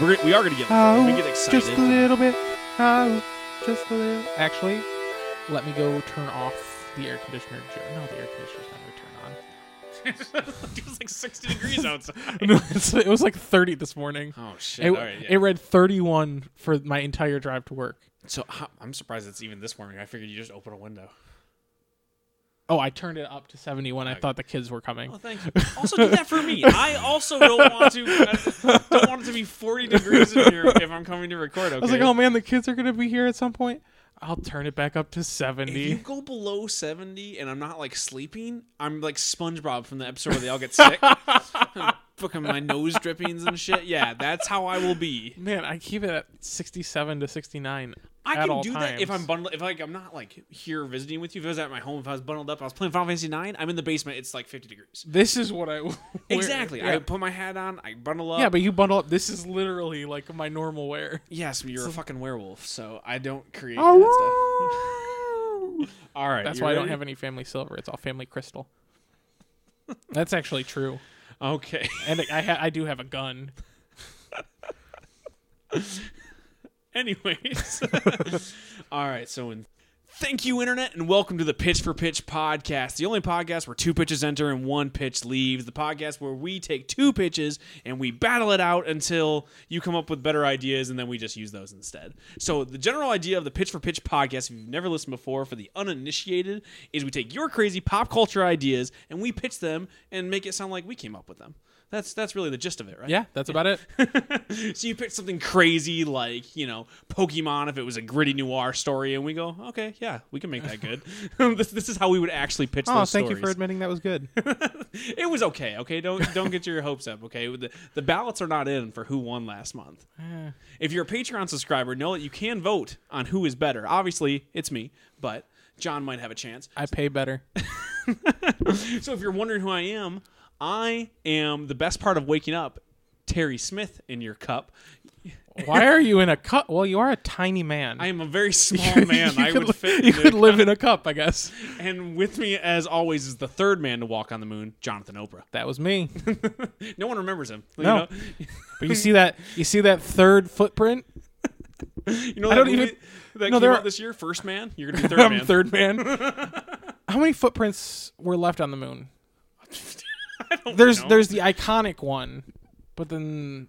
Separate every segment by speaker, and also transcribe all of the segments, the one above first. Speaker 1: are going to get
Speaker 2: Oh,
Speaker 1: we get
Speaker 2: just a
Speaker 1: excited.
Speaker 2: little bit. Oh, just a little. Actually, let me go turn off the air conditioner. ju- No, the air conditioner's not going to turn on.
Speaker 1: it was like 60 degrees outside.
Speaker 2: No, it's, it was like 30 this morning.
Speaker 1: oh shit!
Speaker 2: It,
Speaker 1: All right, yeah.
Speaker 2: it read 31 for my entire drive to work.
Speaker 1: so ho- I'm surprised it's even this morning. I figured you just open a window.
Speaker 2: Oh, I turned it up to 70 when I thought the kids were coming.
Speaker 1: Oh, thank you. Also, do that for me. I also don't want to. I don't want it to be 40 degrees in here if I'm coming to record. Okay.
Speaker 2: I was like, oh man, the kids are going to be here at some point. I'll turn it back up to
Speaker 1: If you
Speaker 2: 70.
Speaker 1: go below 70 and I'm not like sleeping, I'm like SpongeBob from the episode where they all get sick. Fucking my nose drippings and shit. Yeah, that's how I will be.
Speaker 2: Man, I keep it at 67 to 69.
Speaker 1: I
Speaker 2: at
Speaker 1: can
Speaker 2: all
Speaker 1: do that if
Speaker 2: times.
Speaker 1: I'm bundled. If like I'm not like here visiting with you, if I was at my home, if I was bundled up, I was playing Final Fantasy Nine. I'm in the basement. It's like 50 degrees.
Speaker 2: This is what I wear.
Speaker 1: Exactly.
Speaker 2: Yeah.
Speaker 1: I put my hat on. I bundle up.
Speaker 2: yeah, but you bundle up. This is literally like my normal wear.
Speaker 1: yes, but you're a fucking werewolf, so I don't create that stuff. All right.
Speaker 2: Oh, That's
Speaker 1: you
Speaker 2: why I don't
Speaker 1: ready?
Speaker 2: have any family silver. It's all family crystal. That's actually true.
Speaker 1: Okay.
Speaker 2: And I ha- I do have a gun.
Speaker 1: Anyways. All right. So, in- thank you, Internet, and welcome to the Pitch for Pitch podcast, the only podcast where two pitches enter and one pitch leaves. The podcast where we take two pitches and we battle it out until you come up with better ideas, and then we just use those instead. So, the general idea of the Pitch for Pitch podcast, if you've never listened before, for the uninitiated, is we take your crazy pop culture ideas and we pitch them and make it sound like we came up with them. That's that's really the gist of it, right?
Speaker 2: Yeah, that's about it.
Speaker 1: so you pick something crazy like you know Pokemon if it was a gritty noir story, and we go, okay, yeah, we can make that good. this this is how we would actually pitch.
Speaker 2: Oh,
Speaker 1: those
Speaker 2: thank you
Speaker 1: stories.
Speaker 2: for admitting that was good.
Speaker 1: it was okay. Okay, don't don't get your hopes up. Okay, the the ballots are not in for who won last month.
Speaker 2: Eh.
Speaker 1: If you're a Patreon subscriber, know that you can vote on who is better. Obviously, it's me, but John might have a chance.
Speaker 2: I pay better.
Speaker 1: So if you're wondering who I am, I am the best part of waking up. Terry Smith in your cup.
Speaker 2: Why are you in a cup? Well, you are a tiny man.
Speaker 1: I am a very small man.
Speaker 2: you
Speaker 1: I
Speaker 2: could,
Speaker 1: would
Speaker 2: li-
Speaker 1: fit.
Speaker 2: you
Speaker 1: in a
Speaker 2: could live in a cup, I guess.
Speaker 1: And with me, as always, is the third man to walk on the moon, Jonathan Oprah.
Speaker 2: That was me.
Speaker 1: No one remembers him. You
Speaker 2: No.
Speaker 1: know,
Speaker 2: But you see that? You see that third footprint?
Speaker 1: you know
Speaker 2: I
Speaker 1: that
Speaker 2: don't
Speaker 1: movie
Speaker 2: even-
Speaker 1: that
Speaker 2: No,
Speaker 1: came
Speaker 2: there
Speaker 1: out
Speaker 2: are-
Speaker 1: this year, First Man. You're gonna be third
Speaker 2: I'm
Speaker 1: man.
Speaker 2: third man. How many footprints were left on the moon? there's
Speaker 1: know.
Speaker 2: there's the iconic one, but then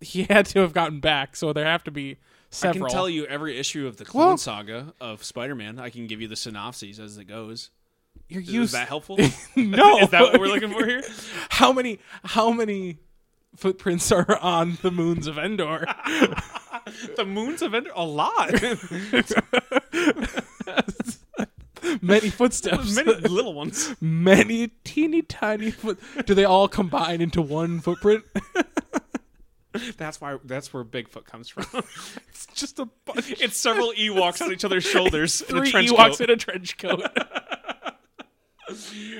Speaker 2: he had to have gotten back, so there have to be
Speaker 1: I
Speaker 2: several.
Speaker 1: can tell you every issue of the Clone
Speaker 2: Well-
Speaker 1: Saga of Spider-Man. I can give you the synopses as it goes.
Speaker 2: You're
Speaker 1: Is
Speaker 2: used.
Speaker 1: that helpful?
Speaker 2: no.
Speaker 1: Is that what we're looking for here?
Speaker 2: How many how many footprints are on the moons of Endor?
Speaker 1: the moon's of Ender a lot.
Speaker 2: Many footsteps.
Speaker 1: Many little ones.
Speaker 2: Many teeny tiny foot. Do they all combine into one footprint?
Speaker 1: That's why. That's where Bigfoot comes from.
Speaker 2: It's just a bunch.
Speaker 1: it's several Ewoks on each other's shoulders in a
Speaker 2: Three
Speaker 1: trench
Speaker 2: Ewoks
Speaker 1: coat.
Speaker 2: in a trench coat.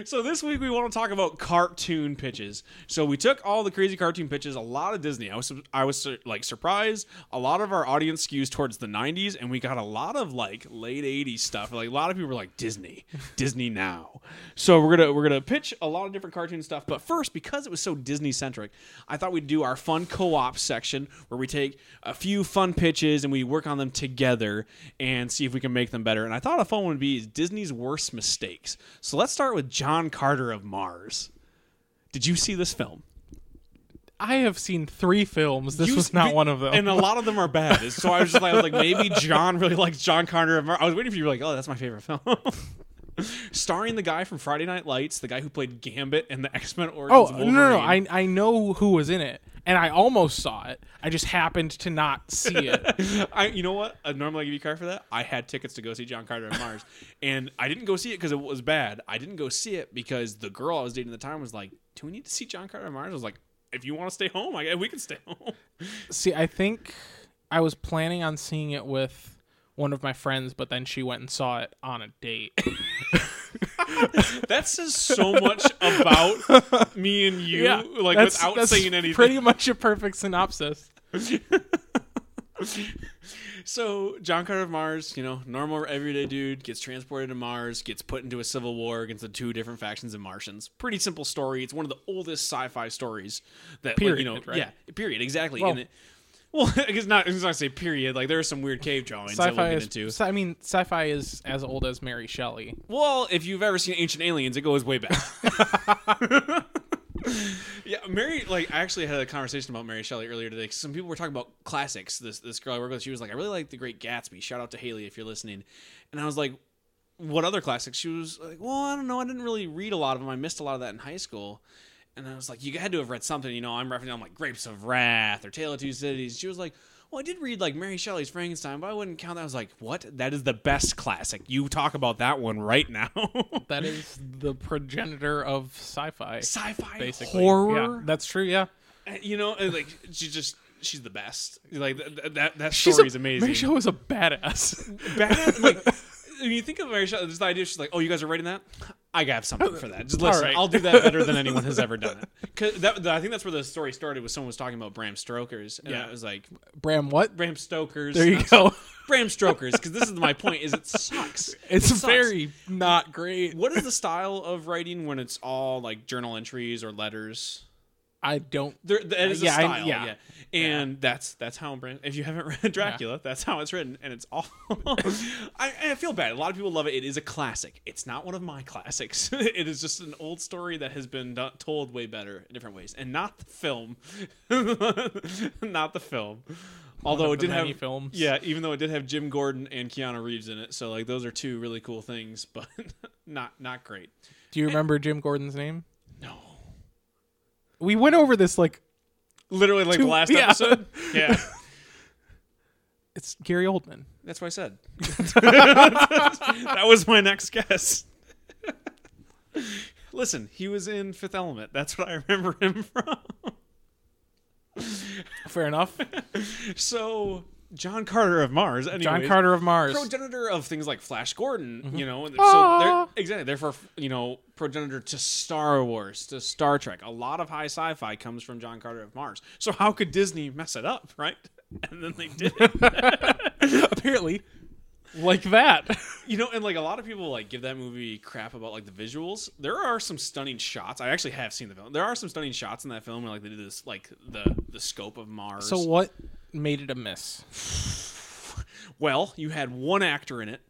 Speaker 1: So this week we want to talk about cartoon pitches. So we took all the crazy cartoon pitches, a lot of Disney. I was I was like surprised. A lot of our audience skews towards the '90s, and we got a lot of like late '80s stuff. Like a lot of people were like Disney, Disney now. So we're gonna we're gonna pitch a lot of different cartoon stuff. But first, because it was so Disney centric, I thought we'd do our fun co-op section where we take a few fun pitches and we work on them together and see if we can make them better. And I thought a fun one would be is Disney's worst mistakes. So let's start with John Carter of Mars. Did you see this film?
Speaker 2: I have seen three films. This
Speaker 1: You-
Speaker 2: was not
Speaker 1: we-
Speaker 2: one of them.
Speaker 1: And a lot of them are bad. So I was just like, I was like, maybe John really likes John Carter of Mars. I was waiting for you to be like, oh, that's my favorite film. Starring the guy from Friday Night Lights, the guy who played Gambit and the X Men Origins.
Speaker 2: Oh
Speaker 1: of
Speaker 2: no, no, no!
Speaker 1: Wolverine.
Speaker 2: I I know who was in it, and I almost saw it. I just happened to not see it.
Speaker 1: I, you know what? I normally give you a card for that. I had tickets to go see John Carter of Mars, and I didn't go see it because it was bad. I didn't go see it because the girl I was dating at the time was like, "Do we need to see John Carter of Mars?" I was like, "If you want to stay home, I, we can stay home."
Speaker 2: see, I think I was planning on seeing it with one of my friends, but then she went and saw it on a date.
Speaker 1: That says so much about me and you, like
Speaker 2: that's-
Speaker 1: without
Speaker 2: that's
Speaker 1: saying anything.
Speaker 2: Pretty much a perfect synopsis.
Speaker 1: So John Carter of Mars, you know, normal everyday dude gets transported to Mars, gets put into a civil war against the two different factions of Martians. Pretty simple story. It's one of the oldest sci-fi stories that, like,
Speaker 2: Period,
Speaker 1: you know,
Speaker 2: right?
Speaker 1: yeah, period, exactly.
Speaker 2: Well-
Speaker 1: and it, Well, it's not. It's not say period. Like there are some weird cave drawings that we'll
Speaker 2: Sci-fi
Speaker 1: get
Speaker 2: is.
Speaker 1: into.
Speaker 2: sci- I mean, sci-fi is as old as Mary Shelley.
Speaker 1: Well, if you've ever seen Ancient Aliens, it goes way back. yeah, Mary. Like, I actually had a conversation about Mary Shelley earlier today. 'cause some people were talking about classics. This this girl I work with, she was like, "I really like The Great Gatsby." Shout out to Haley if you're listening. And I was like, "What other classics?" She was like, "Well, I don't know. I didn't really read a lot of them. I missed a lot of that in high school." And I was like, "You had to have read something." You know, I'm referencing like Grapes of Wrath or Tale of Two Cities. She was like. Well, I did read like Mary Shelley's Frankenstein, but I wouldn't count that. I was like, "What? That is the best classic. You talk about that one right now."
Speaker 2: That is the progenitor of sci-fi.
Speaker 1: sci-fi
Speaker 2: Basically,
Speaker 1: horror.
Speaker 2: Yeah, that's true. Yeah,
Speaker 1: Uh, you know, and, like she just she's the best. Like th- th- that that
Speaker 2: She's
Speaker 1: story
Speaker 2: a-
Speaker 1: is amazing.
Speaker 2: Mary Shelley was a badass.
Speaker 1: Badass, like when you think of Mary Shelley, there's the idea she's like, oh, you guys are writing that. I have something for that. Just
Speaker 2: All
Speaker 1: listen,
Speaker 2: right.
Speaker 1: I'll do that better than anyone has ever done it. 'Cause that, I think that's where the story started. Was someone was talking about Bram Stoker's, and
Speaker 2: Yeah.
Speaker 1: I was like,
Speaker 2: Bram, what?
Speaker 1: Bram Stoker's.
Speaker 2: There you go.
Speaker 1: Bram Stoker's, because this is my point. Is it sucks?
Speaker 2: It's
Speaker 1: It sucks.
Speaker 2: very not great.
Speaker 1: What is the style of writing when it's all like journal entries or letters?
Speaker 2: I don't.
Speaker 1: There, that is
Speaker 2: Uh, yeah,
Speaker 1: a
Speaker 2: I-
Speaker 1: style, yeah.
Speaker 2: yeah.
Speaker 1: And that's that's how Bram. If you haven't read Dracula, that's how it's written, and it's awful. I, I feel bad. A lot of people love it. It is a classic. It's not one of my classics. it is just an old story that has been do- told way better in different ways, and not the film, not the film. Although
Speaker 2: of
Speaker 1: it
Speaker 2: the
Speaker 1: did have
Speaker 2: many films.
Speaker 1: yeah, even though it did have Jim Gordon and Keanu Reeves in it, so like those are two really cool things, but not not great.
Speaker 2: Do you remember Jim Gordon's name?
Speaker 1: No,
Speaker 2: We went over this like
Speaker 1: literally like
Speaker 2: Two-
Speaker 1: the last
Speaker 2: yeah.
Speaker 1: episode. Yeah,
Speaker 2: it's Gary Oldman.
Speaker 1: That's what I said. that was my next guess. Listen, he was in Fifth Element. That's what I remember him from.
Speaker 2: Fair enough.
Speaker 1: So, John Carter of Mars. Anyways,
Speaker 2: John Carter of Mars. Mm-hmm.
Speaker 1: Progenitor of things like Flash Gordon, you know. and So
Speaker 2: Aw.
Speaker 1: they're, exactly, therefore, you know, progenitor to Star Wars, to Star Trek. A lot of high sci-fi comes from John Carter of Mars. So how could Disney mess it up, right? And then they did. it.
Speaker 2: Apparently, like that.
Speaker 1: You know, and like a lot of people like give that movie crap about like the visuals. There are some stunning shots. I actually have seen the film. There are some stunning shots in that film where like they did this like the the scope of Mars.
Speaker 2: so what made it a miss?
Speaker 1: well, you had one actor in it,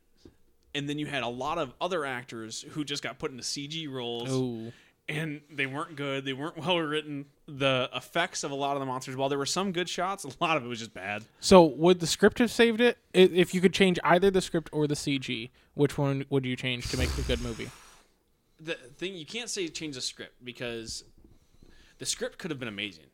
Speaker 1: and then you had a lot of other actors who just got put into CG roles,
Speaker 2: Oh,
Speaker 1: and they weren't good. They weren't well written. The effects of a lot of the monsters, while there were some good shots, a lot of it was just bad.
Speaker 2: so would the script have saved it? I- If you could change either the script or the CG, which one would you change to make a good movie?
Speaker 1: the thing you can't say change the script because the script could have been amazing.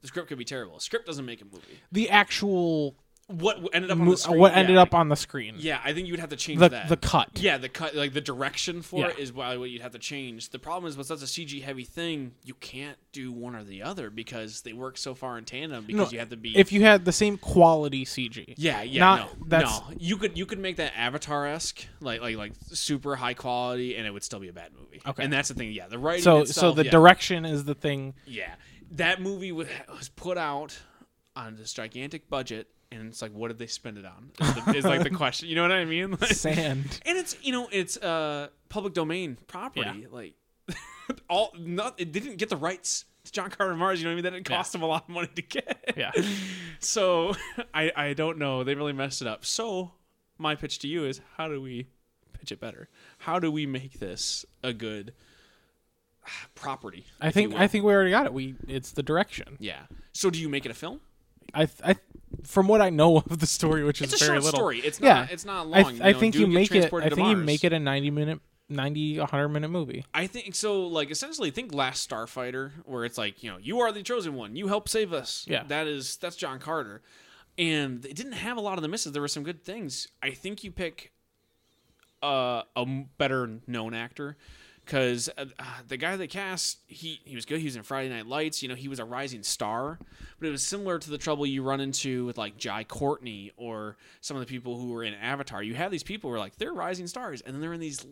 Speaker 1: The script could be terrible. A script doesn't make a movie.
Speaker 2: The actual
Speaker 1: What w- ended up on
Speaker 2: mo- uh,
Speaker 1: the screen,
Speaker 2: what
Speaker 1: yeah.
Speaker 2: ended up on the screen.
Speaker 1: Yeah, I think you would have to change
Speaker 2: The
Speaker 1: that.
Speaker 2: the cut.
Speaker 1: yeah, the cut, like the direction for
Speaker 2: Yeah.
Speaker 1: it is why what you'd have to change. The problem is with such a CG heavy thing, you can't do one or the other because they work so far in tandem. Because you have to be
Speaker 2: If you had the same quality CG.
Speaker 1: Yeah, yeah,
Speaker 2: Not-
Speaker 1: no,
Speaker 2: that's-
Speaker 1: no. You could you could make that Avatar esque, like like like super high quality, and it would still be a bad movie.
Speaker 2: Okay.
Speaker 1: and that's the thing. Yeah, the writing.
Speaker 2: So so
Speaker 1: itself,
Speaker 2: the
Speaker 1: yeah.
Speaker 2: direction is the thing.
Speaker 1: Yeah, that movie was, was put out on this gigantic budget, and it's like, what did they spend it on? Is, the, is like the question. You know what I mean? Like-
Speaker 2: Sand.
Speaker 1: and it's you know it's uh public domain property. Like all, not it didn't get the rights to John Carter of Mars. You know what I mean? That didn't cost them a lot of money to get.
Speaker 2: Yeah.
Speaker 1: So I I don't know. They really messed it up. So my pitch to you is, how do we pitch it better? How do we make this a good ah, property?
Speaker 2: I
Speaker 1: if you
Speaker 2: think
Speaker 1: will?
Speaker 2: I think we already got it. We it's the direction.
Speaker 1: Yeah. So do you make it a film?
Speaker 2: I th- I from what I know of the story, which is
Speaker 1: It's a
Speaker 2: very
Speaker 1: short
Speaker 2: little.
Speaker 1: story. It's
Speaker 2: Yeah.
Speaker 1: not. It's not long.
Speaker 2: I, th- I
Speaker 1: know,
Speaker 2: think
Speaker 1: dude
Speaker 2: you
Speaker 1: get
Speaker 2: make it. I
Speaker 1: transported to
Speaker 2: think you
Speaker 1: Mars.
Speaker 2: make it a ninety minute, 90, 100 minute movie.
Speaker 1: I think so. Like essentially, think Last Starfighter, where it's like you know you are the chosen one. You help save us.
Speaker 2: Yeah.
Speaker 1: That is that's John Carter, and it didn't have a lot of the misses. There were some good things. I think you pick uh, a m- better known actor because uh, uh, the guy they cast he he was good he was in friday night lights you know he was a rising star but it was similar to the trouble you run into with like jai courtney or some of the people who were in avatar you have these people who are like they're rising stars and then they're in these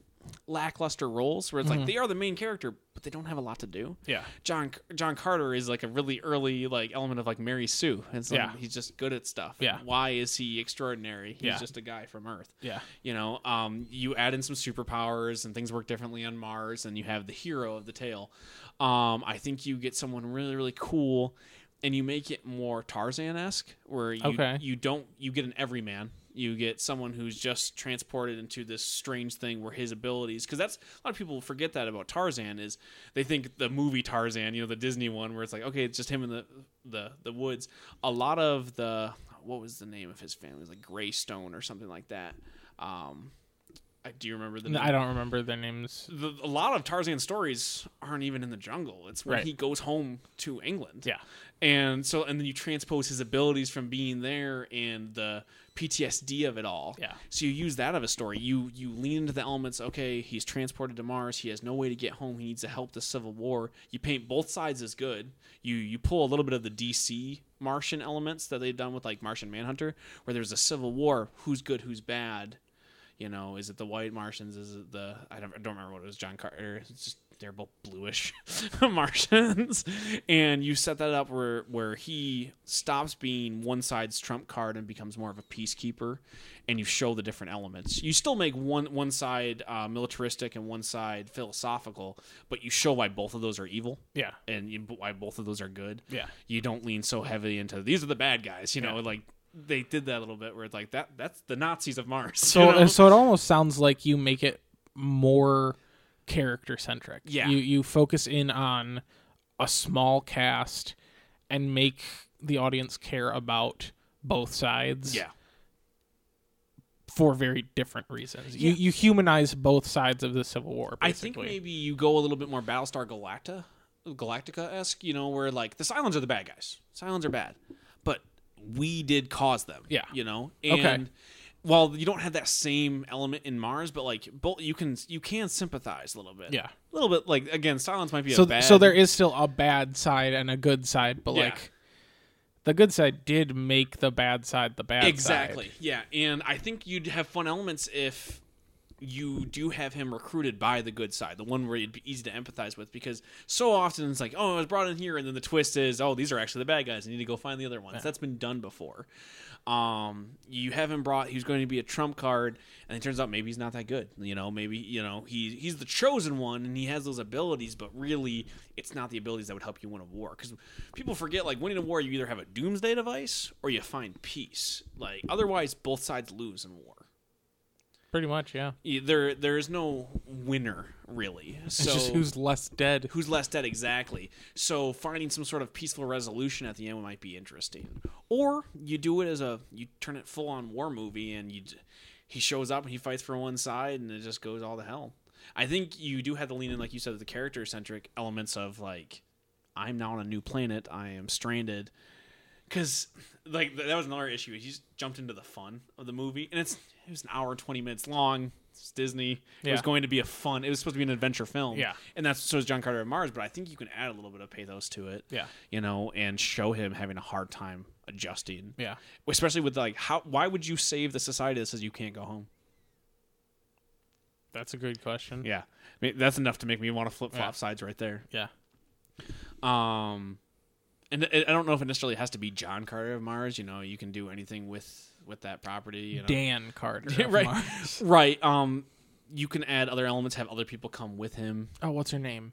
Speaker 1: lackluster roles where it's like they are the main character but they don't have a lot to do
Speaker 2: Mm-hmm. Yeah.
Speaker 1: john john carter is like a really early like element of like mary sue and so
Speaker 2: Yeah.
Speaker 1: he's just good at stuff
Speaker 2: Yeah.
Speaker 1: why is he extraordinary he's
Speaker 2: Yeah.
Speaker 1: just a guy from earth
Speaker 2: Yeah.
Speaker 1: you know, um, you add in some superpowers and things work differently on Mars, and you have the hero of the tale. Um, I think you get someone really, really cool. and you make it more Tarzan esque, where you
Speaker 2: Okay.
Speaker 1: you don't you get an everyman. You get someone who's just transported into this strange thing where his abilities, because that's a lot of people forget that about Tarzan is they think the movie Tarzan, you know, the Disney one where it's like okay, it's just him in the the the woods. A lot of the what was the name of his family? It was like Greystone or something like that. Um, I do you remember the
Speaker 2: No,
Speaker 1: name?
Speaker 2: I don't remember their names.
Speaker 1: the, a lot of Tarzan stories aren't even in the jungle. It's when
Speaker 2: Right.
Speaker 1: he goes home to England.
Speaker 2: Yeah.
Speaker 1: And so, and then you transpose his abilities from being there and the PTSD of it all.
Speaker 2: Yeah.
Speaker 1: So you use that of a story. You you lean into the elements. Okay, he's transported to Mars. He has no way to get home. He needs to help the Civil War. You paint both sides as good. You you pull a little bit of the DC Martian elements that they've done with like Martian Manhunter, where there's a Civil War. Who's good? Who's bad? You know, is it the white Martians? Is it the I don't, I don't remember what it was. John Carter. It's just they're both bluish Martians, and you set that up where where he stops being one side's trump card and becomes more of a peacekeeper, and you show the different elements. You still make one one side uh, militaristic and one side philosophical, but you show why both of those are evil
Speaker 2: Yeah.
Speaker 1: and you, why both of those are good.
Speaker 2: Yeah.
Speaker 1: you don't lean so heavily into these are the bad guys. You know, like they did that a little bit where it's like that that's the Nazis of Mars.
Speaker 2: So uh,
Speaker 1: you know?
Speaker 2: so it almost sounds like you make it more character centric.
Speaker 1: Yeah.
Speaker 2: You you focus in on a small cast and make the audience care about both sides
Speaker 1: yeah.
Speaker 2: for very different reasons.
Speaker 1: Yeah.
Speaker 2: You you humanize both sides of the Civil War
Speaker 1: I think
Speaker 2: basically.
Speaker 1: maybe you go a little bit more Battlestar Galacta, Galactica esque, you know, where like the Cylons are the bad guys. Cylons are bad, but we did cause them.
Speaker 2: Yeah.
Speaker 1: you know. And
Speaker 2: Okay.
Speaker 1: While you don't have that same element in Mars, but like both, you can you can sympathize a little bit.
Speaker 2: Yeah.
Speaker 1: a little bit. Like again, Cylons might be
Speaker 2: so
Speaker 1: a bad.
Speaker 2: so there is still a bad side and a good side, but
Speaker 1: Yeah.
Speaker 2: like the good side did make the bad side the bad
Speaker 1: exactly
Speaker 2: side.
Speaker 1: yeah and i think you'd have fun elements if you do have him recruited by the good side the one where it'd be easy to empathize with because so often it's like oh i was brought in here and then the twist is oh these are actually the bad guys i need to go find the other ones that's been done before um you have him brought he's going to be a trump card and it turns out maybe he's not that good you know maybe you know he he's the chosen one and he has those abilities but really it's not the abilities that would help you win a war because people forget like winning a war you either have a doomsday device or you find peace like otherwise both sides lose in war
Speaker 2: Pretty much, yeah.
Speaker 1: Y- there there is no winner really so
Speaker 2: It's just who's less dead.
Speaker 1: who's less dead exactly so finding some sort of peaceful resolution at the end might be interesting or you do it as a you turn it full on war movie and you d- he shows up and he fights for one side and it just goes all to hell i think you do have to lean in like you said the character centric elements of like i'm now on a new planet i am stranded because like th- that was another issue he just jumped into the fun of the movie and it's it was an hour and 20 minutes long it's disney it was
Speaker 2: Yeah.
Speaker 1: going to be a fun it was supposed to be an adventure film
Speaker 2: Yeah.
Speaker 1: and that's so is John Carter of Mars, but I think you can add a little bit of pathos to it.
Speaker 2: Yeah.
Speaker 1: You know, and show him having a hard time adjusting.
Speaker 2: Yeah.
Speaker 1: Especially with like how why would you save the society that says you can't go home?
Speaker 2: That's a good question.
Speaker 1: Yeah. I mean, that's enough to make me want to flip flop
Speaker 2: Yeah.
Speaker 1: sides right there.
Speaker 2: Yeah.
Speaker 1: Um and I I don't know if it necessarily has to be John Carter of Mars, you know, you can do anything with with that property, you know.
Speaker 2: Dan Carter.
Speaker 1: Yeah,
Speaker 2: of
Speaker 1: right.
Speaker 2: Mars.
Speaker 1: Right. Um you can add other elements, have other people come with him.
Speaker 2: Oh, what's her name?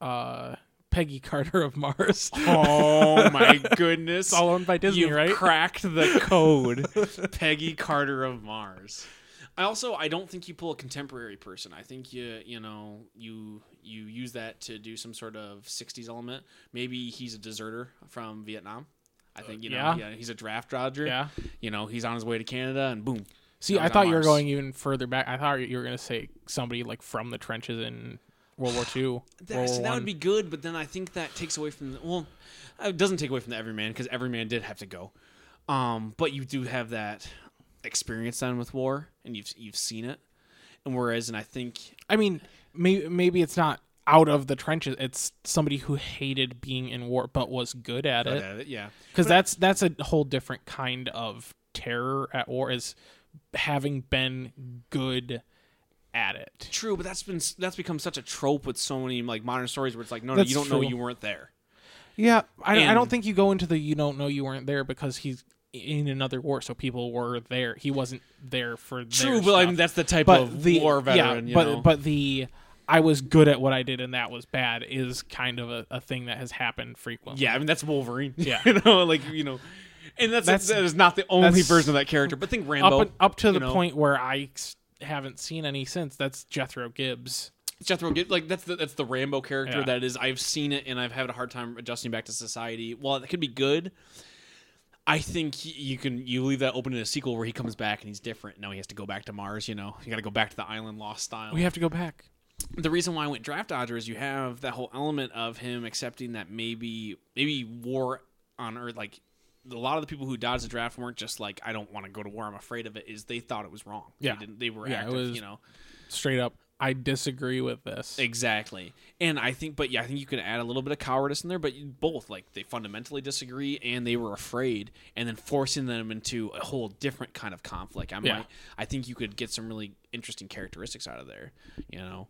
Speaker 2: Uh, Peggy Carter of Mars.
Speaker 1: Oh my goodness.
Speaker 2: It's all owned by Disney,
Speaker 1: You've
Speaker 2: right?
Speaker 1: cracked the code, Peggy Carter of Mars. I also I don't think you pull a contemporary person. I think you you know you you use that to do some sort of '60s element. Maybe he's a deserter from Vietnam. I think you know
Speaker 2: yeah.
Speaker 1: yeah, he's a draft dodger.
Speaker 2: Yeah.
Speaker 1: you know he's on his way to Canada and boom.
Speaker 2: See,
Speaker 1: That
Speaker 2: I
Speaker 1: was on
Speaker 2: thought you were
Speaker 1: Mars.
Speaker 2: going even further back. I thought you were going to say somebody like from the trenches in World War II.
Speaker 1: That,
Speaker 2: World
Speaker 1: see,
Speaker 2: War
Speaker 1: that
Speaker 2: I.
Speaker 1: would be good, but then I think that takes away from the, well, uh, it doesn't take away from the everyman because everyman did have to go. Um, but you do have that experience then with war, and you've you've seen it. And whereas, and I think
Speaker 2: I mean, maybe maybe it's not out of the trenches. It's somebody who hated being in war but was good at it.
Speaker 1: yeah, uh, yeah,
Speaker 2: because that's that's a whole different kind of terror at war is having been good at it
Speaker 1: true. But that's been s- that's become such a trope with so many like modern stories where it's like, no, no,
Speaker 2: That's
Speaker 1: you don't know
Speaker 2: true.
Speaker 1: you weren't there.
Speaker 2: yeah I, I don't
Speaker 1: And-
Speaker 2: think you go into the you don't know you weren't there because he's in another war so people were there he wasn't there for their
Speaker 1: True, but I
Speaker 2: stuff.
Speaker 1: mean that's the type
Speaker 2: but
Speaker 1: of
Speaker 2: the
Speaker 1: war veteran.
Speaker 2: yeah,
Speaker 1: you
Speaker 2: but
Speaker 1: know?
Speaker 2: but the I was good at what I did and that was bad is kind of a, a thing that has happened frequently.
Speaker 1: Yeah, I mean that's Wolverine.
Speaker 2: Yeah.
Speaker 1: you know, like you know, and that's that's,
Speaker 2: That's-
Speaker 1: not the only
Speaker 2: that's-
Speaker 1: version of that character. But think Rambo,
Speaker 2: Up up to
Speaker 1: you
Speaker 2: the
Speaker 1: know.
Speaker 2: point where I s- haven't seen any since. That's Jethro Gibbs.
Speaker 1: Jethro Gibbs, like that's the that's the Rambo character
Speaker 2: Yeah.
Speaker 1: that is. I've seen it and I've had a hard time adjusting back to society. While it could be good, I think he- you can you leave that open in a sequel where he comes back and he's different. Now he has to go back to Mars. You know, you got to go back to the island lost style.
Speaker 2: We have to go back.
Speaker 1: the reason why I went draft dodger is you have that whole element of him accepting that maybe maybe war on Earth, like a lot of the people who dodged the draft weren't just like I don't want to go to war, I'm afraid of it. Is they thought it was wrong?
Speaker 2: Yeah.
Speaker 1: they, didn't, they were
Speaker 2: Yeah, it
Speaker 1: active,
Speaker 2: was-
Speaker 1: you know.
Speaker 2: Straight up, I disagree with this.
Speaker 1: Exactly. And I think, but yeah, I think you could add a little bit of cowardice in there, but you both, like, they fundamentally disagree and they were afraid, and then forcing them into a whole different kind of conflict. I mean,
Speaker 2: Yeah.
Speaker 1: I think you could get some really interesting characteristics out of there, you know?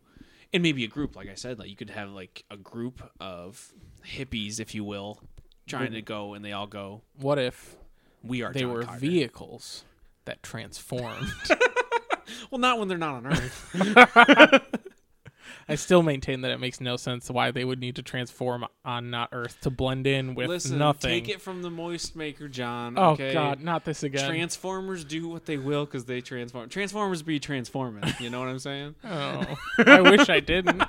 Speaker 1: And maybe a group, like I said, like, you could have, like, a group of hippies, if you will, trying to go, and they all go,
Speaker 2: What if
Speaker 1: We are
Speaker 2: they
Speaker 1: John
Speaker 2: were
Speaker 1: Carter."
Speaker 2: vehicles that transformed?
Speaker 1: Well, not when they're not on Earth.
Speaker 2: I still maintain that it makes no sense why they would need to transform on not Earth to blend in with
Speaker 1: Listen,
Speaker 2: nothing.
Speaker 1: take it from the moist maker, John.
Speaker 2: oh
Speaker 1: okay?
Speaker 2: God, not this again.
Speaker 1: Transformers do what they will because they transform. Transformers be transforming. You know what I'm saying?
Speaker 2: oh, I wish I didn't.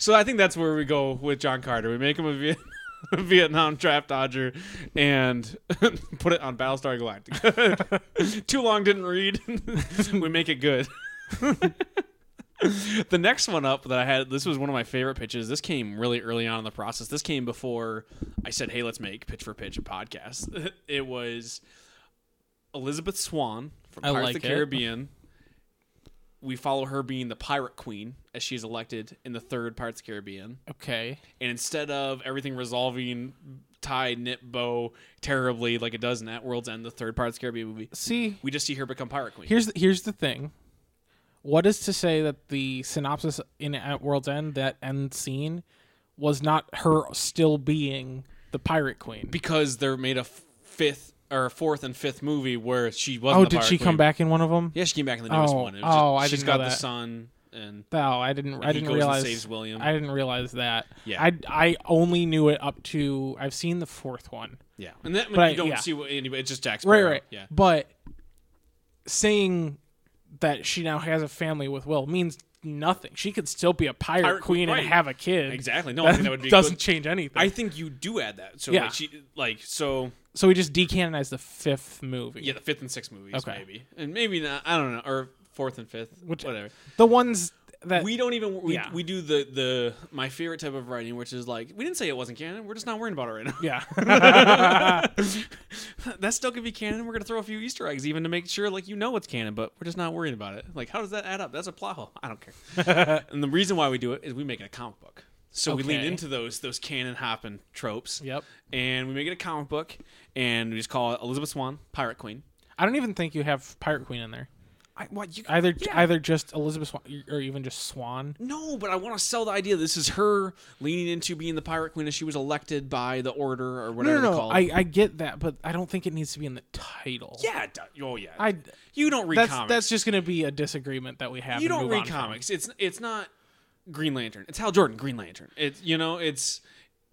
Speaker 1: so I think that's where we go with John Carter. We make him a, Viet- a Vietnam draft dodger and put it on Battlestar Galactica. Too long didn't read. we make it good. the next one up that I had, this was one of my favorite pitches. This came really early on in the process. This came before I said, hey, let's make Pitch for Pitch a podcast. it was Elizabeth Swan from
Speaker 2: I
Speaker 1: Pirates
Speaker 2: like
Speaker 1: of the
Speaker 2: it.
Speaker 1: Caribbean. We follow her being the pirate queen as she is elected in the third Pirates of the Caribbean.
Speaker 2: Okay,
Speaker 1: And instead of everything resolving tie, knit, bow terribly like it does in that World's End, the third Pirates of the Caribbean movie,
Speaker 2: see,
Speaker 1: we just see her become pirate queen.
Speaker 2: here's the, here's the thing. What is to say that the synopsis in At World's End, that end scene, was not her still being the pirate queen?
Speaker 1: because they made a f- fifth or a fourth and fifth movie where she wasn't.
Speaker 2: oh,
Speaker 1: the
Speaker 2: did
Speaker 1: pirate
Speaker 2: she come
Speaker 1: queen.
Speaker 2: back in one of them?
Speaker 1: Yeah, she came back in the newest
Speaker 2: Oh,
Speaker 1: one. It was
Speaker 2: oh,
Speaker 1: just-
Speaker 2: I
Speaker 1: she's
Speaker 2: didn't know
Speaker 1: got the
Speaker 2: that.
Speaker 1: son, and
Speaker 2: Oh, I didn't. I
Speaker 1: he
Speaker 2: didn't
Speaker 1: goes and
Speaker 2: realize.
Speaker 1: saves William.
Speaker 2: I didn't realize that.
Speaker 1: Yeah.
Speaker 2: I I only knew it up to. I've seen the fourth one.
Speaker 1: yeah, and that
Speaker 2: But
Speaker 1: when
Speaker 2: I-
Speaker 1: you don't
Speaker 2: yeah.
Speaker 1: see what anybody. It's just Jack
Speaker 2: Right,
Speaker 1: Sparrow.
Speaker 2: right.
Speaker 1: Yeah,
Speaker 2: But saying that she now has a family with Will means nothing. She could still be a pirate,
Speaker 1: Pirate queen,
Speaker 2: queen
Speaker 1: right.
Speaker 2: and have a kid.
Speaker 1: exactly. No, I
Speaker 2: That,
Speaker 1: think that would be
Speaker 2: doesn't
Speaker 1: Good.
Speaker 2: change anything.
Speaker 1: I think you do add that. So
Speaker 2: Yeah.
Speaker 1: like she like so
Speaker 2: so we just decanonized the fifth movie.
Speaker 1: yeah, the fifth and sixth movies
Speaker 2: Okay.
Speaker 1: maybe, and maybe not. I don't know, or fourth and fifth,
Speaker 2: Which-
Speaker 1: whatever.
Speaker 2: The ones that
Speaker 1: we don't even we,
Speaker 2: yeah.
Speaker 1: we do the the my favorite type of writing, which is like we didn't say it wasn't canon. We're just not worrying about it right now.
Speaker 2: yeah.
Speaker 1: that still could be canon. We're gonna throw a few Easter eggs even to make sure like you know what's canon, but we're just not worrying about it. Like, how does that add up? That's a plot hole. I don't care. and the reason why we do it is we make it a comic book. So we lean
Speaker 2: Okay.
Speaker 1: into those those canon hopping tropes.
Speaker 2: Yep.
Speaker 1: And we make it a comic book, and we just call it Elizabeth Swan, Pirate Queen.
Speaker 2: I don't even think you have pirate queen in there.
Speaker 1: I what you
Speaker 2: Either
Speaker 1: Yeah.
Speaker 2: either just Elizabeth Swan or even just Swan.
Speaker 1: No, but I want to sell the idea. This is her leaning into being the pirate queen as she was elected by the order or
Speaker 2: No,
Speaker 1: whatever.
Speaker 2: no,
Speaker 1: they
Speaker 2: no.
Speaker 1: call
Speaker 2: I, I get that, but I don't think it needs to be in the title.
Speaker 1: yeah, it does. oh yeah.
Speaker 2: I
Speaker 1: you don't read
Speaker 2: that's
Speaker 1: comics.
Speaker 2: that's just gonna be a disagreement that we have.
Speaker 1: you
Speaker 2: and
Speaker 1: don't
Speaker 2: move
Speaker 1: read
Speaker 2: on from.
Speaker 1: comics. It's it's not Green Lantern. It's Hal Jordan Green Lantern. It's you know it's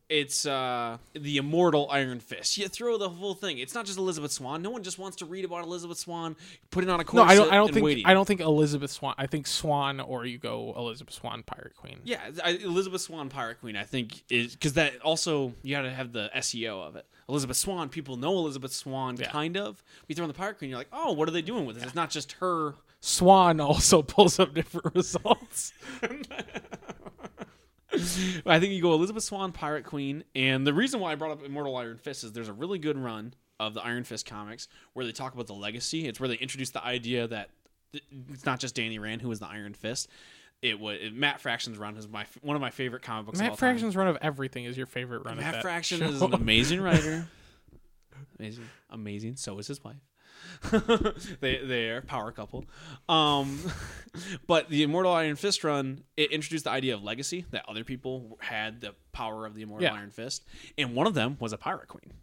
Speaker 1: it's uh the immortal Iron Fist. You throw the whole thing. It's not just Elizabeth Swan. No one just wants to read about Elizabeth Swan putting on a
Speaker 2: No,
Speaker 1: corset
Speaker 2: I don't. I don't
Speaker 1: and
Speaker 2: think.
Speaker 1: waiting.
Speaker 2: I don't think Elizabeth Swan. I think Swan, or you go Elizabeth Swan, Pirate Queen.
Speaker 1: Yeah, I, Elizabeth Swan, Pirate Queen, I think is because that also you got to have the SEO of it. Elizabeth Swan, people know Elizabeth Swan kind of. We throw in the Pirate Queen, you're like, oh, what are they doing with this? It's not just her.
Speaker 2: Swan also pulls up different results.
Speaker 1: I think you go Elizabeth Swan, Pirate Queen, and the reason why I brought up Immortal Iron Fist is there's a really good run of the Iron Fist comics where they talk about the legacy. It's where they introduce the idea that th- it's not just Danny Rand who was the Iron Fist. It was Matt Fraction's run is my one of my favorite comic books. of all
Speaker 2: Matt
Speaker 1: time.
Speaker 2: Fraction's run of everything is your favorite run. of
Speaker 1: Matt
Speaker 2: that
Speaker 1: Fraction
Speaker 2: show.
Speaker 1: is an amazing writer. Amazing, amazing. So is his wife. they they are a power couple. Um, but the Immortal Iron Fist run it introduced the idea of legacy that other people had the power of the Immortal
Speaker 2: Yeah.
Speaker 1: Iron Fist, and one of them was a pirate queen.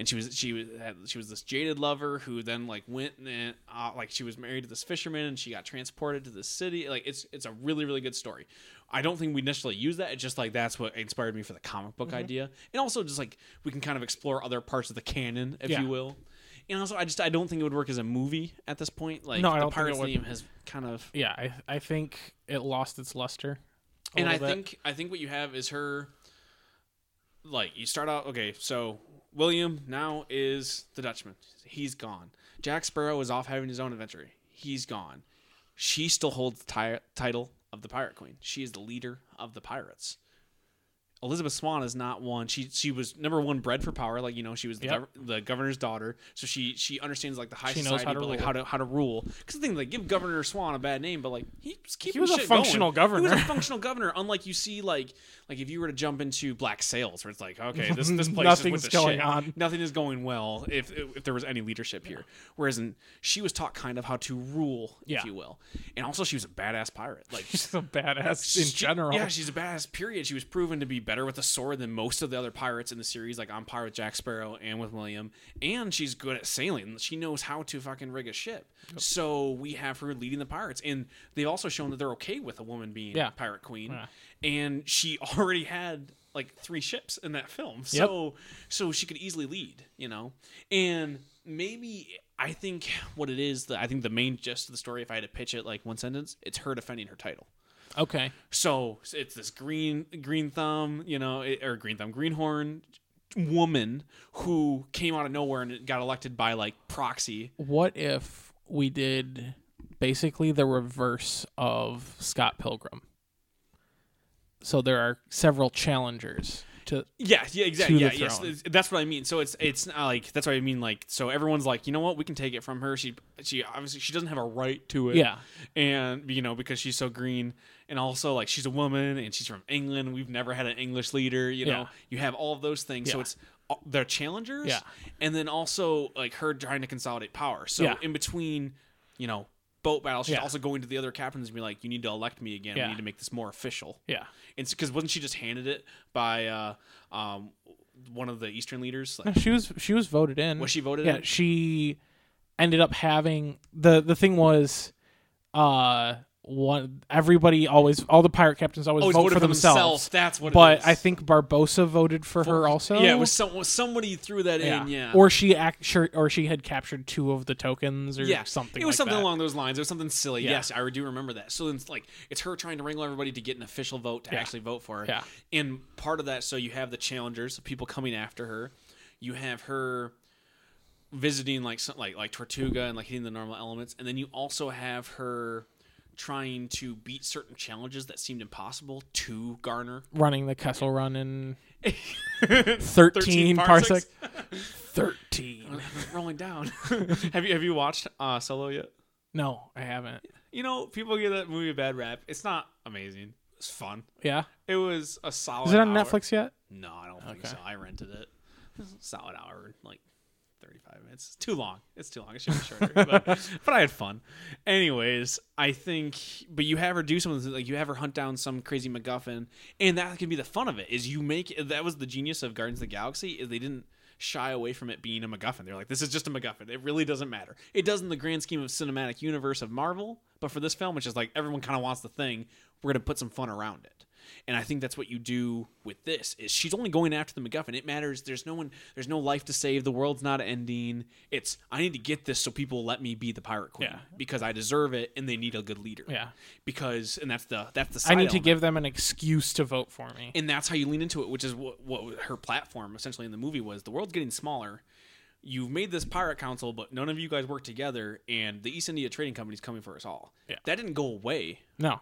Speaker 1: and she was she was had, she was this jaded lover who then like went and uh, like she was married to this fisherman and she got transported to the city. Like it's it's a really really good story. I don't think we necessarily use that. It's just like that's what inspired me for the comic
Speaker 2: Mm-hmm.
Speaker 1: book idea, and also just like we can kind of explore other parts of the canon, if
Speaker 2: Yeah.
Speaker 1: you will. And also, I just I don't think it would work as a movie at this point. Like
Speaker 2: No, I
Speaker 1: the
Speaker 2: don't think it
Speaker 1: Pirates
Speaker 2: would.
Speaker 1: theme has kind of
Speaker 2: Yeah, I I think it lost its luster. a
Speaker 1: and I
Speaker 2: little bit.
Speaker 1: think I think what you have is her. Like you start out okay, so William now is the Dutchman. He's gone. Jack Sparrow is off having his own adventure. He's gone. She still holds the ti- title of the Pirate Queen. She is the leader of the pirates. Elizabeth Swan is not one. She she was number one bred for power. Like you know, she was the,
Speaker 2: Yep.
Speaker 1: gov- the governor's daughter, so she she understands like the high
Speaker 2: She knows how
Speaker 1: society,
Speaker 2: to
Speaker 1: but, like
Speaker 2: rule.
Speaker 1: how to how to rule. Because the thing, like give Governor Swan a bad name, but like he was keeping
Speaker 2: was a
Speaker 1: shit
Speaker 2: functional
Speaker 1: going. He was a
Speaker 2: governor.
Speaker 1: functional governor. Unlike you see, like like if you were to jump into Black Sails, where it's like, okay, this this place is
Speaker 2: Nothing's
Speaker 1: with the
Speaker 2: going
Speaker 1: shit.
Speaker 2: on.
Speaker 1: nothing is going well. If if there was any leadership here, whereas in, she was taught kind of how to rule, if
Speaker 2: Yeah.
Speaker 1: you will, and also she was a badass pirate. Like
Speaker 2: she's a badass in
Speaker 1: she-
Speaker 2: general.
Speaker 1: Yeah, she's a badass. Period. She was proven to be better with a sword than most of the other pirates in the series, like on par with Jack Sparrow and with William. And she's good at sailing. She knows how to fucking rig a ship. So we have her leading the pirates, and they've also shown that they're okay with a woman being
Speaker 2: Yeah.
Speaker 1: pirate queen.
Speaker 2: Yeah.
Speaker 1: And she already had like three ships in that film, so so she could easily lead. You know, and maybe. I think what it is that I think the main gist of the story, if I had to pitch it like one sentence, it's her defending her title.
Speaker 2: okay.
Speaker 1: So it's this green green thumb, you know, it- or green thumb greenhorn woman who came out of nowhere and got elected by like proxy.
Speaker 2: What if we did basically the reverse of Scott Pilgrim? So there are several challengers to
Speaker 1: Yeah, yeah, exactly.
Speaker 2: To
Speaker 1: Yeah,
Speaker 2: the
Speaker 1: yes,
Speaker 2: throne.
Speaker 1: it's- that's what I mean. So it's it's not like that's what I mean. Like so, everyone's like, you know what, we can take it from her. She she obviously she doesn't have a right to it.
Speaker 2: Yeah.
Speaker 1: and you know because she's so green, and also like she's a woman and she's from England. We've never had an English leader. You know,
Speaker 2: Yeah.
Speaker 1: you have all of those things. So
Speaker 2: Yeah.
Speaker 1: it's all- they're challengers.
Speaker 2: Yeah.
Speaker 1: and then also like her trying to consolidate power. So
Speaker 2: Yeah.
Speaker 1: in between, you know. Boat battle. She's
Speaker 2: Yeah.
Speaker 1: also going to the other captains and be like, "You need to elect me again.
Speaker 2: Yeah.
Speaker 1: We need to make this more official."
Speaker 2: yeah.
Speaker 1: It's because wasn't she just handed it by uh, um, one of the Eastern leaders?
Speaker 2: No,
Speaker 1: Like,
Speaker 2: Uh, she was she was voted in.
Speaker 1: Was she voted
Speaker 2: Yeah,
Speaker 1: in?
Speaker 2: she ended up having the the thing was uh one everybody always all the pirate captains always
Speaker 1: Always
Speaker 2: vote
Speaker 1: voted
Speaker 2: for
Speaker 1: for
Speaker 2: themselves.
Speaker 1: themselves. That's what it
Speaker 2: But
Speaker 1: is.
Speaker 2: I think Barbosa voted for her also.
Speaker 1: yeah, it was some, somebody threw that in. Yeah,
Speaker 2: Or she act sure, or she had captured two of the tokens or
Speaker 1: yeah,
Speaker 2: something
Speaker 1: It was
Speaker 2: like
Speaker 1: something
Speaker 2: that.
Speaker 1: along those lines. It was something silly.
Speaker 2: Yeah.
Speaker 1: Yes, I do remember that. So then it's like it's her trying to wrangle everybody to get an official vote to actually vote for her.
Speaker 2: Yeah.
Speaker 1: And part of that, so you have the challengers, the people coming after her. You have her visiting like some, like like Tortuga and like hitting the normal elements, and then you also have her trying to beat certain challenges that seemed impossible to garner
Speaker 2: running the Kessel Run in 13 parsec. 13.
Speaker 1: rolling down. have you have you watched uh, Solo yet?
Speaker 2: No, I haven't.
Speaker 1: You know, people give that movie a bad rap. It's not amazing. It's fun.
Speaker 2: Yeah.
Speaker 1: It was a solid.
Speaker 2: Is it on
Speaker 1: hour-
Speaker 2: Netflix yet?
Speaker 1: No, I don't think
Speaker 2: Okay.
Speaker 1: so. I rented it. It's a solid hour, and, like thirty-five minutes. It's too long. It's too long. It should be shorter. but, but I had fun. Anyways, I think. But you have her do something like you have her hunt down some crazy MacGuffin, and that could be the fun of it. Is you make that was the genius of Guardians of the Galaxy is they didn't shy away from it being a MacGuffin. They're like, this is just a MacGuffin. It really doesn't matter. It does in the grand scheme of cinematic universe of Marvel, but for this film, it's just like everyone kind of wants the thing. We're gonna put some fun around it. And I think that's what you do with this is she's only going after the MacGuffin. It matters. There's no one. There's no life to save. The world's not ending. It's I need to get this so people let me be the pirate queen
Speaker 2: Yeah.
Speaker 1: because I deserve it and they need a good leader.
Speaker 2: Yeah.
Speaker 1: Because and that's the that's the
Speaker 2: I
Speaker 1: side
Speaker 2: need to
Speaker 1: element.
Speaker 2: give them an excuse to vote for me.
Speaker 1: and that's how you lean into it, which is what, what her platform essentially in the movie was. The world's getting smaller. You've made this pirate council, but none of you guys work together, and the East India Trading Company's coming for us all.
Speaker 2: Yeah.
Speaker 1: That didn't go away.
Speaker 2: No.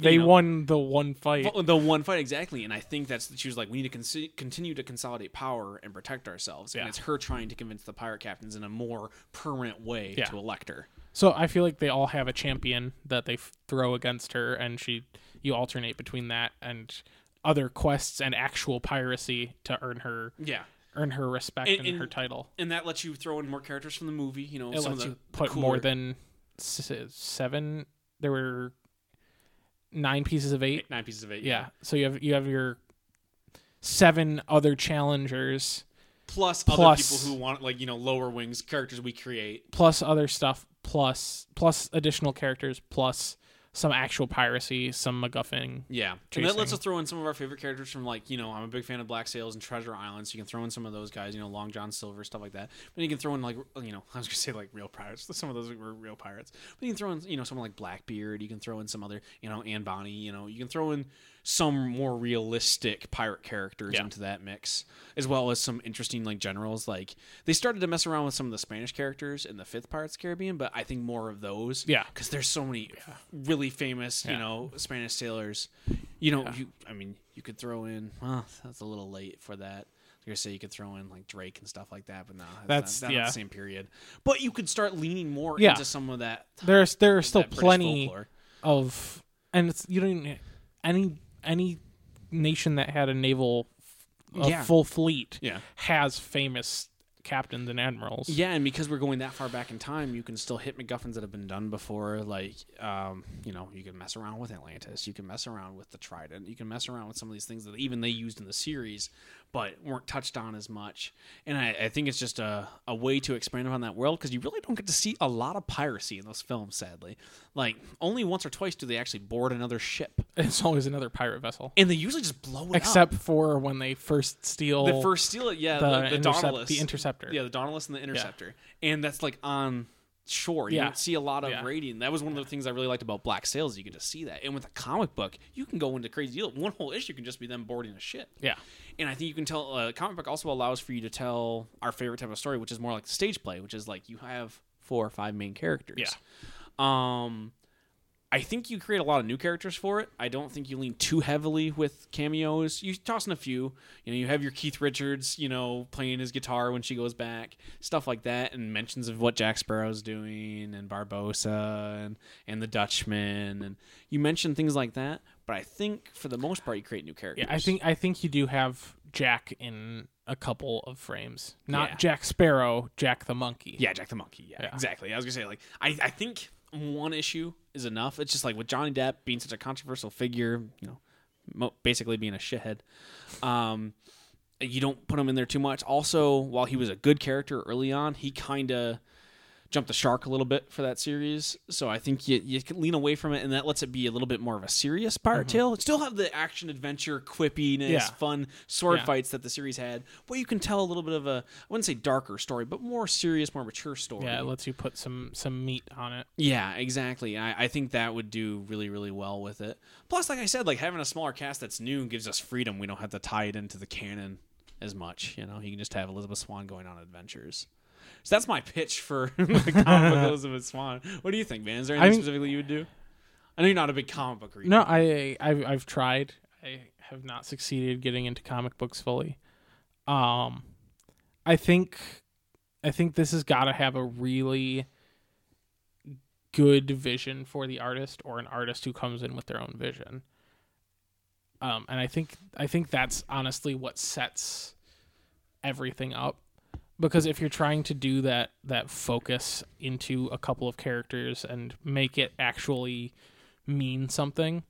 Speaker 2: they
Speaker 1: You know.
Speaker 2: won the one fight.
Speaker 1: Well, the one fight exactly, and I think that's she was like, we need to con- continue to consolidate power and protect ourselves,
Speaker 2: Yeah.
Speaker 1: and it's her trying to convince the pirate captains in a more permanent way
Speaker 2: Yeah.
Speaker 1: to elect her.
Speaker 2: So I feel like they all have a champion that they f- throw against her, and she you alternate between that and other quests and actual piracy to earn her
Speaker 1: Yeah,
Speaker 2: earn her respect
Speaker 1: And-
Speaker 2: and,
Speaker 1: and-
Speaker 2: her title.
Speaker 1: and that lets you throw in more characters from the movie. You know,
Speaker 2: It
Speaker 1: some
Speaker 2: lets
Speaker 1: of the
Speaker 2: you put
Speaker 1: cooler-
Speaker 2: more than s- seven. There were nine pieces of eight.
Speaker 1: nine pieces of eight.
Speaker 2: Yeah. So you have you have your seven other challengers
Speaker 1: plus, other
Speaker 2: Plus-
Speaker 1: people who want like you know lower wings characters we create.
Speaker 2: plus other stuff, plus plus additional characters, plus some actual piracy, some MacGuffin.
Speaker 1: Yeah, and that lets
Speaker 2: Chasing.
Speaker 1: us throw in some of our favorite characters from like you know I'm a big fan of Black Sails and Treasure Island, so you can throw in some of those guys, you know Long John Silver stuff like that. But you can throw in like you know I was gonna say like real pirates, some of those were real pirates. But you can throw in you know someone like Blackbeard, you can throw in some other you know Anne Bonny, you know you can throw in some more realistic pirate characters
Speaker 2: Yeah.
Speaker 1: into that mix, as well as some interesting like generals. Like they started to mess around with some of the Spanish characters in the fifth Pirates of the Caribbean, but I think more of those
Speaker 2: Yeah.
Speaker 1: because there's so many really famous, you
Speaker 2: Yeah.
Speaker 1: know, Spanish sailors. You know, you I mean, you could throw in. Well, that's a little late for that. You're gonna say you could throw in like Drake and stuff like that, but no,
Speaker 2: That's-
Speaker 1: that's not, not
Speaker 2: yeah.
Speaker 1: the same period. But you could start leaning more
Speaker 2: Yeah.
Speaker 1: into some of that.
Speaker 2: There's there are still
Speaker 1: that British
Speaker 2: plenty
Speaker 1: folklore.
Speaker 2: of, and it's you don't even- any any nation that had a naval a
Speaker 1: Yeah.
Speaker 2: full fleet
Speaker 1: Yeah.
Speaker 2: has famous captains and admirals.
Speaker 1: Yeah, and because we're going that far back in time, you can still hit MacGuffins that have been done before. Like, um, you know, you can mess around with Atlantis, you can mess around with the Trident, you can mess around with some of these things that even they used in the series, but weren't touched on as much. And I, I think it's just a, a way to expand upon that world because you really don't get to see a lot of piracy in those films, sadly. Like, only once or twice do they actually board another ship,
Speaker 2: It's always another pirate vessel,
Speaker 1: and they usually just blow it up.
Speaker 2: except for when they first steal
Speaker 1: They first steal it, yeah,
Speaker 2: the,
Speaker 1: the, the,
Speaker 2: intercept-
Speaker 1: Nautilus.
Speaker 2: the interceptor.
Speaker 1: Yeah, the Dauntless and the Interceptor, and that's like on shore. You
Speaker 2: Yeah.
Speaker 1: don't see a lot of
Speaker 2: Yeah.
Speaker 1: rating. That was one of the things I really liked about Black Sails. You get to see that, and with a comic book, you can go into crazy. deal. One whole issue can just be them boarding a ship.
Speaker 2: yeah,
Speaker 1: And I think you can tell. Uh, comic book also allows for you to tell our favorite type of story, which is more like the stage play, which is like you have four or five main characters.
Speaker 2: Yeah.
Speaker 1: Um, I think you create a lot of new characters for it. I don't think you lean too heavily with cameos. You toss in a few. You know, you have your Keith Richards, you know, playing his guitar when she goes back, stuff like that, and mentions of what Jack Sparrow's doing and Barbosa and and the Dutchman, and you mention things like that. But I think for the most part, you create new characters.
Speaker 2: yeah. I think I think you do have Jack in a couple of frames, not
Speaker 1: Yeah.
Speaker 2: Jack Sparrow, Jack the monkey.
Speaker 1: Yeah, Jack the Monkey. Yeah,
Speaker 2: Yeah.
Speaker 1: exactly. I was gonna say like I, I think one issue is enough. It's just like with Johnny Depp being such a controversial figure, you know, mo- basically being a shithead. Um, you don't put him in there too much. Also, while he was a good character early on, he kind of jumped the shark a little bit for that series. So I think you you can lean away from it, and that lets it be a little bit more of a serious pirate tale. Still have the action adventure quippiness,
Speaker 2: Mm-hmm. Yeah.
Speaker 1: fun sword
Speaker 2: Yeah.
Speaker 1: fights that the series had, but you can tell a little bit of a I wouldn't say darker story, but more serious, more mature story.
Speaker 2: Yeah, it lets you put some some meat on it.
Speaker 1: Yeah, exactly. I, I think that would do really, really well with it. Plus, like I said, like having a smaller cast that's new gives us freedom. We don't have to tie it into the canon as much. You know, you can just have Elizabeth Swan going on adventures. So that's my pitch for the comic book Elizabeth Swan. What do you think, man? Is there anything
Speaker 2: mean-
Speaker 1: specifically you would do? I know you're not a big comic book reader.
Speaker 2: No, I I've, I've tried. I have not succeeded getting into comic books fully. Um, I think I think this has got to have a really good vision for the artist or an artist who comes in with their own vision. Um, and I think I think that's honestly what sets everything up because if you're trying to do that that focus into a couple of characters and make it actually mean something,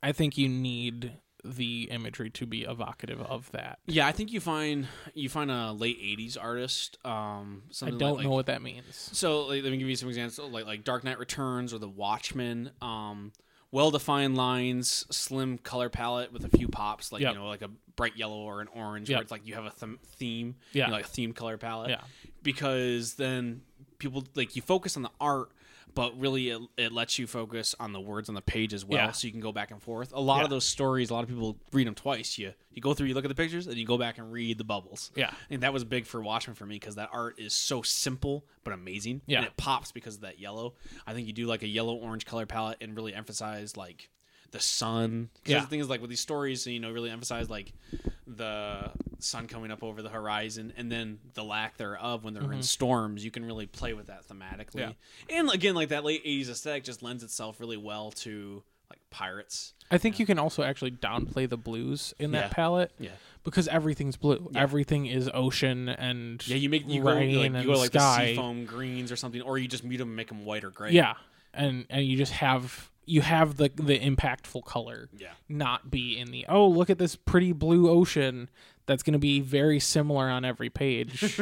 Speaker 2: I think you need the imagery to be evocative of that.
Speaker 1: Yeah, I think you find you find a late '80s artist. Um,
Speaker 2: I
Speaker 1: something
Speaker 2: don't
Speaker 1: like,
Speaker 2: know what that means.
Speaker 1: So like, let me give you some examples, like like Dark Knight Returns or The Watchmen. Um, well-defined lines, slim color palette with a few pops, like
Speaker 2: Yep.
Speaker 1: you know, like a bright yellow or an orange.
Speaker 2: Yep.
Speaker 1: Where it's like you have a th- theme,
Speaker 2: Yeah.
Speaker 1: you know, like a themed color palette.
Speaker 2: Yeah.
Speaker 1: Because then people like you focus on the art, but really it, it lets you focus on the words on the page as well,
Speaker 2: Yeah.
Speaker 1: so you can go back and forth. A lot
Speaker 2: Yeah.
Speaker 1: of those stories, a lot of people read them twice. You you go through, you look at the pictures, and you go back and read the bubbles.
Speaker 2: Yeah.
Speaker 1: And that was big for Watchmen for me because that art is so simple but amazing.
Speaker 2: Yeah.
Speaker 1: And it pops because of that yellow. I think you do like a yellow orange color palette and really emphasize like the sun. 'Cause
Speaker 2: Yeah.
Speaker 1: The thing is like with these stories, you know, really emphasize like the sun coming up over the horizon and then the lack thereof when they're in storms. You can really play with that thematically.
Speaker 2: Yeah.
Speaker 1: And again, like that late 80s aesthetic just lends itself really well to like pirates.
Speaker 2: I think you can also actually downplay the blues in that
Speaker 1: Yeah.
Speaker 2: palette
Speaker 1: Yeah.
Speaker 2: because everything's blue. Everything is ocean and
Speaker 1: Yeah, you make you
Speaker 2: rain
Speaker 1: go like,
Speaker 2: and
Speaker 1: you go like the
Speaker 2: sky.
Speaker 1: seafoam greens or something, or you just mute them and make them white or gray.
Speaker 2: yeah, and and you just have you have the the impactful color
Speaker 1: Yeah.
Speaker 2: not be in the oh look at this pretty blue ocean that's going to be very similar on every page.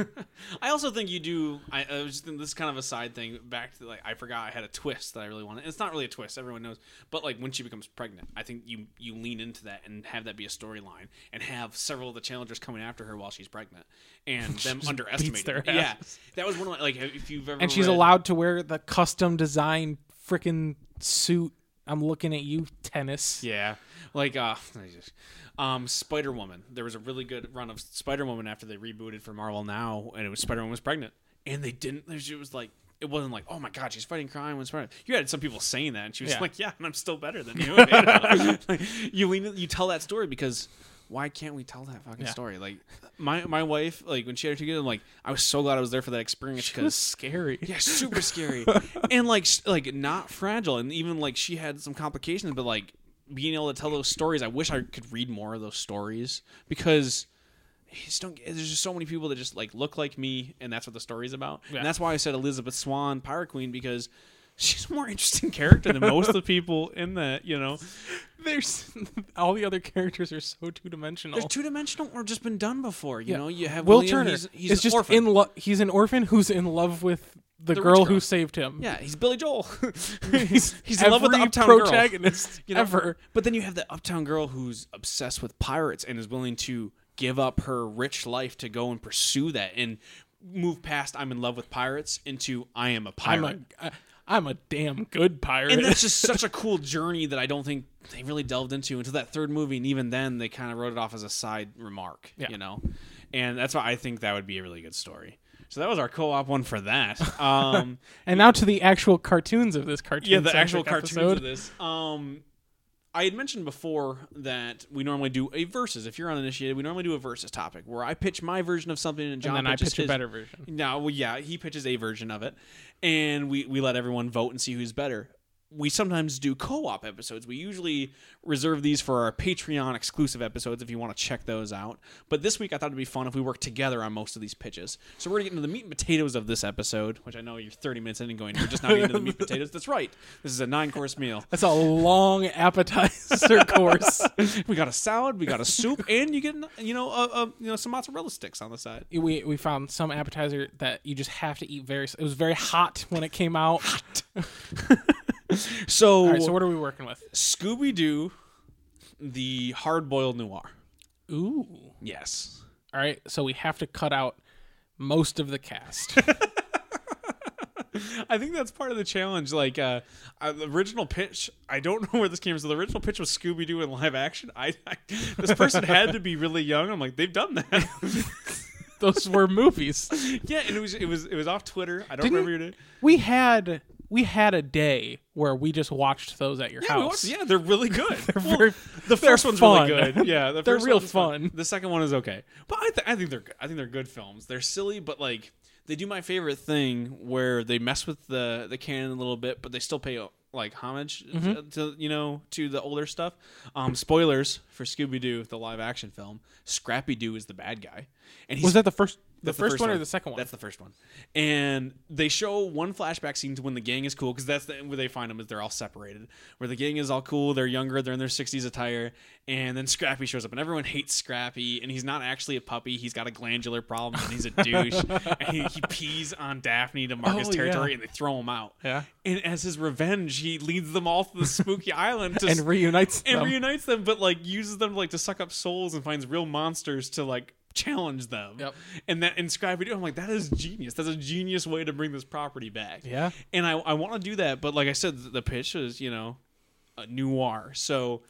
Speaker 1: I also think you do. I, I was just this is kind of a side thing. Back to like, I forgot I had a twist that I really wanted. It's not really a twist, everyone knows. But like when she becomes pregnant, I think you you lean into that and have that be a storyline, and have several of the challengers coming after her while she's pregnant, and them underestimating.
Speaker 2: their
Speaker 1: it. Yeah, that was one of my, like if you've ever
Speaker 2: and she's
Speaker 1: read-
Speaker 2: allowed to wear the custom designed freaking suit. I'm looking at you, tennis.
Speaker 1: Yeah, like uh, I just- um, Spider Woman. There was a really good run of Spider Woman after they rebooted for Marvel Now, and it was Spider Woman was pregnant, and they didn't. It was like it wasn't like oh my god, she's fighting crime when Spider. You had some people saying that, and she was
Speaker 2: Yeah.
Speaker 1: like, yeah, and I'm still better than you. You know? Like, you lean, you tell that story because. Why can't we tell that fucking
Speaker 2: Yeah.
Speaker 1: story? Like, my my wife, like when she had her two kids, I'm like, I was so glad I was there for that experience
Speaker 2: It was
Speaker 1: because
Speaker 2: scary.
Speaker 1: yeah, super scary, and like s- like not fragile, and even like she had some complications, but like being able to tell those stories, I wish I could read more of those stories because I just don't. get- There's just so many people that just like look like me, and that's what the story's about,
Speaker 2: Yeah.
Speaker 1: and that's why I said Elizabeth Swan, Power Queen, because she's a more interesting character than most of the people in that. You know,
Speaker 2: There's all the other characters are so two dimensional.
Speaker 1: they're two dimensional or just been done before. You
Speaker 2: Yeah.
Speaker 1: know, you have
Speaker 2: Will
Speaker 1: William,
Speaker 2: Turner
Speaker 1: He's, he's
Speaker 2: is
Speaker 1: an
Speaker 2: just
Speaker 1: orphan.
Speaker 2: in love. He's an orphan who's in love with the,
Speaker 1: rich
Speaker 2: girl,
Speaker 1: girl.
Speaker 2: who saved him.
Speaker 1: yeah, he's Billy Joel. he's, he's in
Speaker 2: Every
Speaker 1: love with the uptown girl.
Speaker 2: protagonist
Speaker 1: you know?
Speaker 2: ever.
Speaker 1: But then you have the uptown girl who's obsessed with pirates and is willing to give up her rich life to go and pursue that and move past I'm in love with pirates into I am a pirate.
Speaker 2: I'm a, I, I'm a damn good pirate.
Speaker 1: and that's just such a cool journey that I don't think they really delved into until that third movie, and even then they kind of wrote it off as a side remark,
Speaker 2: Yeah.
Speaker 1: you know. And that's why I think that would be a really good story. So that was our co-op one for that. Um,
Speaker 2: And now to the actual cartoons of this cartoon.
Speaker 1: yeah, the actual cartoons
Speaker 2: cartoons
Speaker 1: of this. Um, I had mentioned before that we normally do a versus. If you're uninitiated, we normally do a versus topic where I pitch my version of something and John
Speaker 2: and then I
Speaker 1: pitches
Speaker 2: pitch a
Speaker 1: his-
Speaker 2: better version.
Speaker 1: No, well, yeah, he pitches a version of it, and we we let everyone vote and see who's better. We sometimes do co-op episodes. We usually reserve these for our Patreon exclusive episodes if you want to check those out. But this week I thought it'd be fun if we worked together on most of these pitches. So we're gonna get into the meat and potatoes of this episode, which I know you're 30 minutes in and going, we're just not getting into the meat and potatoes. That's right. This is a nine-course meal.
Speaker 2: That's a long appetizer course.
Speaker 1: We got a salad, we got a soup, and you get you know a, a, you know some mozzarella sticks on the side.
Speaker 2: We we found some appetizer that you just have to eat very. s- It was very hot when it came out.
Speaker 1: So,
Speaker 2: All right, so what are we working with?
Speaker 1: Scooby Doo, the hard-boiled noir.
Speaker 2: Ooh.
Speaker 1: Yes.
Speaker 2: All right, so we have to cut out most of the cast.
Speaker 1: I think that's part of the challenge. Like uh, uh, the original pitch, I don't know where this came from. So the original pitch was Scooby Doo in live action. I, I this person had to be really young. I'm like, they've done that.
Speaker 2: Those were movies.
Speaker 1: yeah, and it was it was it was off Twitter. I don't
Speaker 2: Didn't-
Speaker 1: remember your name.
Speaker 2: We had we had a day where we just watched those at your
Speaker 1: Yeah, we
Speaker 2: house.
Speaker 1: watched- yeah, they're really good. they're
Speaker 2: very-
Speaker 1: the
Speaker 2: they're
Speaker 1: first one's really
Speaker 2: fun.
Speaker 1: good. Yeah, the
Speaker 2: They're
Speaker 1: first
Speaker 2: real
Speaker 1: one's
Speaker 2: fun.
Speaker 1: The second one is okay, but I, th- I think they're good. I think they're good films. They're silly, but like they do my favorite thing where they mess with the the canon a little bit, but they still pay like homage
Speaker 2: Mm-hmm.
Speaker 1: to, to you know to the older stuff. Um, spoilers for Scooby Doo, the live action film. Scrappy Doo is the bad guy, and he's
Speaker 2: Was that the first the
Speaker 1: that's
Speaker 2: first, one, or the second one?
Speaker 1: That's the first one. And they show one flashback scene to when the gang is cool because that's the, where they find them is they're all separated. Where the gang is all cool, they're younger, they're in their 60s attire, and then Scrappy shows up and everyone hates Scrappy and he's not actually a puppy. He's got a glandular problem and he's a douche. and he, he pees on Daphne to mark his
Speaker 2: Oh, yeah.
Speaker 1: territory and they throw him out.
Speaker 2: Yeah.
Speaker 1: And as his revenge, he leads them all to the spooky island to
Speaker 2: and reunites
Speaker 1: and
Speaker 2: them.
Speaker 1: reunites them, but like uses them like to suck up souls and finds real monsters to like challenge them.
Speaker 2: Yep.
Speaker 1: And that in Scrappy Doo, I'm like, that is genius. That's a genius way to bring this property back.
Speaker 2: Yeah.
Speaker 1: And I, I want to do that, but like I said, the pitch is you know, a noir. So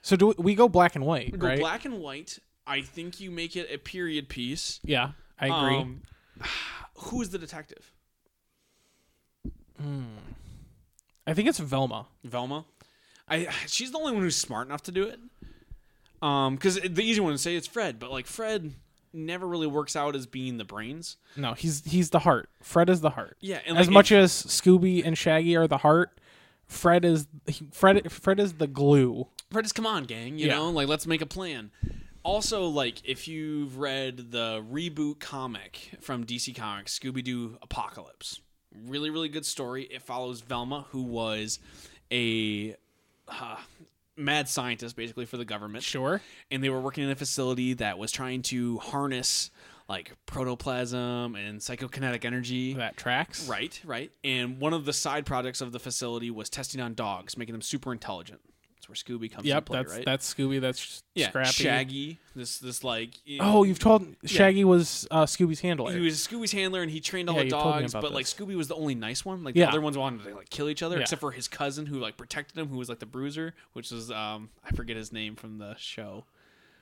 Speaker 2: so do we, we go black and white,
Speaker 1: go
Speaker 2: right?
Speaker 1: black and white. I think you make it a period piece.
Speaker 2: yeah, I agree.
Speaker 1: Um, who is the detective?
Speaker 2: I think it's Velma.
Speaker 1: Velma. I she's the only one who's smart enough to do it. Um, because the easy one to say it's Fred, but like Fred never really works out as being the brains.
Speaker 2: No, he's he's the heart. Fred is the heart.
Speaker 1: Yeah, and
Speaker 2: as
Speaker 1: like,
Speaker 2: much as Scooby and Shaggy are the heart, Fred is he, Fred Fred is the glue.
Speaker 1: if- Fred is come on, gang. You
Speaker 2: Yeah.
Speaker 1: know, like let's make a plan. Also, like if you've read the reboot comic from DC Comics, Scooby Doo Apocalypse, really really good story. It follows Velma, who was a uh, mad scientist basically for the government
Speaker 2: Sure.
Speaker 1: and they were working in a facility that was trying to harness like protoplasm and psychokinetic energy
Speaker 2: That tracks.
Speaker 1: Right, right. And one of the side projects of the facility was testing on dogs, making them super intelligent. That's where Scooby comes
Speaker 2: Yep.
Speaker 1: into play,
Speaker 2: that's
Speaker 1: right?
Speaker 2: that's Scooby. That's
Speaker 1: yeah,
Speaker 2: Scrappy.
Speaker 1: Shaggy. This this like you know,
Speaker 2: Oh, you've told Shaggy was uh, Scooby's handler.
Speaker 1: he was Scooby's handler and he trained all
Speaker 2: Yeah,
Speaker 1: the
Speaker 2: you told me
Speaker 1: dogs,
Speaker 2: about
Speaker 1: but like
Speaker 2: this.
Speaker 1: Scooby was the only nice one. Like
Speaker 2: Yeah.
Speaker 1: the other ones wanted to like kill each other,
Speaker 2: Yeah.
Speaker 1: except for his cousin who like protected him, who was like the bruiser, which was um I forget his name from the show.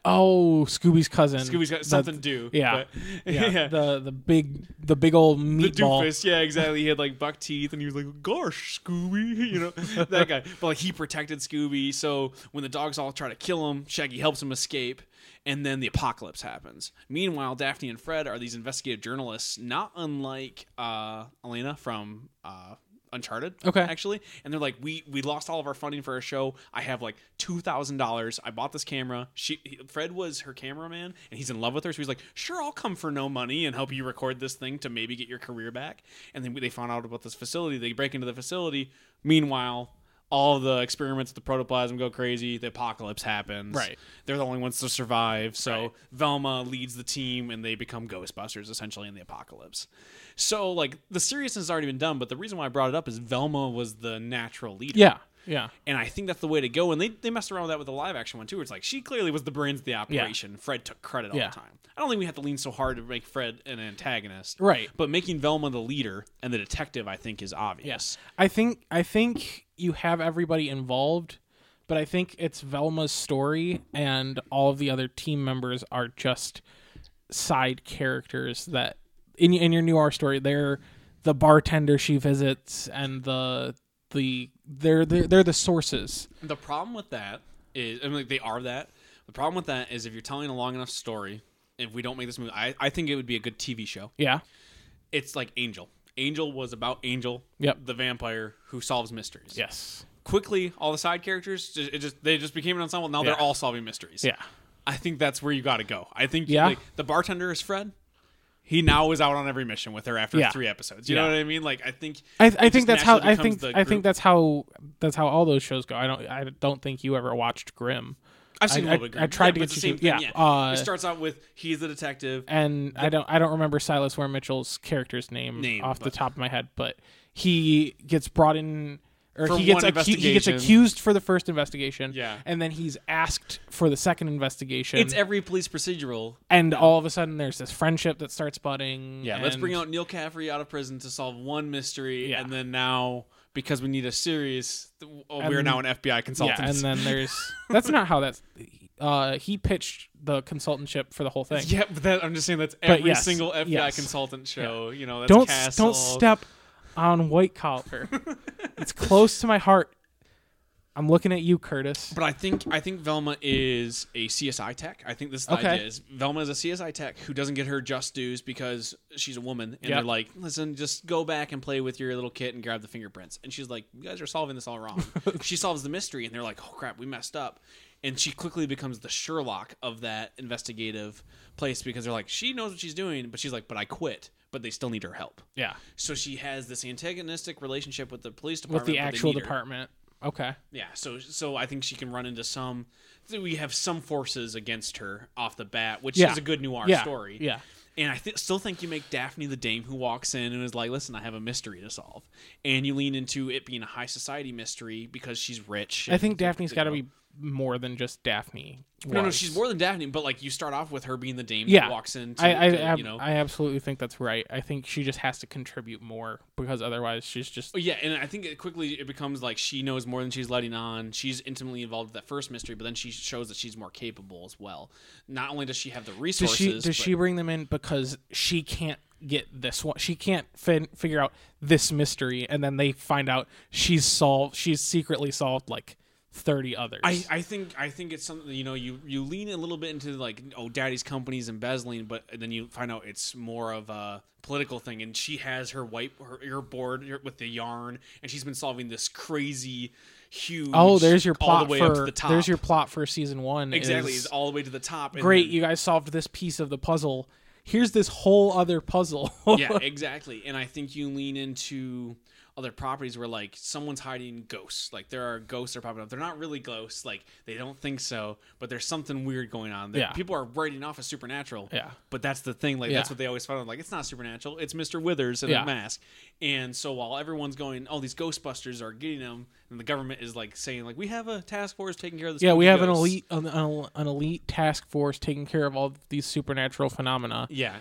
Speaker 2: oh, Scooby's cousin.
Speaker 1: Scooby's got
Speaker 2: The-
Speaker 1: something to do.
Speaker 2: yeah.
Speaker 1: but-
Speaker 2: yeah, The the big the big old
Speaker 1: the
Speaker 2: meatball.
Speaker 1: doofus. Yeah, exactly. He had like buck teeth, and he was like, "Gosh, Scooby," you know that guy. But like, he protected Scooby. So when the dogs all try to kill him, Shaggy helps him escape, and then the apocalypse happens. Meanwhile, Daphne and Fred are these investigative journalists, not unlike uh, Elena from. Uh, Uncharted,
Speaker 2: Okay.
Speaker 1: actually, and they're like, we we lost all of our funding for our show. I have like two thousand dollars. I bought this camera. She he- Fred was her cameraman, and he's in love with her. So he's like, sure, I'll come for no money and help you record this thing to maybe get your career back. And then they found out about this facility. They break into the facility. Meanwhile, all the experiments with the protoplasm go crazy. The apocalypse happens.
Speaker 2: Right.
Speaker 1: They're the only ones to survive. So Velma leads the team and they become Ghostbusters essentially in the apocalypse. So like the seriousness has already been done, but the reason why I brought it up is Velma was the natural leader.
Speaker 2: Yeah, yeah.
Speaker 1: And I think that's the way to go. And they, they messed around with that with the live action one too. where It's like she clearly was the brains of the operation. Fred took credit all
Speaker 2: Yeah.
Speaker 1: the time. I don't think we have to lean so hard to make Fred an antagonist.
Speaker 2: Right.
Speaker 1: But making Velma the leader and the detective I think is obvious.
Speaker 2: Yes. I think I think you have everybody involved, but I think it's Velma's story and all of the other team members are just side characters that in in your new R story they're the bartender she visits and the the they're they're, they're the sources.
Speaker 1: The problem with that is, I mean, like, they are that. The problem with that is if you're telling a long enough story, if we don't make this movie, I, I think it would be a good TV show.
Speaker 2: Yeah.
Speaker 1: It's like Angel. Angel was about Angel,
Speaker 2: Yep.
Speaker 1: the vampire who solves mysteries.
Speaker 2: Yes.
Speaker 1: Quickly, all the side characters, ju- it just they just became an ensemble. Now
Speaker 2: Yeah.
Speaker 1: they're all solving mysteries.
Speaker 2: Yeah.
Speaker 1: I think that's where you got to go. I think
Speaker 2: Yeah.
Speaker 1: like, the bartender is Fred. He now is out on every mission with her after
Speaker 2: Yeah.
Speaker 1: three episodes. You
Speaker 2: Yeah.
Speaker 1: know what I mean? Like I think
Speaker 2: I,
Speaker 1: it
Speaker 2: I
Speaker 1: just
Speaker 2: think that's how
Speaker 1: naturally
Speaker 2: I
Speaker 1: becomes
Speaker 2: think
Speaker 1: the
Speaker 2: I
Speaker 1: group.
Speaker 2: think that's how that's how all those shows go. I don't I don't think you ever watched Grimm.
Speaker 1: I've seen
Speaker 2: I-
Speaker 1: a little bit. of
Speaker 2: I- I
Speaker 1: Grimm.
Speaker 2: tried to
Speaker 1: but it's
Speaker 2: get
Speaker 1: the
Speaker 2: you
Speaker 1: same
Speaker 2: to-
Speaker 1: thing,
Speaker 2: yeah, uh,
Speaker 1: it starts out with he's the detective.
Speaker 2: and I don't I don't remember Silas Ware Mitchell's character's name,
Speaker 1: Name,
Speaker 2: off the
Speaker 1: but-
Speaker 2: top of my head, but he gets brought in or
Speaker 1: For
Speaker 2: he gets
Speaker 1: one
Speaker 2: acu- he gets
Speaker 1: investigation.
Speaker 2: accused for the first investigation,
Speaker 1: Yeah.
Speaker 2: and then he's asked for the second investigation,
Speaker 1: It's every police procedural.
Speaker 2: and all of a sudden there's this friendship that starts budding.
Speaker 1: Yeah, let's bring
Speaker 2: and-
Speaker 1: out Neil Caffrey out of prison to solve one mystery,
Speaker 2: Yeah.
Speaker 1: and then now because we need a series, th- oh, we're
Speaker 2: And-
Speaker 1: now an FBI
Speaker 2: yeah,
Speaker 1: consultant.
Speaker 2: and then there's that's not how that's uh, he pitched the consultantship for the whole thing.
Speaker 1: yeah, but that, I'm just saying that's every
Speaker 2: yes,
Speaker 1: single FBI
Speaker 2: yes.
Speaker 1: consultant show. You know, that's
Speaker 2: don't s-
Speaker 1: Castle.
Speaker 2: don't step on white collar. it's close to my heart. I'm looking at you, Curtis.
Speaker 1: But I think I think Velma is a CSI tech. I think this is the
Speaker 2: Okay.
Speaker 1: idea is Velma is a CSI tech who doesn't get her just dues because she's a woman, and
Speaker 2: Yep.
Speaker 1: they're like, "Listen, just go back and play with your little kit and grab the fingerprints." And she's like, "You guys are solving this all wrong." she solves the mystery, and they're like, "Oh crap, we messed up." And she quickly becomes the Sherlock of that investigative place because they're like, she knows what she's doing, but she's like, "But I quit." But they still need her help.
Speaker 2: Yeah.
Speaker 1: So she has this antagonistic relationship with the police
Speaker 2: with
Speaker 1: department.
Speaker 2: the
Speaker 1: but they
Speaker 2: actual
Speaker 1: need her.
Speaker 2: department. Okay.
Speaker 1: Yeah, so so I think she can run into some. We have some forces against her off the bat, which
Speaker 2: Yeah.
Speaker 1: is a good noir
Speaker 2: yeah.
Speaker 1: story.
Speaker 2: Yeah.
Speaker 1: and I th- still think you make Daphne the dame who walks in and is like, "Listen, I have a mystery to solve," and you lean into it being a high society mystery because she's rich.
Speaker 2: I think Daphne's
Speaker 1: you
Speaker 2: got to
Speaker 1: know.
Speaker 2: be more than just Daphne.
Speaker 1: no, no,
Speaker 2: was.
Speaker 1: she's more than Daphne, but like you start off with her being the dame
Speaker 2: Yeah.
Speaker 1: who walks in. To,
Speaker 2: I, I,
Speaker 1: to,
Speaker 2: ab-
Speaker 1: you know,
Speaker 2: I absolutely think that's right. I think she just has to contribute more because otherwise she's just
Speaker 1: But Oh, yeah, and I think it quickly it becomes like she knows more than she's letting on. She's intimately involved with that first mystery, but then she shows that she's more capable as well. Not only does she have the
Speaker 2: does
Speaker 1: resources,
Speaker 2: she does
Speaker 1: but-
Speaker 2: she bring them in because she can't get this one she can't fin- figure out this mystery and then they find out she's solved she's secretly solved like 30 others
Speaker 1: I, I think I think it's something you know you you lean a little bit into like oh daddy's company's embezzling but then you find out it's more of a political thing and she has her white her, her board with the yarn and she's been solving this crazy huge
Speaker 2: oh there's your
Speaker 1: all
Speaker 2: plot
Speaker 1: the way
Speaker 2: for
Speaker 1: up to the top
Speaker 2: there's your plot for season 1
Speaker 1: exactly
Speaker 2: is-
Speaker 1: it's all the way to the top and
Speaker 2: great
Speaker 1: then-
Speaker 2: you guys solved this piece of the puzzle here's this whole other puzzle
Speaker 1: yeah, exactly. And I think you lean into other properties where like someone's hiding ghosts. Like there are ghosts that are popping up. They're not really ghosts. Like they don't think so, but there's something weird going on. That
Speaker 2: Yeah.
Speaker 1: People are writing off as supernatural.
Speaker 2: Yeah.
Speaker 1: But that's the thing. Like that's
Speaker 2: Yeah.
Speaker 1: what they always found. Like it's not supernatural. It's Mr. Withers in
Speaker 2: Yeah.
Speaker 1: a mask. And so while everyone's going, oh, these Ghostbusters are getting them, and the government is like saying, like we have a task force taking care of this.
Speaker 2: Yeah, we have an
Speaker 1: ghosts.
Speaker 2: elite an, an an elite task force taking care of all these supernatural phenomena,
Speaker 1: Yeah.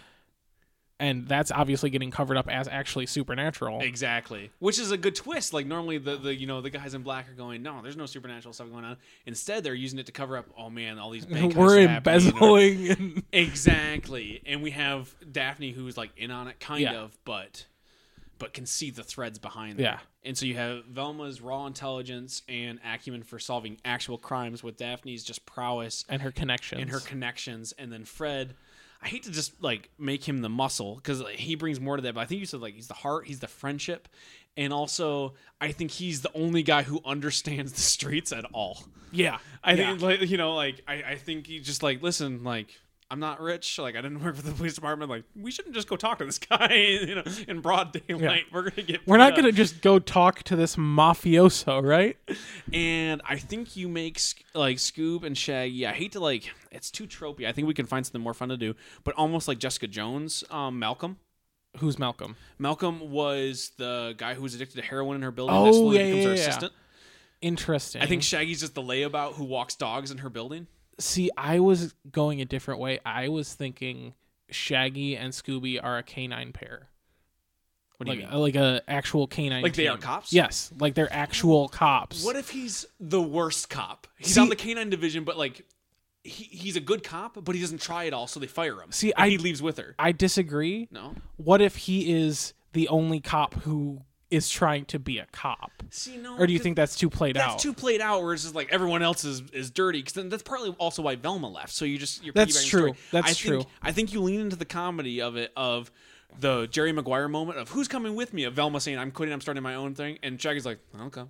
Speaker 2: and that's obviously getting covered up as actually supernatural.
Speaker 1: Exactly. Which is a good twist. Like normally the, the you know the guys in black are going, no, there's no supernatural stuff going on. Instead, they're using it to cover up. Oh man, all these bank heists
Speaker 2: We're
Speaker 1: are happening," or-
Speaker 2: embezzling. And,
Speaker 1: exactly, and we have Daphne who's like in on it, kind
Speaker 2: Yeah.
Speaker 1: of, but but can see the threads behind.
Speaker 2: Yeah.
Speaker 1: That. And so you have Velma's raw intelligence and acumen for solving actual crimes with Daphne's just prowess
Speaker 2: and her connections.
Speaker 1: and her connections, and then Fred. I hate to just like make him the muscle because like, he brings more to that, but I think you said like he's the heart, he's the friendship, and also I think he's the only guy who understands the streets at all.
Speaker 2: yeah,
Speaker 1: I think like you know like I, I think he just like listen like I'm not rich like I didn't work for the police department like we shouldn't just go talk to this guy you know in broad daylight we're gonna get
Speaker 2: We're not
Speaker 1: beat up.
Speaker 2: gonna just go talk to this mafioso, right?
Speaker 1: And I think you make Sc- like Scoob and Shaggy. I hate to like, it's too tropey. I think we can find something more fun to do, but almost like Jessica Jones, um, Malcolm.
Speaker 2: Who's Malcolm?
Speaker 1: Malcolm was the guy who was addicted to heroin in her building.
Speaker 2: Oh,
Speaker 1: that slowly
Speaker 2: yeah,
Speaker 1: becomes
Speaker 2: yeah,
Speaker 1: her
Speaker 2: yeah.
Speaker 1: assistant.
Speaker 2: Interesting.
Speaker 1: I think Shaggy's just the layabout who walks dogs in her building.
Speaker 2: See, I was going a different way. I was thinking Shaggy and Scooby are a canine pair.
Speaker 1: What do
Speaker 2: Like uh,
Speaker 1: you mean?
Speaker 2: like a actual canine.
Speaker 1: Like they
Speaker 2: team.
Speaker 1: are cops?
Speaker 2: Yes, like they're actual cops.
Speaker 1: What if he's the worst cop? He's
Speaker 2: See-
Speaker 1: on the canine division, but like, he, he's a good cop, but he doesn't try at all, so they fire him.
Speaker 2: See,
Speaker 1: And
Speaker 2: I-
Speaker 1: he leaves with her.
Speaker 2: I disagree.
Speaker 1: No.
Speaker 2: What if he is the only cop who is trying to be a cop?
Speaker 1: See, no.
Speaker 2: Or do you
Speaker 1: 'cause-
Speaker 2: think that's too played
Speaker 1: that's
Speaker 2: out?
Speaker 1: too played out where it's just like everyone else is is dirty because then that's partly also why velma left so you just you're piggybacking
Speaker 2: That's
Speaker 1: the
Speaker 2: true.
Speaker 1: story.
Speaker 2: That's
Speaker 1: I
Speaker 2: true.
Speaker 1: think, i think you lean into the comedy of it of the jerry maguire moment of who's coming with me of velma saying i'm quitting i'm starting my own thing and shaggy's like i'll come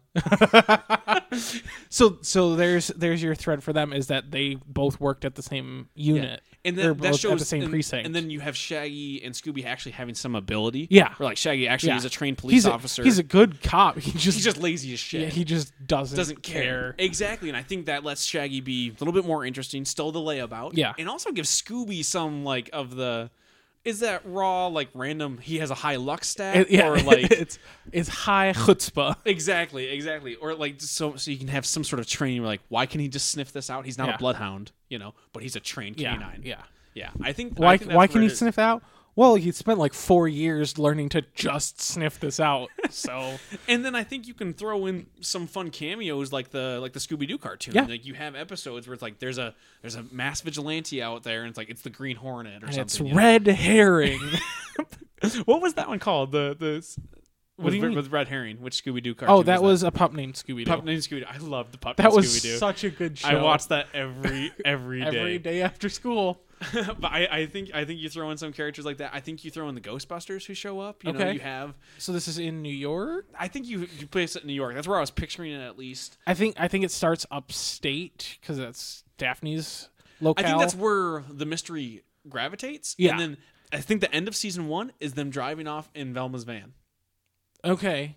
Speaker 2: so so there's there's your thread for them is that they both worked at the same unit.
Speaker 1: and
Speaker 2: They're
Speaker 1: then that
Speaker 2: both
Speaker 1: shows
Speaker 2: at the same
Speaker 1: and,
Speaker 2: precinct.
Speaker 1: and then you have shaggy and scooby actually having some ability
Speaker 2: Yeah.
Speaker 1: or like shaggy actually
Speaker 2: Yeah.
Speaker 1: is a trained police
Speaker 2: he's
Speaker 1: officer
Speaker 2: A, he's a good cop. He just,
Speaker 1: he's just lazy as shit
Speaker 2: yeah, he just doesn't
Speaker 1: doesn't care. Exactly, and I think that lets Shaggy be a little bit more interesting, still the layabout.
Speaker 2: Yeah.
Speaker 1: And also gives Scooby some like of the is that raw, like random he has a high luck stat
Speaker 2: It- yeah,
Speaker 1: or like
Speaker 2: it's it's high chutzpah.
Speaker 1: Exactly, exactly. Or like just so so you can have some sort of training where like, why can he just sniff this out? He's not
Speaker 2: Yeah.
Speaker 1: a bloodhound, you know, but he's a trained
Speaker 2: Yeah,
Speaker 1: canine.
Speaker 2: yeah.
Speaker 1: Yeah. I think I
Speaker 2: Why
Speaker 1: think that's
Speaker 2: why can
Speaker 1: where
Speaker 2: he
Speaker 1: it is.
Speaker 2: sniff that out? Well, he spent like four years learning to just sniff this out. So
Speaker 1: And then I think you can throw in some fun cameos like the like the Scooby Doo cartoon.
Speaker 2: Yeah.
Speaker 1: Like you have episodes where it's like there's a there's a mass vigilante out there and it's like it's the Green Hornet or
Speaker 2: and
Speaker 1: something.
Speaker 2: it's
Speaker 1: you know?
Speaker 2: red herring.
Speaker 1: what was that one called? The the s-
Speaker 2: What
Speaker 1: with,
Speaker 2: do you
Speaker 1: with,
Speaker 2: mean?
Speaker 1: with red herring, which Scooby Doo cartoon?
Speaker 2: oh, that was a pup named Scooby
Speaker 1: pup
Speaker 2: Doo.
Speaker 1: named Scooby. Doo. I loved the pup.
Speaker 2: That
Speaker 1: named
Speaker 2: was
Speaker 1: Scooby-Doo.
Speaker 2: such a good show.
Speaker 1: I watched that every every day.
Speaker 2: every day after school.
Speaker 1: but I, I think I think you throw in some characters like that. I think you throw in the Ghostbusters who show up. You know,
Speaker 2: Okay.
Speaker 1: you have.
Speaker 2: So this is in New York.
Speaker 1: I think you you place it in New York. That's where I was picturing it at least.
Speaker 2: I think I think it starts upstate because that's Daphne's locale.
Speaker 1: I think that's where the mystery gravitates.
Speaker 2: Yeah.
Speaker 1: And then I think the end of season one is them driving off in Velma's van.
Speaker 2: okay.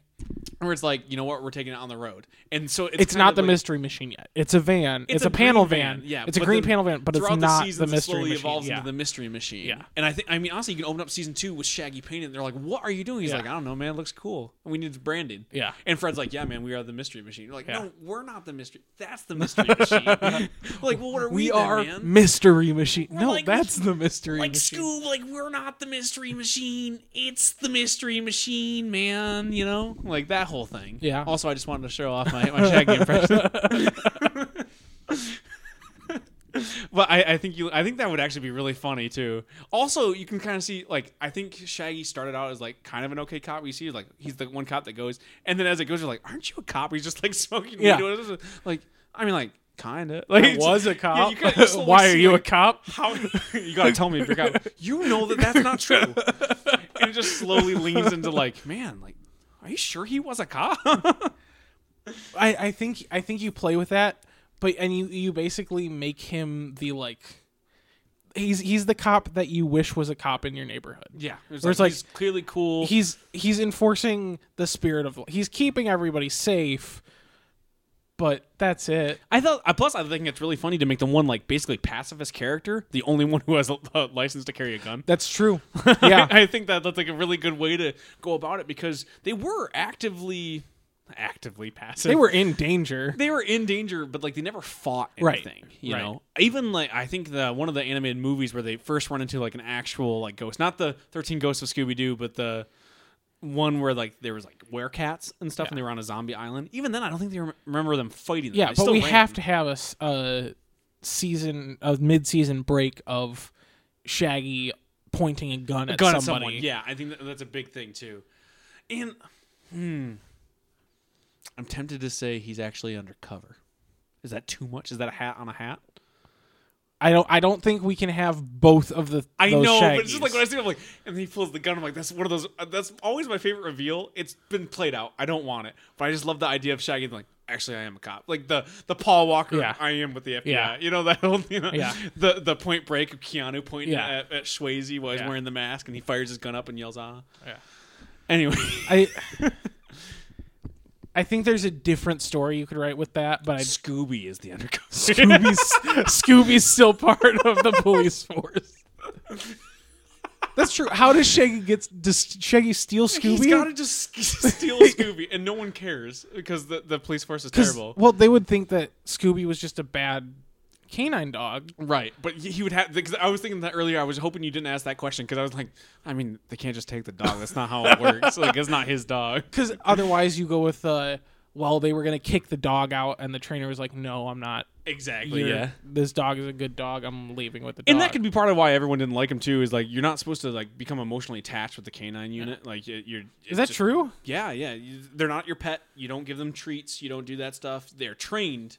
Speaker 1: Where it's like, you know what, we're taking it on the road. And so it's,
Speaker 2: It's,
Speaker 1: kind
Speaker 2: not
Speaker 1: of
Speaker 2: the
Speaker 1: like-
Speaker 2: mystery machine yet. It's a van. It's,
Speaker 1: It's
Speaker 2: a,
Speaker 1: a
Speaker 2: panel
Speaker 1: green
Speaker 2: van.
Speaker 1: van, yeah,
Speaker 2: It's a
Speaker 1: but
Speaker 2: green
Speaker 1: then
Speaker 2: panel van, but it's
Speaker 1: throughout the
Speaker 2: not the,
Speaker 1: seasons, it
Speaker 2: mystery
Speaker 1: slowly
Speaker 2: machine.
Speaker 1: evolves
Speaker 2: yeah.
Speaker 1: into the mystery machine.
Speaker 2: Yeah.
Speaker 1: And I think, I mean, honestly, you can open up season two with Shaggy painted. They're like, "What are you doing?" He's
Speaker 2: Yeah.
Speaker 1: like, "I don't know, man. It looks cool. We need branding."
Speaker 2: Yeah.
Speaker 1: And Fred's like, "Yeah, man, we are the mystery machine." You're like,
Speaker 2: Yeah.
Speaker 1: "No, we're not the mystery. That's the mystery machine." like, well, what are we?
Speaker 2: we
Speaker 1: then,
Speaker 2: are
Speaker 1: man?
Speaker 2: mystery machine. no,
Speaker 1: like-
Speaker 2: that's the mystery
Speaker 1: like
Speaker 2: machine.
Speaker 1: Scoob. Like, we're not the mystery machine. It's the mystery machine, man. You know, like that whole thing.
Speaker 2: Yeah.
Speaker 1: Also, I just wanted to show off my, my Shaggy impression. But I, I think you I think that would actually be really funny too. Also, you can kind of see like I think Shaggy started out as like kind of an okay cop. You see, like he's the one cop that goes, and then as it goes, you're like, aren't you a cop? He's just like smoking
Speaker 2: Yeah.
Speaker 1: weed. Like I mean, like kind of. Like
Speaker 2: I was a
Speaker 1: yeah, you
Speaker 2: cop.
Speaker 1: kinda- you slowly
Speaker 2: Why are
Speaker 1: see,
Speaker 2: you a
Speaker 1: like,
Speaker 2: cop?
Speaker 1: How you gotta tell me if you're a cop. You know that that's not true. and it just slowly leans into like, man, like, are you sure he was a cop?
Speaker 2: I, I think I think you play with that, but and you you basically make him the like. he's he's the cop that you wish was a cop in your neighborhood.
Speaker 1: Yeah, it's
Speaker 2: Where it's
Speaker 1: like,
Speaker 2: like-
Speaker 1: he's clearly cool.
Speaker 2: He's he's enforcing the spirit of he's keeping everybody safe, but that's it.
Speaker 1: I thought. I plus, I think it's really funny to make the one like basically pacifist character the only one who has a, a license to carry a gun.
Speaker 2: That's true. Yeah.
Speaker 1: I, I think that that's like a really good way to go about it because they were actively, actively passive.
Speaker 2: they were in danger.
Speaker 1: they were in danger, but like they never fought
Speaker 2: Right.
Speaker 1: anything. You
Speaker 2: Right.
Speaker 1: know, even like I think the one of the animated movies where they first run into like an actual like ghost, not the Thirteen Ghosts of Scooby Doo, but the one where like there was like werecats and stuff, and they were on a zombie island. Even then, I don't think they rem- remember them fighting. Them.
Speaker 2: Yeah,
Speaker 1: They
Speaker 2: but
Speaker 1: still
Speaker 2: we
Speaker 1: ran.
Speaker 2: have to have a, s- a season a mid-season break of Shaggy pointing a gun at
Speaker 1: gun at
Speaker 2: somebody.
Speaker 1: someone. Yeah, I think that, that's a big thing too. And hmm, I'm tempted to say he's actually undercover. Is that too much? Is that a hat on a hat?
Speaker 2: I don't I don't think we can have both of the
Speaker 1: I
Speaker 2: those
Speaker 1: know, but it's just
Speaker 2: Shaggies.
Speaker 1: like when I see him, I'm like, and he pulls the gun. I'm like, that's one of those. uh, That's always my favorite reveal. It's been played out. I don't want it, but I just love the idea of Shaggy being like, actually, I am a cop. Like the the Paul Walker,
Speaker 2: Yeah.
Speaker 1: I am with the FBI.
Speaker 2: Yeah.
Speaker 1: You know that whole, you know,
Speaker 2: Yeah.
Speaker 1: the the Point Break of Keanu pointing
Speaker 2: Yeah.
Speaker 1: at, at Swayze while he's
Speaker 2: Yeah.
Speaker 1: wearing the mask, and he fires his gun up and yells, "Ah!"
Speaker 2: Yeah.
Speaker 1: Anyway,
Speaker 2: I I think there's a different story you could write with that, but I
Speaker 1: Scooby is the undercover.
Speaker 2: Scooby's Scooby's still part of the police force. That's true. How does Shaggy get does Shaggy steal
Speaker 1: He's got
Speaker 2: Scooby?
Speaker 1: to just steal Scooby, and no one cares because the, the police force is
Speaker 2: 'Cause-
Speaker 1: terrible.
Speaker 2: Well, they would think that Scooby was just a bad canine dog.
Speaker 1: Right, but he he would have. Because I was thinking that earlier. I was hoping you didn't ask that question because I was like, I mean, they can't just take the dog. That's not how it works. like, it's not his dog.
Speaker 2: Because otherwise, you go with uh, well, they were gonna kick the dog out, and the trainer was like, "No, I'm not.
Speaker 1: Exactly.
Speaker 2: You're- this dog is a good dog. I'm leaving with the dog."
Speaker 1: And that could be part of why everyone didn't like him too. Is like you're not supposed to like become emotionally attached with the canine unit. Like it, you're.
Speaker 2: is that true?
Speaker 1: Yeah, yeah. You- They're not your pet. You don't give them treats. You don't do that stuff. They're trained.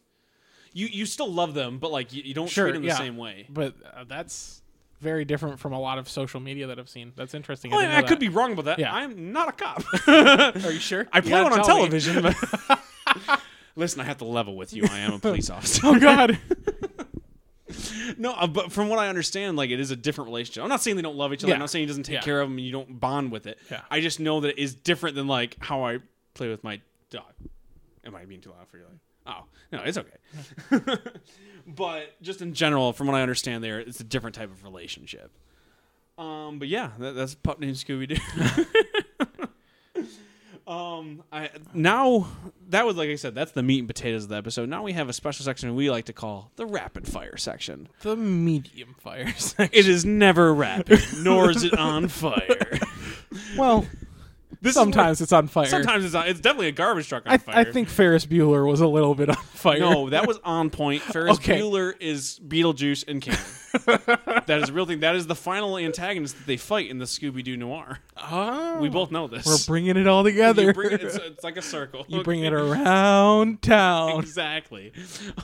Speaker 1: You you still love them, but like you, you don't
Speaker 2: Sure,
Speaker 1: treat them
Speaker 2: yeah.
Speaker 1: the same way.
Speaker 2: But uh, that's very different from a lot of social media that I've seen. That's interesting.
Speaker 1: Well,
Speaker 2: didn't
Speaker 1: I,
Speaker 2: know
Speaker 1: could
Speaker 2: that.
Speaker 1: be wrong about that.
Speaker 2: Yeah.
Speaker 1: I'm not a cop.
Speaker 2: Are you sure?
Speaker 1: I
Speaker 2: You
Speaker 1: play
Speaker 2: gotta
Speaker 1: one on
Speaker 2: tell me.
Speaker 1: television. But Listen, I have to level with you. I am a police officer.
Speaker 2: Oh God.
Speaker 1: no, uh, but from what I understand, like it is a different relationship. I'm not saying they don't love each other.
Speaker 2: Yeah.
Speaker 1: I'm not saying he doesn't take
Speaker 2: Yeah.
Speaker 1: care of them and you don't bond with it.
Speaker 2: Yeah.
Speaker 1: I just know that it is different than like how I play with my dog. Am I being too loud for you? Like, oh no, it's okay. but just in general, from what I understand, there it's a different type of relationship. Um, but yeah, that, that's a pup named Scooby Doo. um, I now that was like I said, that's the meat and potatoes of the episode. Now we have a special section we like to call the rapid fire section.
Speaker 2: the medium fire section.
Speaker 1: It is never rapid, nor is it on fire.
Speaker 2: Well,
Speaker 1: This is
Speaker 2: sometimes it's on fire.
Speaker 1: where- sometimes it's on, it's definitely a garbage truck on
Speaker 2: I,
Speaker 1: fire.
Speaker 2: I think Ferris Bueller was a little bit on fire.
Speaker 1: no, that was on point. Ferris
Speaker 2: Okay.
Speaker 1: Bueller is Beetlejuice and Cannon. that is a real thing. That is the final antagonist that they fight in the Scooby Doo Noir.
Speaker 2: Oh.
Speaker 1: We both know this.
Speaker 2: We're bringing it all together.
Speaker 1: You bring it, it's, it's like a circle.
Speaker 2: You bring it
Speaker 1: Okay.
Speaker 2: around town.
Speaker 1: Exactly.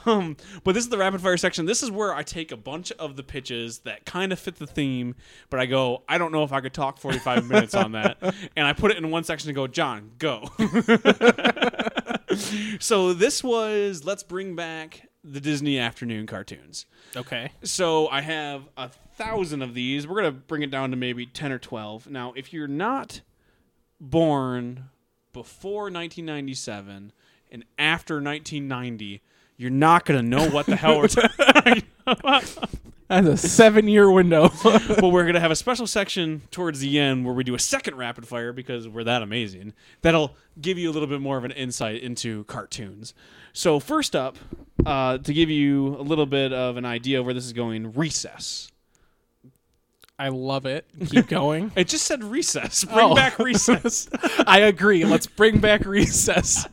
Speaker 1: Um, but this is the rapid fire section. This is where I take a bunch of the pitches that kind of fit the theme, but I go, I don't know if I could talk 45 minutes on that. And I put it in one section and go, John, go. so this was Let's Bring Back the Disney Afternoon cartoons.
Speaker 2: Okay.
Speaker 1: So I have a thousand of these. We're gonna bring it down to maybe ten or twelve. Now, if you're not born before 1997 and after 1990, you're not gonna know what the hell we're talking.
Speaker 2: That's a seven year window.
Speaker 1: But we're gonna have a special section towards the end where we do a second rapid fire because we're that amazing. That'll give you a little bit more of an insight into cartoons. So first up, uh, to give you a little bit of an idea of where this is going, recess.
Speaker 2: I love it. Keep going.
Speaker 1: It just said recess. Bring
Speaker 2: Oh.
Speaker 1: back recess.
Speaker 2: I agree. Let's bring back recess.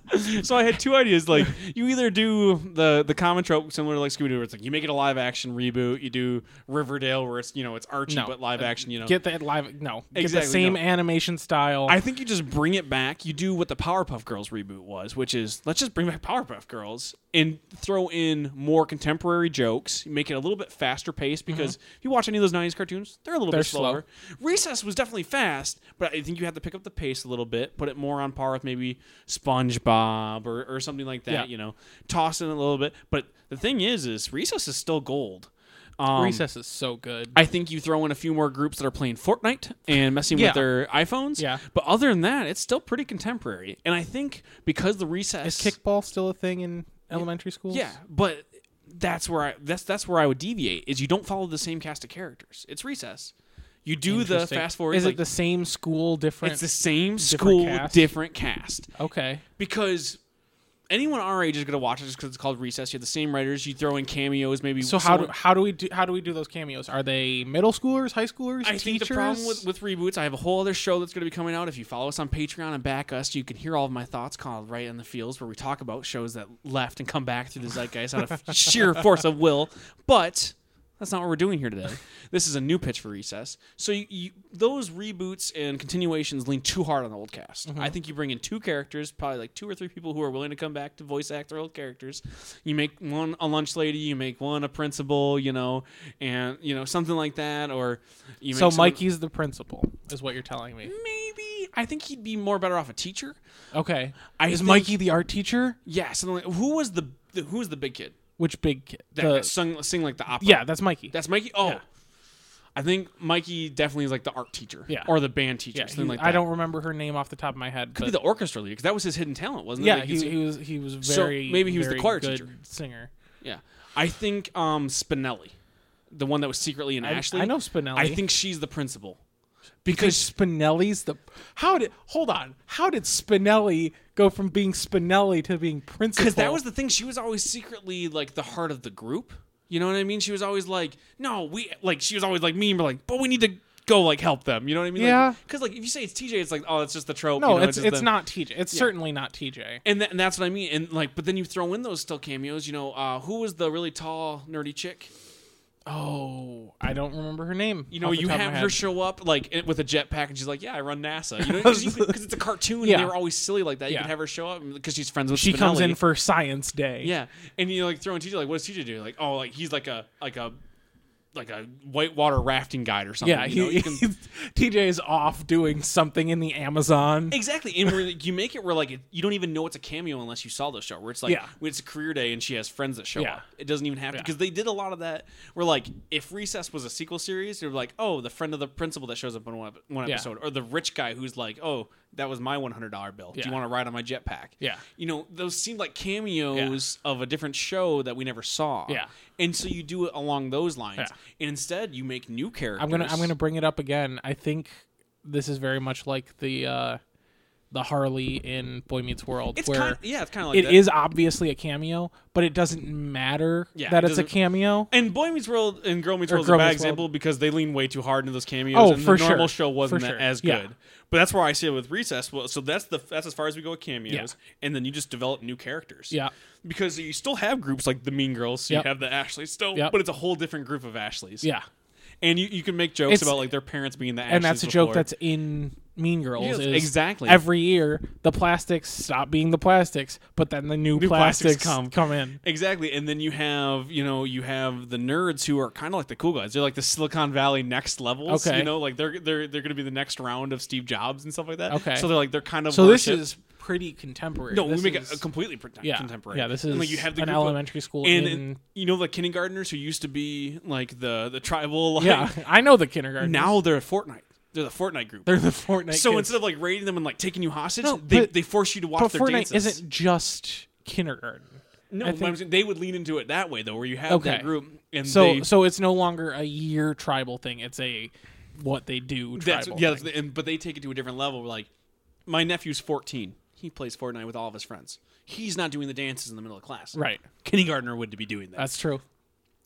Speaker 1: so I had two ideas. Like you either do the the common trope similar to like Scooby Doo, where it's like you make it a live action reboot. You do Riverdale, where it's you know it's Archie
Speaker 2: No.
Speaker 1: but live action. You know.
Speaker 2: Get that live. No. Get
Speaker 1: Exactly,
Speaker 2: the same
Speaker 1: no.
Speaker 2: animation style.
Speaker 1: I think you just bring it back. You do what the Powerpuff Girls reboot was, which is let's just bring back Powerpuff Girls and throw in more contemporary jokes, make it a little bit faster paced because if you watch any of those 90s cartoons, they're a little
Speaker 2: Mm-hmm. They're
Speaker 1: bit slower. Recess was definitely fast, but I think you have to pick up the pace a little bit, put it more on par with maybe SpongeBob or, or something like that,
Speaker 2: Yeah.
Speaker 1: you know, toss in a little bit. But the thing is, is Recess is still gold. Um,
Speaker 2: Recess is so good.
Speaker 1: I think you throw in a few more groups that are playing Fortnite and messing
Speaker 2: Yeah.
Speaker 1: with their iPhones.
Speaker 2: Yeah.
Speaker 1: But other than that, it's still pretty contemporary. And I think because the recess
Speaker 2: is kickball still a thing in elementary schools?
Speaker 1: Yeah, but that's where I that's that's where I would deviate is you don't follow the same cast of characters. It's recess. You do the
Speaker 2: Interesting.
Speaker 1: fast forward.
Speaker 2: Is
Speaker 1: like,
Speaker 2: it the same school? Different.
Speaker 1: it's the same school,
Speaker 2: cast?
Speaker 1: different cast.
Speaker 2: okay.
Speaker 1: Because anyone our age is going to watch it just because it's called recess. You have the same writers. You throw in cameos, maybe.
Speaker 2: So how do
Speaker 1: someone-
Speaker 2: how do we do how do we do those cameos? Are they middle schoolers, high schoolers,
Speaker 1: I
Speaker 2: teachers?
Speaker 1: think the problem with, with reboots, I have a whole other show that's going to be coming out. If you follow us on Patreon and back us, you can hear all of my thoughts called Right in the Fields, where we talk about shows that left and come back through the zeitgeist out of sheer force of will. But that's not what we're doing here today. This is a new pitch for Recess. So you, you, those reboots and continuations lean too hard on the old cast. I think you bring in two characters, probably like two or three people who are willing to come back to voice act their old characters. You make one a lunch lady, you make one a principal, you know, and you know something like that, or you make
Speaker 2: so
Speaker 1: someone-
Speaker 2: Mikey's the principal, is what you're telling me.
Speaker 1: maybe I think he'd be more better off a teacher.
Speaker 2: Okay.
Speaker 1: Hmm? I
Speaker 2: is
Speaker 1: think-
Speaker 2: Mikey the art teacher?
Speaker 1: Yeah, something like who was the, the who was the big kid
Speaker 2: Which big kid?
Speaker 1: that
Speaker 2: The-
Speaker 1: sung sing like the opera?
Speaker 2: yeah, that's Mikey.
Speaker 1: That's Mikey. Oh,
Speaker 2: Yeah.
Speaker 1: I think Mikey definitely is like the art teacher,
Speaker 2: Yeah.
Speaker 1: or the band teacher,
Speaker 2: yeah,
Speaker 1: something
Speaker 2: he-
Speaker 1: like that.
Speaker 2: I don't remember her name off the top of my head.
Speaker 1: Could be
Speaker 2: but
Speaker 1: the orchestra leader because that was his hidden talent, wasn't it?
Speaker 2: yeah,
Speaker 1: Like,
Speaker 2: he,
Speaker 1: he's-
Speaker 2: he was he was
Speaker 1: So,
Speaker 2: very
Speaker 1: maybe he was the
Speaker 2: very
Speaker 1: choir
Speaker 2: good
Speaker 1: teacher.
Speaker 2: singer.
Speaker 1: yeah. I think um Spinelli, the one that was secretly in
Speaker 2: I-
Speaker 1: Ashley.
Speaker 2: I know Spinelli.
Speaker 1: I think she's the principal
Speaker 2: Because
Speaker 1: because
Speaker 2: Spinelli's the how did hold on how did Spinelli go from being Spinelli to being principal?
Speaker 1: because that was the thing. She was always secretly like the heart of the group. You know what I mean? She was always like, no, we like. She was always like mean, but like, but we need to go like help them. You know what I mean?
Speaker 2: Yeah.
Speaker 1: Because like, if you say it's TJ, it's like, oh, it's just the trope. you
Speaker 2: no,
Speaker 1: know,
Speaker 2: it's
Speaker 1: just
Speaker 2: it's
Speaker 1: them.
Speaker 2: not TJ. It's certainly not TJ.
Speaker 1: And, tha- and that's what I mean. And like, but then you throw in those still cameos. You know, uh, who was the really tall nerdy chick?
Speaker 2: Oh, I don't remember her name.
Speaker 1: You know, you have her show up like it- with a jetpack, and she's like, "Yeah, I run NASA." You know, because it's a cartoon.
Speaker 2: Yeah.
Speaker 1: and They were always silly like that. You
Speaker 2: Yeah.
Speaker 1: could have her show up because she's friends with.
Speaker 2: she comes
Speaker 1: Spinelli.
Speaker 2: in for Science Day.
Speaker 1: Yeah, and you like throw in TJ like, what does TJ do? Like, oh, like he's like a like a like a whitewater rafting guide or something.
Speaker 2: yeah.
Speaker 1: you know?
Speaker 2: He,
Speaker 1: You can-
Speaker 2: TJ is off doing something in the Amazon.
Speaker 1: exactly. And where like, you make it where like it, you don't even know it's a cameo unless you saw the show. Where it's like
Speaker 2: Yeah.
Speaker 1: when it's a career day and she has friends that show
Speaker 2: Yeah.
Speaker 1: up. It doesn't even have to because they did a lot of that. Where like if Recess was a sequel series, they were like, oh, the friend of the principal that shows up in one, ep- one
Speaker 2: Yeah.
Speaker 1: episode, or the rich guy who's like, oh, that was my one hundred dollar bill. Do
Speaker 2: Yeah.
Speaker 1: you want to ride on my jetpack?
Speaker 2: Yeah.
Speaker 1: You know, those seemed like cameos of a different show that we never saw.
Speaker 2: Yeah.
Speaker 1: And so you do it along those lines.
Speaker 2: Yeah.
Speaker 1: And instead you make new characters.
Speaker 2: I'm gonna I'm gonna bring it up again. I think this is very much like the uh, the Harley in Boy Meets World,
Speaker 1: it's
Speaker 2: where
Speaker 1: kind yeah, it's kinda like
Speaker 2: it
Speaker 1: that.
Speaker 2: is obviously a cameo, but it doesn't matter
Speaker 1: Yeah,
Speaker 2: that
Speaker 1: it
Speaker 2: it's a
Speaker 1: doesn't-
Speaker 2: cameo.
Speaker 1: and Boy Meets World and Girl Meets World is
Speaker 2: Girl
Speaker 1: a bad
Speaker 2: Meets World.
Speaker 1: example because they lean way too hard into those cameos.
Speaker 2: Oh,
Speaker 1: and
Speaker 2: for
Speaker 1: the normal
Speaker 2: sure.
Speaker 1: show wasn't
Speaker 2: For
Speaker 1: that
Speaker 2: sure.
Speaker 1: as good.
Speaker 2: Yeah.
Speaker 1: But that's where I see it with Recess. Well, so that's the that's as far as we go with cameos, and then you just develop new characters.
Speaker 2: Yeah.
Speaker 1: because you still have groups like the Mean Girls. So
Speaker 2: Yep.
Speaker 1: you have the Ashleys still,
Speaker 2: Yep.
Speaker 1: but it's a whole different group of Ashleys.
Speaker 2: Yeah,
Speaker 1: and you, you can make jokes
Speaker 2: It's-
Speaker 1: about like their parents being the Ashleys
Speaker 2: and that's a joke
Speaker 1: before.
Speaker 2: that's in Mean Girls.
Speaker 1: Yes,
Speaker 2: is
Speaker 1: exactly.
Speaker 2: Every year, the plastics stop being the plastics, but then the new, plastics,
Speaker 1: plastics
Speaker 2: come
Speaker 1: come.
Speaker 2: come in.
Speaker 1: Exactly, and then you have you know you have the nerds who are kind of like the cool guys. They're like the Silicon Valley next levels.
Speaker 2: Okay.
Speaker 1: you know, like they're they're they're going to be the next round of Steve Jobs and stuff like that.
Speaker 2: Okay.
Speaker 1: so they're like they're kind of
Speaker 2: So this
Speaker 1: worshipped.
Speaker 2: is pretty contemporary.
Speaker 1: no,
Speaker 2: This
Speaker 1: we make
Speaker 2: is-
Speaker 1: it a completely pro-
Speaker 2: yeah,
Speaker 1: contemporary.
Speaker 2: Yeah, this is
Speaker 1: And, like you have the
Speaker 2: an
Speaker 1: group of-
Speaker 2: elementary school
Speaker 1: and,
Speaker 2: in.
Speaker 1: and you know the kindergartners who used to be like the the tribal. Like,
Speaker 2: yeah, I know the kindergarten.
Speaker 1: now they're Fortnite. They're the Fortnite group.
Speaker 2: they're the Fortnite.
Speaker 1: so
Speaker 2: kids.
Speaker 1: instead of like raiding them and like taking you hostage,
Speaker 2: No,
Speaker 1: they,
Speaker 2: but-
Speaker 1: they force you to watch
Speaker 2: but
Speaker 1: their
Speaker 2: Fortnite
Speaker 1: dances.
Speaker 2: isn't just kindergarten.
Speaker 1: no,
Speaker 2: I
Speaker 1: what I'm
Speaker 2: think-
Speaker 1: saying, they would lean into it that way though, where you have
Speaker 2: Okay.
Speaker 1: that group and
Speaker 2: So
Speaker 1: they
Speaker 2: so it's no longer a year tribal thing. It's a what they do
Speaker 1: That's
Speaker 2: tribal.
Speaker 1: yeah,
Speaker 2: thing.
Speaker 1: that's the- and, but they take it to a different level. Like my nephew's 14. He plays Fortnite with all of his friends. He's not doing the dances in the middle of class.
Speaker 2: right.
Speaker 1: Kindergartner would be doing that.
Speaker 2: That's true.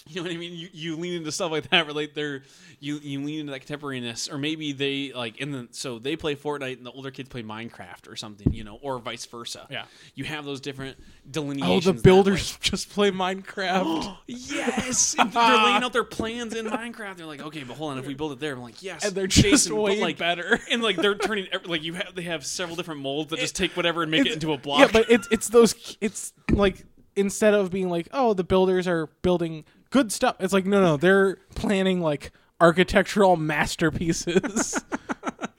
Speaker 1: you know what I mean? You, you lean into stuff like that. Relate their you you lean into that contemporaneous, or maybe they like in the so they play Fortnite and the older kids play Minecraft or something. You know, or vice versa.
Speaker 2: Yeah.
Speaker 1: you have those different
Speaker 2: Oh,
Speaker 1: delineations.
Speaker 2: the
Speaker 1: that way.
Speaker 2: builders just play Minecraft.
Speaker 1: Yes, And they're laying out their plans in Minecraft. They're like, okay, but hold on, if we build it there, I'm like, yes,
Speaker 2: And they're just
Speaker 1: but,
Speaker 2: way
Speaker 1: like,
Speaker 2: better.
Speaker 1: And like they're turning every- like you have they have several different molds that just take whatever and make it
Speaker 2: It's-
Speaker 1: into a block.
Speaker 2: Yeah, but it's it's those it's like instead of being like, oh, the builders are building good stuff. It's like no, no, they're planning like architectural masterpieces.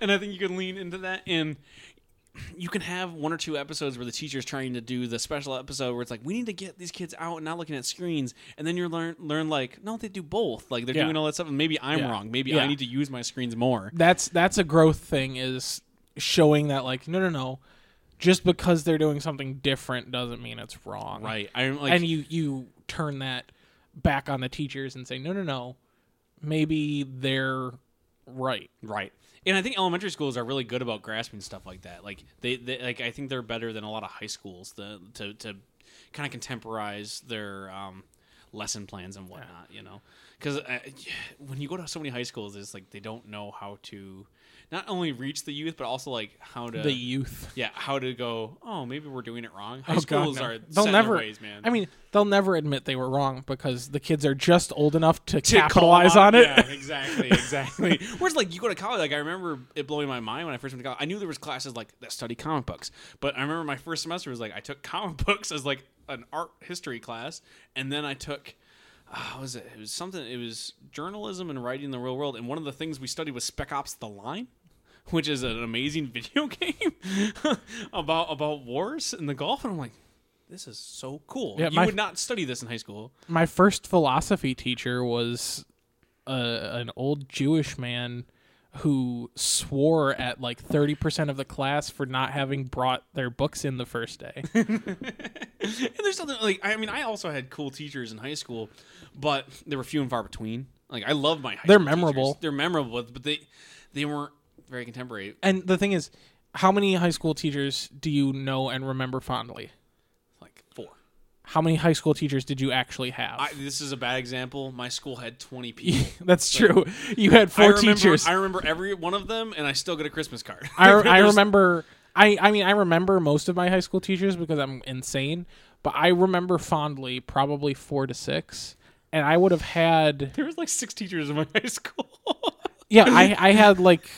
Speaker 1: and I think you can lean into that. And you can have one or two episodes where the teacher's trying to do the special episode where it's like we need to get these kids out and not looking at screens and then you learn learn like no they do both like they're
Speaker 2: Yeah.
Speaker 1: doing all that stuff and maybe i'm
Speaker 2: Yeah.
Speaker 1: wrong maybe i
Speaker 2: Yeah.
Speaker 1: need to use my screens more
Speaker 2: that's that's a growth thing is showing that like no no no just because they're doing something different doesn't mean it's wrong
Speaker 1: right i'm like
Speaker 2: and you you turn that back on the teachers and say no no no maybe they're right
Speaker 1: Right. And I think elementary schools are really good about grasping stuff like that. Like they, they like I think they're better than a lot of high schools to to, to kind of contemporize their um, lesson plans and whatnot. You know, because when you go to so many high schools, it's like they don't know how to not only reach the youth but also like how to
Speaker 2: the youth
Speaker 1: yeah how to go. Oh, maybe we're doing it wrong. High
Speaker 2: Oh, God,
Speaker 1: schools
Speaker 2: no.
Speaker 1: are
Speaker 2: they'll
Speaker 1: set in their
Speaker 2: never
Speaker 1: ways, man.
Speaker 2: i mean they'll never admit they were wrong because the kids are just old enough to,
Speaker 1: to call
Speaker 2: capitalize on it
Speaker 1: Yeah, exactly, exactly. Whereas, like, you go to college. Like, I remember it blowing my mind when I first went to college. I knew there was classes like that study comic books, but I remember my first semester was like I took comic books as like an art history class, and then I took. Uh, what was it? It was something. It was journalism and writing in the real world, and one of the things we studied was Spec Ops: The Line, which is an amazing video game about about wars in the Gulf. And I'm like, this is so cool.
Speaker 2: Yeah,
Speaker 1: you
Speaker 2: my-
Speaker 1: would not study this in high school.
Speaker 2: my first philosophy teacher was a, an old Jewish man who swore at like 30% of the class for not having brought their books in the first day.
Speaker 1: And there's something like I mean, I also had cool teachers in high school, but they were few and far between. Like I love my high
Speaker 2: They're
Speaker 1: school teachers.
Speaker 2: memorable.
Speaker 1: They're memorable, but they they weren't very contemporary.
Speaker 2: and the thing is, how many high school teachers do you know and remember fondly?
Speaker 1: Like four.
Speaker 2: How many high school teachers did you actually have?
Speaker 1: I, this is a bad example. My school had 20 people.
Speaker 2: That's true. You had four
Speaker 1: I remember,
Speaker 2: teachers.
Speaker 1: I remember every one of them, and I still get a Christmas card.
Speaker 2: I, I
Speaker 1: There's-
Speaker 2: remember I, I mean I remember most of my high school teachers because I'm insane, but I remember fondly probably four to six. And I would have had
Speaker 1: there was like six teachers in my high school.
Speaker 2: yeah, I, I had like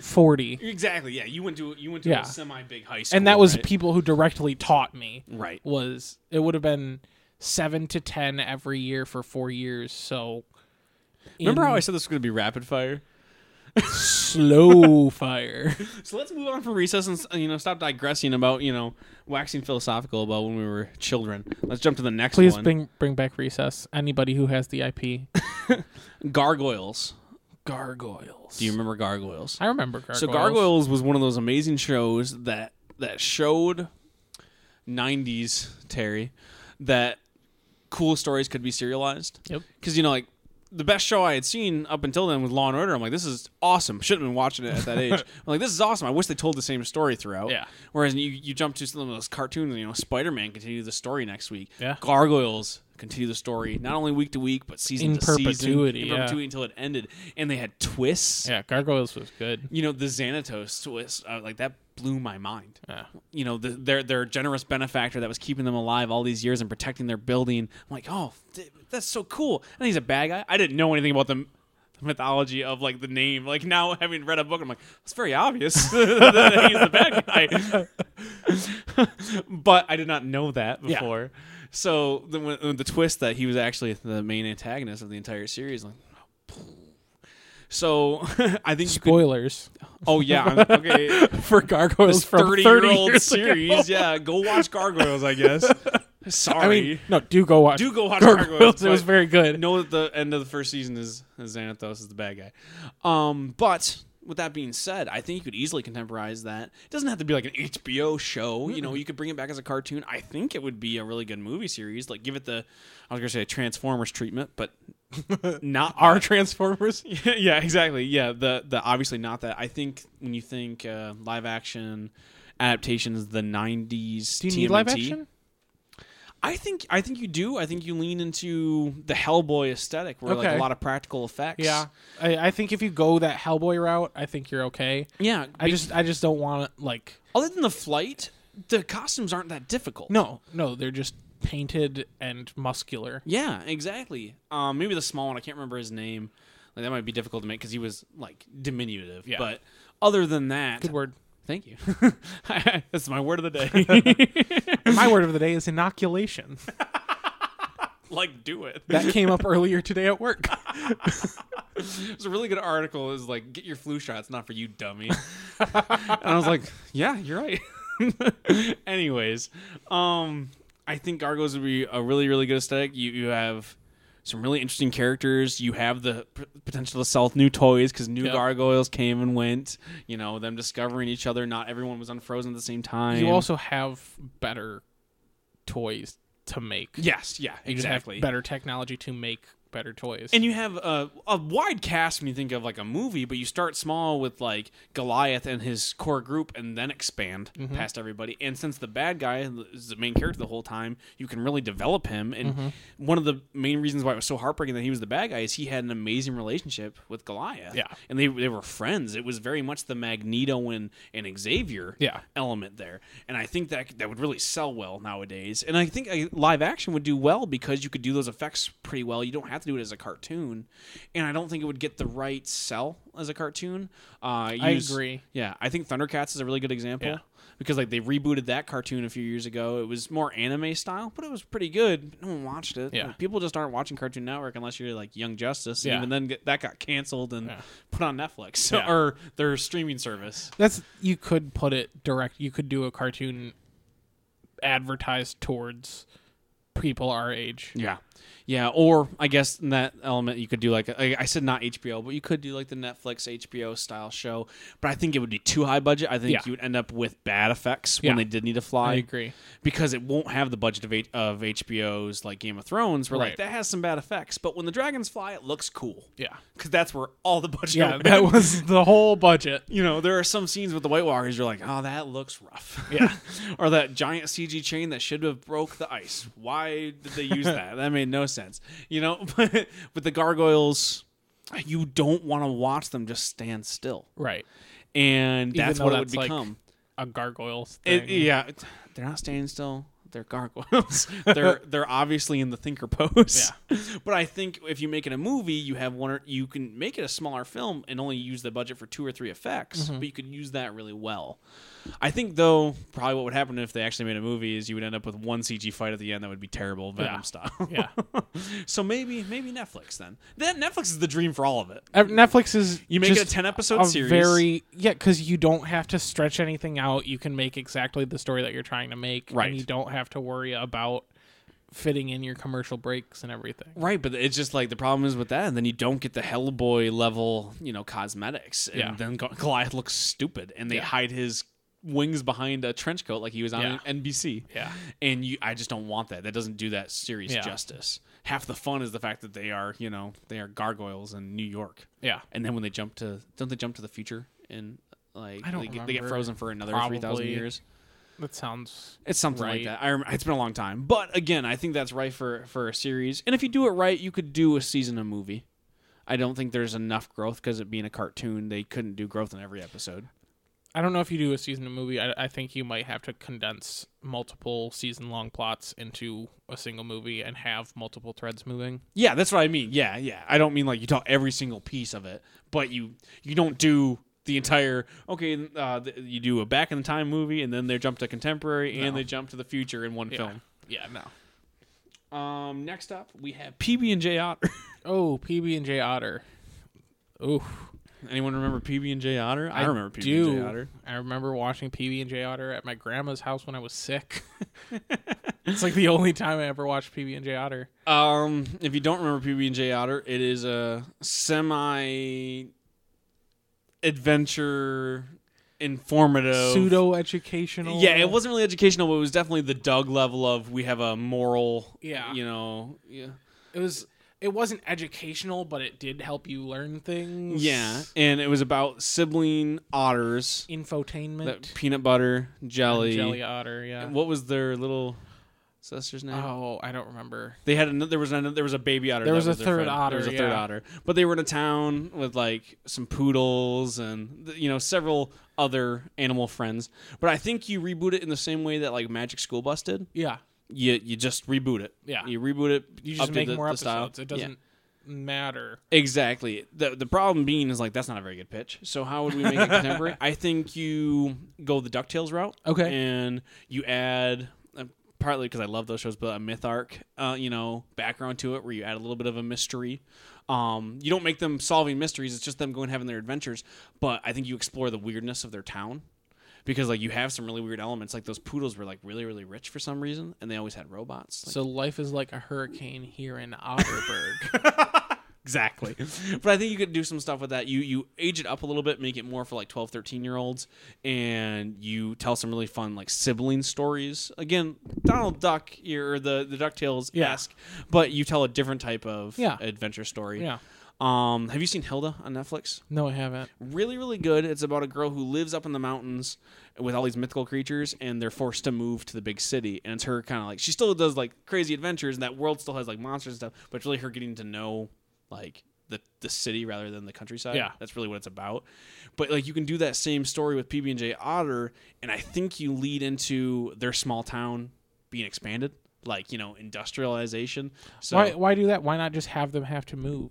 Speaker 2: forty.
Speaker 1: exactly. Yeah, you went to you went to
Speaker 2: Yeah.
Speaker 1: a semi big high school,
Speaker 2: And that was
Speaker 1: right?
Speaker 2: people who directly taught me.
Speaker 1: right.
Speaker 2: Was it would have been seven to ten every year for four years, so
Speaker 1: Remember
Speaker 2: in
Speaker 1: how I said this was going to be rapid fire?
Speaker 2: slow fire.
Speaker 1: So let's move on from recess and uh, you know stop digressing about you know waxing philosophical about when we were children. Let's jump to the next
Speaker 2: Please
Speaker 1: one.
Speaker 2: bring bring back recess. Anybody who has the IP.
Speaker 1: gargoyles.
Speaker 2: Gargoyles.
Speaker 1: Do you remember gargoyles?
Speaker 2: I remember gargoyles.
Speaker 1: So gargoyles was one of those amazing shows that that showed '90s Terry that cool stories could be serialized.
Speaker 2: Yep.
Speaker 1: Because you know like. The best show I had seen up until then was Law and Order. I'm like, this is awesome. Shouldn't have been watching it at that age. I'm like, this is awesome. I wish they told the same story throughout.
Speaker 2: Yeah.
Speaker 1: Whereas you, you jump to some of those cartoons, and, you know, Spider Man continue the story next week.
Speaker 2: Yeah.
Speaker 1: Gargoyles continue the story not only week to week but season
Speaker 2: In
Speaker 1: to
Speaker 2: perpetuity,
Speaker 1: season, in
Speaker 2: yeah.
Speaker 1: perpetuity until it ended. And they had twists.
Speaker 2: Yeah, gargoyles was good.
Speaker 1: You know, the Xanatos twist, uh, like that blew my mind.
Speaker 2: Yeah.
Speaker 1: You know, the, their their generous benefactor that was keeping them alive all these years and protecting their building. I'm like, oh, th- that's so cool. And he's a bad guy. I didn't know anything about the m- mythology of like the name like now having read a book i'm like it's very obvious that he's the bad guy but I did not know that
Speaker 2: Yeah.
Speaker 1: before. So the, when- when the twist that he was actually the main antagonist of the entire series. Like, so I think you could.
Speaker 2: Spoilers
Speaker 1: Oh yeah, I'm- okay.
Speaker 2: for gargoyles
Speaker 1: This
Speaker 2: from
Speaker 1: 30 year old series. Yeah, go watch Gargoyles. I guess. Sorry.
Speaker 2: I mean, no, do go watch.
Speaker 1: do go watch
Speaker 2: gargoyles.
Speaker 1: Gargoyles.
Speaker 2: it was
Speaker 1: but-
Speaker 2: very good.
Speaker 1: know that the end of the first season is is Xanathos is the bad guy. Um, but with that being said, I think you could easily contemporize that. It doesn't have to be like an HBO show. You know, you could bring it back as a cartoon. I think it would be a really good movie series. Like give it the I was gonna say Transformers treatment, but not our
Speaker 2: Transformers.
Speaker 1: yeah, yeah, exactly. Yeah, the the obviously not that. I think when you think uh, live action adaptations, the '90s.
Speaker 2: Do you need live
Speaker 1: TMNT,
Speaker 2: action?
Speaker 1: I think I think you do. I think you lean into the Hellboy aesthetic, where like
Speaker 2: Okay.
Speaker 1: a lot of practical effects.
Speaker 2: Yeah, I, I think if you go that Hellboy route, I think you're okay.
Speaker 1: yeah.
Speaker 2: I just, I just don't want to like.
Speaker 1: Other than the flight, the costumes aren't that difficult.
Speaker 2: No, no, they're just painted and muscular.
Speaker 1: Yeah, exactly. Um, maybe the small one. I can't remember his name. Like that might be difficult to make because he was like diminutive.
Speaker 2: Yeah.
Speaker 1: But other than that,
Speaker 2: Good word.
Speaker 1: thank you. That's my word of the day.
Speaker 2: My word of the day is inoculation.
Speaker 1: like do it.
Speaker 2: That came up earlier today at work.
Speaker 1: It's a really good article. Is like get your flu shot. It's not for you, dummy. and I was like, yeah, you're right. Anyways, um, I think Gargoyles would be a really really good aesthetic. You you have some really interesting characters. You have the p- potential to sell new toys because new
Speaker 2: Yep.
Speaker 1: Gargoyles came and went. You know them discovering each other. Not everyone was unfrozen at the same time.
Speaker 2: You also have better toys to make.
Speaker 1: yes, yeah,
Speaker 2: You just have
Speaker 1: exactly.
Speaker 2: better technology to make better toys.
Speaker 1: And you have a, a wide cast when you think of like a movie, but you start small with like Goliath and his core group and then expand past everybody. And since the bad guy is the main character the whole time, you can really develop him. And one of the main reasons why it was so heartbreaking that he was the bad guy is he had an amazing relationship with Goliath.
Speaker 2: Yeah.
Speaker 1: And they, they were friends. It was very much the Magneto and, and Xavier
Speaker 2: Yeah.
Speaker 1: element there. And I think that that would really sell well nowadays. And I think a live action would do well because you could do those effects pretty well. You don't have to do it as a cartoon. And I don't think it would get the right sell as a cartoon. Uh,
Speaker 2: I
Speaker 1: use-
Speaker 2: agree.
Speaker 1: Yeah, I think Thundercats is a really good example
Speaker 2: Yeah.
Speaker 1: because like they rebooted that cartoon a few years ago. It was more anime style, but it was pretty good. No one watched it.
Speaker 2: Yeah.
Speaker 1: Like, people just aren't watching Cartoon Network unless you're like Young Justice. And
Speaker 2: Yeah.
Speaker 1: Even then, get, that got canceled and
Speaker 2: Yeah.
Speaker 1: put on Netflix so,
Speaker 2: Yeah.
Speaker 1: or their streaming service.
Speaker 2: That's you could put it direct. You could do a cartoon advertised towards people our age.
Speaker 1: Yeah, yeah. Or I guess in that element, you could do like I, I said, not HBO, but you could do like the Netflix HBO style show. But I think it would be too high budget. I think
Speaker 2: Yeah.
Speaker 1: you would end up with bad effects
Speaker 2: Yeah.
Speaker 1: when they did need to fly.
Speaker 2: I agree.
Speaker 1: because it won't have the budget of, H- of HBO's like Game of Thrones. Where like
Speaker 2: Right.
Speaker 1: that has some bad effects, but when the dragons fly, it looks cool.
Speaker 2: Yeah.
Speaker 1: because that's where all the budget.
Speaker 2: Yeah,
Speaker 1: went.
Speaker 2: that was the whole budget.
Speaker 1: you know, there are some scenes with the White Walkers. You're like, oh, that looks rough.
Speaker 2: Yeah.
Speaker 1: or that giant CG chain that should have broke the ice. Why did they use that? that made no sense. You know, but with the gargoyles, you don't want to watch them just stand still,
Speaker 2: Right.
Speaker 1: and
Speaker 2: Even
Speaker 1: that's
Speaker 2: though
Speaker 1: what it would
Speaker 2: that's, like,
Speaker 1: become.
Speaker 2: A gargoyles thing.
Speaker 1: It, yeah, it- they're not standing still. They're gargoyles. they're they're obviously in the thinker pose. Yeah. But I think if you make it a movie, you have one. Or, you can make it a smaller film and only use the budget for two or three effects,
Speaker 2: Mm-hmm.
Speaker 1: but you could use that really well. I think though, probably what would happen if they actually made a movie is you would end up with one CG fight at the end that would be terrible Venom
Speaker 2: Yeah.
Speaker 1: style.
Speaker 2: Yeah.
Speaker 1: so maybe maybe Netflix then. Then Netflix is the dream for all of it.
Speaker 2: Ev- uh, Netflix is
Speaker 1: You make it
Speaker 2: just
Speaker 1: a 10 episode
Speaker 2: a
Speaker 1: series.
Speaker 2: Very yeah, because you don't have to stretch anything out. You can make exactly the story that you're trying to make,
Speaker 1: Right.
Speaker 2: And you don't have to worry about fitting in your commercial breaks and everything.
Speaker 1: Right, but it's just like the problem is with that, and then you don't get the Hellboy level, you know, cosmetics, and
Speaker 2: Yeah.
Speaker 1: then Go- Goliath looks stupid, and they
Speaker 2: Yeah.
Speaker 1: hide his wings behind a trench coat like he was on
Speaker 2: Yeah.
Speaker 1: NBC.
Speaker 2: Yeah.
Speaker 1: and you, I just don't want that. That doesn't do that series
Speaker 2: Yeah.
Speaker 1: justice. Half the fun is the fact that they are, you know, they are gargoyles in New York,
Speaker 2: Yeah.
Speaker 1: and then when they jump to, don't they jump to the future and like
Speaker 2: I don't
Speaker 1: they, get, they get
Speaker 2: remember.
Speaker 1: frozen for another three thousand
Speaker 2: Probably.
Speaker 1: years?
Speaker 2: That sounds
Speaker 1: It's something like
Speaker 2: Right.
Speaker 1: that. I rem- it's been a long time, but again, I think that's right for for a series. And if you do it right, you could do a season of movie. I don't think there's enough growth because it being a cartoon, they couldn't do growth in every episode.
Speaker 2: I don't know if you do a season of movie. I, I think you might have to condense multiple season long plots into a single movie and have multiple threads moving.
Speaker 1: Yeah, that's what I mean. Yeah, yeah. I don't mean like you tell every single piece of it, but you you don't do the entire okay. Uh, th- you do a back in time movie, and then they jump to contemporary, and
Speaker 2: No.
Speaker 1: they jump to the future in one film.
Speaker 2: Yeah, no.
Speaker 1: Um, next up we have PB and J Otter.
Speaker 2: Oh, PB and J Otter. Oof.
Speaker 1: Anyone remember PB and J Otter? I, remember PB and J
Speaker 2: do.
Speaker 1: Otter.
Speaker 2: I remember watching PB and J Otter at my grandma's house when I was sick. it's like the only time I ever watched PB and J Otter.
Speaker 1: Um, if you don't remember PB and J Otter, it is a semi adventure informative
Speaker 2: Pseudo educational.
Speaker 1: Yeah, it wasn't really educational, but it was definitely the Doug level of we have a moral.
Speaker 2: Yeah.
Speaker 1: you know. Yeah.
Speaker 2: It was. It wasn't educational, but it did help you learn things.
Speaker 1: Yeah, and it was about sibling otters,
Speaker 2: Infotainment.
Speaker 1: that peanut butter jelly.
Speaker 2: Jelly otter. Yeah.
Speaker 1: What was their little sister's name?
Speaker 2: Oh, I don't remember.
Speaker 1: They had another. There was another. There was a baby otter.
Speaker 2: There
Speaker 1: that
Speaker 2: was a
Speaker 1: their
Speaker 2: third
Speaker 1: friend.
Speaker 2: otter,
Speaker 1: There was a third
Speaker 2: yeah.
Speaker 1: otter. But they were in a town with like some poodles and th- you know several other animal friends. But I think you reboot it in the same way that like Magic School Bus did.
Speaker 2: Yeah,
Speaker 1: You you just reboot it.
Speaker 2: Yeah.
Speaker 1: You reboot it.
Speaker 2: you just
Speaker 1: update
Speaker 2: make
Speaker 1: the-
Speaker 2: more
Speaker 1: the style.
Speaker 2: episodes. It
Speaker 1: Yeah.
Speaker 2: doesn't matter.
Speaker 1: Exactly. The the problem being is like that's not a very good pitch. So how would we make it contemporary? I think you go the DuckTales route.
Speaker 2: Okay.
Speaker 1: And you add uh, partly because I love those shows, but a myth arc, uh, you know, background to it where you add a little bit of a mystery. Um, you don't make them solving mysteries; it's just them going having their adventures. But I think you explore the weirdness of their town because like you have some really weird elements. Like those poodles were like really really rich for some reason, and they always had robots. Like,
Speaker 2: So life is like a hurricane here in Otterberg.
Speaker 1: exactly. but I think you could do some stuff with that. You you age it up a little bit, make it more for like 12, 13 year olds, and you tell some really fun like sibling stories. Again, Donald Duck or the the Ducktales esque, but you tell a different type of
Speaker 2: Yeah.
Speaker 1: adventure story.
Speaker 2: yeah.
Speaker 1: Um, have you seen Hilda on Netflix?
Speaker 2: No, I haven't.
Speaker 1: really really good it's about a girl who lives up in the mountains with all these mythical creatures and they're forced to move to the big city and it's her kind of like she still does like crazy adventures and that world still has like monsters and stuff but it's really her getting to know like the, the city rather than the countryside
Speaker 2: Yeah.
Speaker 1: that's really what it's about but like you can do that same story with pb&j otter and i think you lead into their small town being expanded like you know industrialization so
Speaker 2: why why do that? Why not just have them have to move?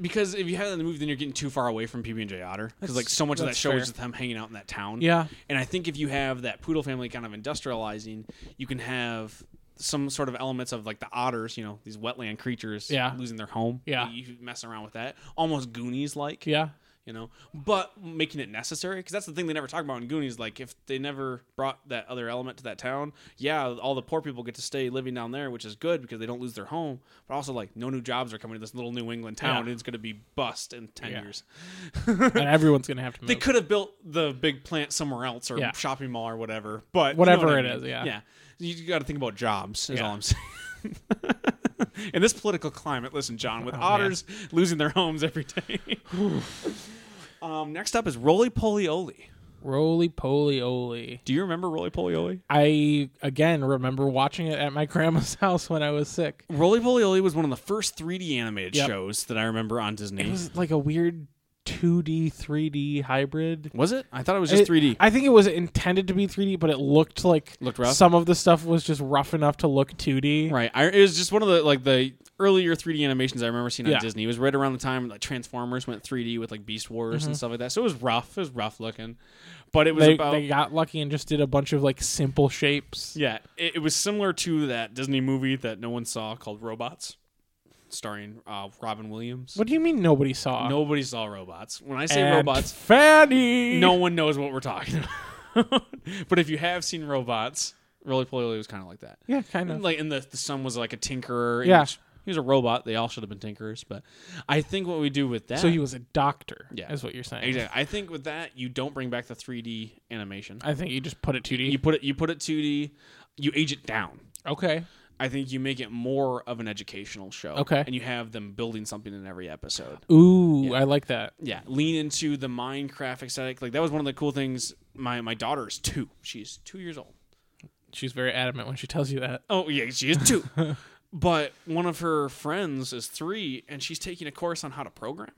Speaker 1: because if you have that in the movie, then you're getting too far away from PB and J Otter. Because like so much of that
Speaker 2: that's
Speaker 1: show
Speaker 2: fair.
Speaker 1: is just them hanging out in that town.
Speaker 2: Yeah.
Speaker 1: And I think if you have that poodle family kind of industrializing, you can have some sort of elements of like the otters, you know, these wetland creatures
Speaker 2: Yeah.
Speaker 1: losing their home.
Speaker 2: Yeah.
Speaker 1: You mess around with that. Almost Goonies like.
Speaker 2: Yeah.
Speaker 1: You know, but making it necessary because that's the thing they never talk about in Goonies. Like, if they never brought that other element to that town, yeah, all the poor people get to stay living down there, which is good because they don't lose their home. But also, like, no new jobs are coming to this little New England town.
Speaker 2: Yeah.
Speaker 1: And it's going to be bust in ten
Speaker 2: Yeah.
Speaker 1: years.
Speaker 2: And everyone's gonna have to move.
Speaker 1: They could have built the big plant somewhere else or
Speaker 2: Yeah.
Speaker 1: shopping mall or whatever, but you know
Speaker 2: Whatever
Speaker 1: what I
Speaker 2: it
Speaker 1: mean.
Speaker 2: is, yeah.
Speaker 1: yeah. You got to think about jobs. Is
Speaker 2: Yeah.
Speaker 1: all I'm saying. In this political climate, listen, John, with otters losing their homes every day. um, next up is Roly Poly Oly.
Speaker 2: Roly poly oly.
Speaker 1: Do you remember Roly Poly Oly?
Speaker 2: I again remember watching it at my grandma's house when I was sick.
Speaker 1: Roly Poly Oly was one of the first 3D animated
Speaker 2: Yep.
Speaker 1: shows that I remember on
Speaker 2: It
Speaker 1: Disney. Was,
Speaker 2: was like a weird 2D 3D hybrid.
Speaker 1: it? I thought it was just
Speaker 2: It-
Speaker 1: 3D.
Speaker 2: I think it was intended to be 3D, but it looked like
Speaker 1: Looked rough?
Speaker 2: some of the stuff was just rough enough to look 2D.
Speaker 1: Right. I, it was just one of the like the earlier 3D animations I remember seeing on
Speaker 2: Yeah.
Speaker 1: Disney. It was right around the time like Transformers went 3D with like Beast Wars
Speaker 2: Mm-hmm.
Speaker 1: and stuff like that. So it was rough. It was rough looking, but it was
Speaker 2: They,
Speaker 1: about
Speaker 2: they got lucky and just did a bunch of like simple shapes.
Speaker 1: yeah. It, it was similar to that Disney movie that no one saw called Robots, starring uh, Robin Williams.
Speaker 2: What do you mean nobody saw?
Speaker 1: Nobody saw Robots. When I say
Speaker 2: And
Speaker 1: Robots,
Speaker 2: Fanny.
Speaker 1: no one knows what we're talking about. but if you have seen Robots, Roly Poly was kind of like that.
Speaker 2: Yeah, kind of.
Speaker 1: like and the, the son was like a tinkerer and
Speaker 2: Yeah.
Speaker 1: he- he was a robot they all should have been tinkerers but i think what we do with that
Speaker 2: So he was a doctor.
Speaker 1: Yeah.
Speaker 2: is what you're saying.
Speaker 1: exactly i think with that you don't bring back the 3d animation
Speaker 2: I think you just put it 2D.
Speaker 1: you put it you put it 2d you age it down
Speaker 2: okay.
Speaker 1: i think you make it more of an educational show
Speaker 2: Okay.
Speaker 1: and you have them building something in every episode
Speaker 2: Ooh, I like that.
Speaker 1: yeah lean into the minecraft aesthetic like that was one of the cool things my my daughter is two she's two years old
Speaker 2: She's very adamant when she tells you that.
Speaker 1: Oh yeah, she is two. but one of her friends is three, and she's taking a course on how to program,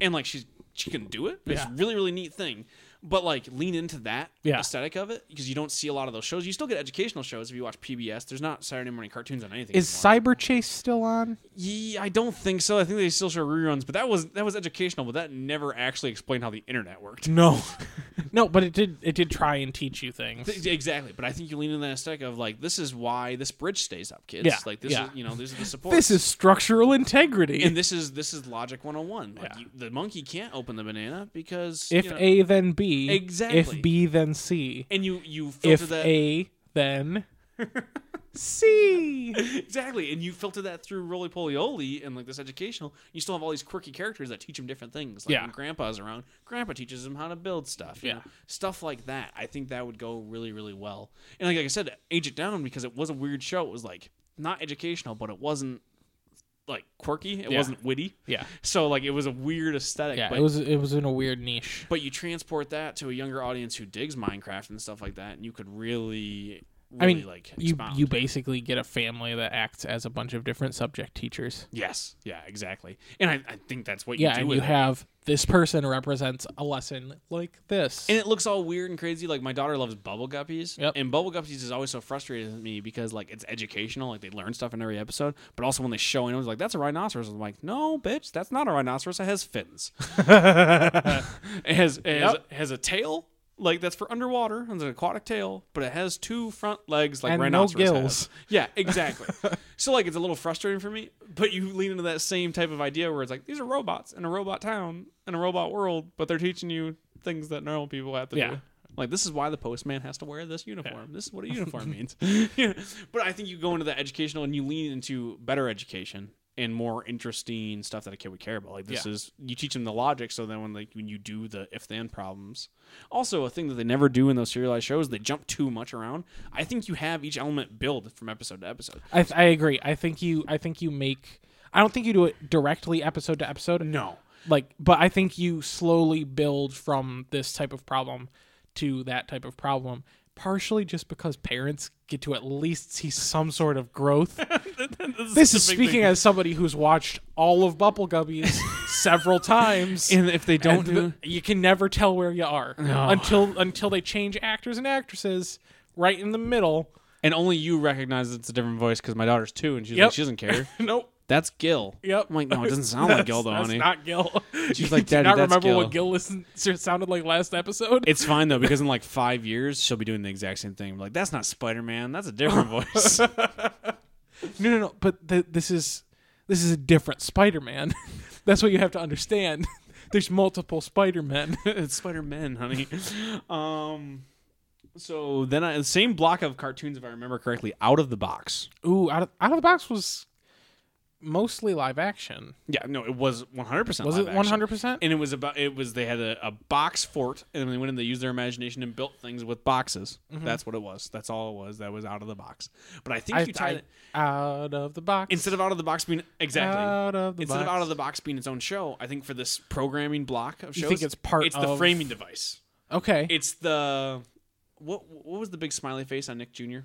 Speaker 1: and like she's she can do it. It's
Speaker 2: Yeah.
Speaker 1: a really really neat thing. But like lean into that
Speaker 2: Yeah.
Speaker 1: aesthetic of it because you don't see a lot of those shows. You still get educational shows if you watch PBS. There's not Saturday morning cartoons on anything.
Speaker 2: Is
Speaker 1: anymore.
Speaker 2: Cyber Chase still on?
Speaker 1: yeah, I don't think so. I think they still show reruns, but that was that was educational, but that never actually explained how the internet worked.
Speaker 2: No. no, but it did it did try and teach you things.
Speaker 1: Th- Exactly, but I think you lean into that aesthetic of like this is why this bridge stays up, kids.
Speaker 2: Yeah,
Speaker 1: Like this
Speaker 2: yeah.
Speaker 1: is you know this is the support.
Speaker 2: This is structural integrity.
Speaker 1: and this is this is logic 101 like
Speaker 2: Yeah.
Speaker 1: you, the monkey can't open the banana because
Speaker 2: if
Speaker 1: you know-
Speaker 2: A then B,
Speaker 1: Exactly.
Speaker 2: If B then C,
Speaker 1: and you you filter
Speaker 2: if
Speaker 1: that
Speaker 2: A then C.
Speaker 1: exactly and you filter that through roly poly oly and like this educational you still have all these quirky characters that teach them different things like
Speaker 2: Yeah.
Speaker 1: when grandpa's around grandpa teaches them how to build stuff you
Speaker 2: Yeah.
Speaker 1: know, stuff like that i think that would go really really well and like, like i said age it down because it was a weird show it was like not educational but it wasn't like quirky it
Speaker 2: Yeah.
Speaker 1: wasn't witty
Speaker 2: Yeah,
Speaker 1: so like it was a weird aesthetic
Speaker 2: yeah.
Speaker 1: but
Speaker 2: It was it was in a weird niche.
Speaker 1: But you transport that to a younger audience who digs Minecraft and stuff like that, and you could really, really
Speaker 2: I mean,
Speaker 1: like
Speaker 2: you
Speaker 1: expound.
Speaker 2: you basically get a family that acts as a bunch of different subject teachers.
Speaker 1: yes, yeah, exactly. And I, I think that's what you
Speaker 2: Yeah,
Speaker 1: do.
Speaker 2: and
Speaker 1: with
Speaker 2: you
Speaker 1: it.
Speaker 2: have this person represents a lesson like this.
Speaker 1: and it looks all weird and crazy. Like my daughter loves bubble guppies,
Speaker 2: Yep.
Speaker 1: and bubble guppies is always so frustrating to me because like it's educational, like they learn stuff in every episode. But also when they show it, I was like, "That's a rhinoceros." I'm like, "No, bitch, that's not a rhinoceros. It has fins. it has it has,
Speaker 2: Yep.
Speaker 1: it has a tail like that's for underwater and it's an aquatic tail, but it has two front legs like
Speaker 2: And no
Speaker 1: rhinoceros
Speaker 2: gills.
Speaker 1: has. Yeah, exactly. so like it's a little frustrating for me, but you lean into that same type of idea where it's like these are robots in a robot town in a robot world, but they're teaching you things that normal people have to
Speaker 2: Yeah.
Speaker 1: do. Like this is why the postman has to wear this uniform. This is what a uniform means. But I think you go into the educational and you lean into better education and more interesting stuff that a kid would care about. Like this
Speaker 2: Yeah.
Speaker 1: is you teach them the logic, so then when like when you do the if then problems, also a thing that they never do in those serialized shows, they jump too much around. I think you have each element build from episode to episode.
Speaker 2: I, I agree. I think you. I think you make. I don't think you do it directly episode to episode.
Speaker 1: No,
Speaker 2: Like, but I think you slowly build from this type of problem to that type of problem. Partially just because parents get to at least see some sort of growth. this is
Speaker 1: the big
Speaker 2: speaking
Speaker 1: thing.
Speaker 2: as somebody who's watched all of Bubble Guppies several times.
Speaker 1: and if they don't
Speaker 2: And
Speaker 1: do.
Speaker 2: the- you can never tell where you are until until they change actors and actresses right in the middle.
Speaker 1: and only you recognize it's a different voice because my daughter's two and she's
Speaker 2: Yep.
Speaker 1: like she doesn't care.
Speaker 2: Nope.
Speaker 1: That's Gil.
Speaker 2: Yep.
Speaker 1: I'm like, no, it doesn't sound like Gil though,
Speaker 2: that's
Speaker 1: honey.
Speaker 2: not Gil. She's
Speaker 1: like,
Speaker 2: did
Speaker 1: "Daddy,
Speaker 2: not
Speaker 1: that's
Speaker 2: remember what Gil listened, sounded like last episode.
Speaker 1: It's fine though because in like five years she'll be doing the exact same thing. Like that's not Spider Man. That's a different voice.
Speaker 2: no, no, no. But th- this is this is a different Spider-Man. that's what you have to understand. There's multiple Spider-Men.
Speaker 1: it's Spider Man, honey. Um, so then I, the same block of cartoons, if I remember correctly, out of the box.
Speaker 2: Ooh, out of, out of the box was mostly live action.
Speaker 1: Yeah, no, it was 100. percent
Speaker 2: Was it 100? percent
Speaker 1: And it was about it was they had a, a box fort and they went and they used their imagination and built things with boxes.
Speaker 2: Mm-hmm.
Speaker 1: That's what it was. That's all it was. That was out of the box. But I think you tied it
Speaker 2: out of the box.
Speaker 1: instead of out of the box being exactly
Speaker 2: Out of the
Speaker 1: instead
Speaker 2: box.
Speaker 1: of out of the box being its own show, I think for this programming block of shows,
Speaker 2: You think it's part
Speaker 1: It's the
Speaker 2: of-
Speaker 1: framing device.
Speaker 2: okay.
Speaker 1: It's the what? What was the big smiley face on Nick Jr.?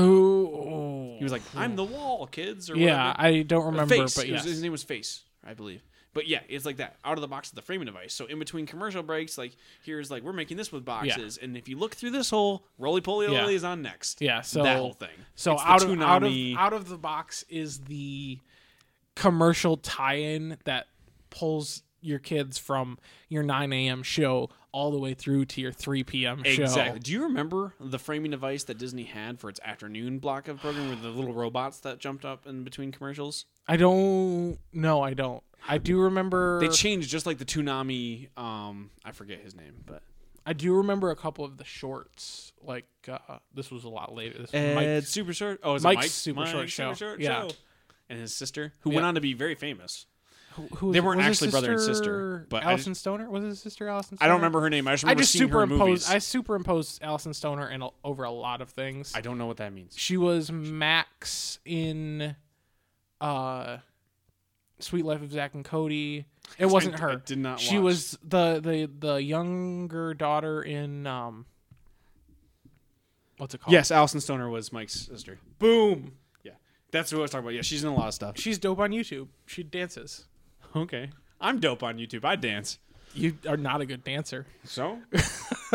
Speaker 2: Oh,
Speaker 1: He was like, "I'm the wall, kids." Or
Speaker 2: yeah,
Speaker 1: whatever.
Speaker 2: I don't remember,
Speaker 1: face.
Speaker 2: but
Speaker 1: It was-
Speaker 2: yes.
Speaker 1: his name was Face, I believe. But yeah, it's like that out of the box of the framing device. So in between commercial breaks, like here's like we're making this with boxes, and if you look through this hole, roly poly
Speaker 2: Yeah.
Speaker 1: Olly is on next.
Speaker 2: yeah, so
Speaker 1: that whole thing.
Speaker 2: So
Speaker 1: It's the
Speaker 2: out of, out of
Speaker 1: Toonami-
Speaker 2: out of the box is the commercial tie-in that pulls your kids from your 9 a.m. show all the way through to your 3 p.m. show.
Speaker 1: Exactly. Do you remember the framing device that Disney had for its afternoon block of program with the little robots that jumped up in between commercials?
Speaker 2: I don't. No, I don't. I do remember.
Speaker 1: They changed just like the Toonami. Um, I forget his name, but
Speaker 2: I do remember a couple of the shorts. Like uh, this was a lot later. This was
Speaker 1: Ed
Speaker 2: Mike's-
Speaker 1: Super Short. Oh, is
Speaker 2: Mike's
Speaker 1: it Mike?
Speaker 2: Super
Speaker 1: Mike
Speaker 2: Short Show. Yeah.
Speaker 1: and his sister, who
Speaker 2: Yeah.
Speaker 1: went on to be very famous.
Speaker 2: who, who was
Speaker 1: they
Speaker 2: it?
Speaker 1: weren't
Speaker 2: Was his
Speaker 1: actually brother and sister, but I
Speaker 2: Allison Stoner was it his sister Allison. Stoner?
Speaker 1: I don't remember her name. I just
Speaker 2: I
Speaker 1: remember
Speaker 2: just
Speaker 1: seeing her in movies.
Speaker 2: superimposed. I superimposed Allison Stoner in a, over a lot of things.
Speaker 1: I don't know what that means.
Speaker 2: she was Max in uh Sweet Life of Zack and Cody. It wasn't
Speaker 1: I-
Speaker 2: her.
Speaker 1: I did not
Speaker 2: She
Speaker 1: watch.
Speaker 2: was the the the younger daughter in um what's it called?
Speaker 1: Yes, Allison Stoner was Mike's sister.
Speaker 2: Boom.
Speaker 1: Yeah, that's what I was talking about. Yeah, she's in a lot of stuff.
Speaker 2: She's dope on YouTube. She dances.
Speaker 1: Okay, I'm dope on YouTube. I dance.
Speaker 2: You are not a good dancer.
Speaker 1: So?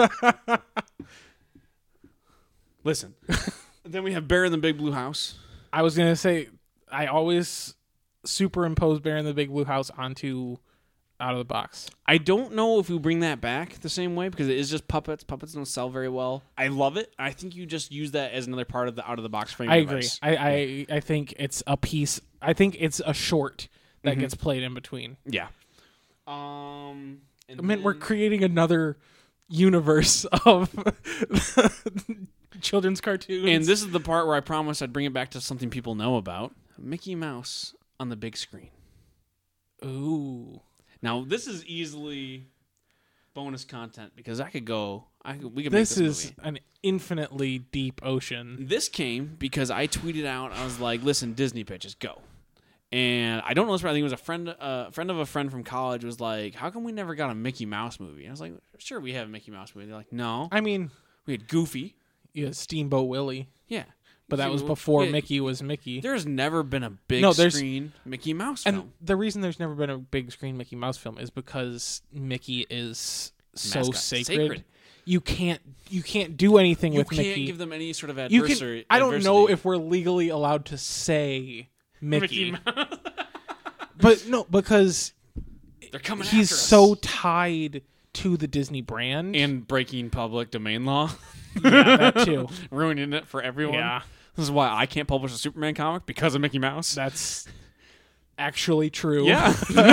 Speaker 1: Listen. then we have Bear in the Big Blue House.
Speaker 2: I was gonna say I always superimpose Bear in the Big Blue House onto out of the box.
Speaker 1: I don't know if we bring that back the same way because it is just puppets. Puppets don't sell very well. I love it. I think you just use that as another part of the out of the box frame.
Speaker 2: I agree. I, I I think it's a piece. I think it's a short that gets played in between.
Speaker 1: Yeah. Um. And
Speaker 2: I mean, we're
Speaker 1: then-
Speaker 2: creating another universe of children's cartoons.
Speaker 1: and this is the part where I promised I'd bring it back to something people know about Mickey Mouse on the big screen.
Speaker 2: ooh,
Speaker 1: Now this is easily bonus content because I could go. I could, we could.
Speaker 2: this,
Speaker 1: make this
Speaker 2: is
Speaker 1: movie.
Speaker 2: an infinitely deep ocean.
Speaker 1: This came because I tweeted out. I was like, "Listen, Disney pitches, go." And I don't know this, but I think it was a friend, uh, friend of a friend from college, was like, "How come we never got a Mickey Mouse movie?" And I was like, "Sure, we have a Mickey Mouse movie." They're like, "No,
Speaker 2: I mean,
Speaker 1: we had Goofy."
Speaker 2: you had Steamboat Willie,
Speaker 1: Yeah,
Speaker 2: but that was
Speaker 1: Yeah,
Speaker 2: before
Speaker 1: yeah,
Speaker 2: Mickey was Mickey.
Speaker 1: There has never been a big
Speaker 2: No, there's-
Speaker 1: screen Mickey Mouse
Speaker 2: And
Speaker 1: film.
Speaker 2: the reason there's never been a big screen Mickey Mouse film is because Mickey is so
Speaker 1: Mascot.
Speaker 2: sacred.
Speaker 1: Sacred.
Speaker 2: You can't you can't do anything
Speaker 1: You
Speaker 2: with
Speaker 1: can't
Speaker 2: Mickey.
Speaker 1: give them any sort of
Speaker 2: you
Speaker 1: adversary.
Speaker 2: can, I don't know
Speaker 1: adversity.
Speaker 2: if we're legally allowed to say Mickey,
Speaker 1: Mickey Mouse.
Speaker 2: but no, because
Speaker 1: They're coming.
Speaker 2: he's
Speaker 1: after us.
Speaker 2: so tied to the Disney brand.
Speaker 1: and breaking public domain law,
Speaker 2: yeah, that too.
Speaker 1: ruining it for everyone.
Speaker 2: Yeah.
Speaker 1: This is why I can't publish a Superman comic because of Mickey Mouse.
Speaker 2: That's actually true.
Speaker 1: yeah.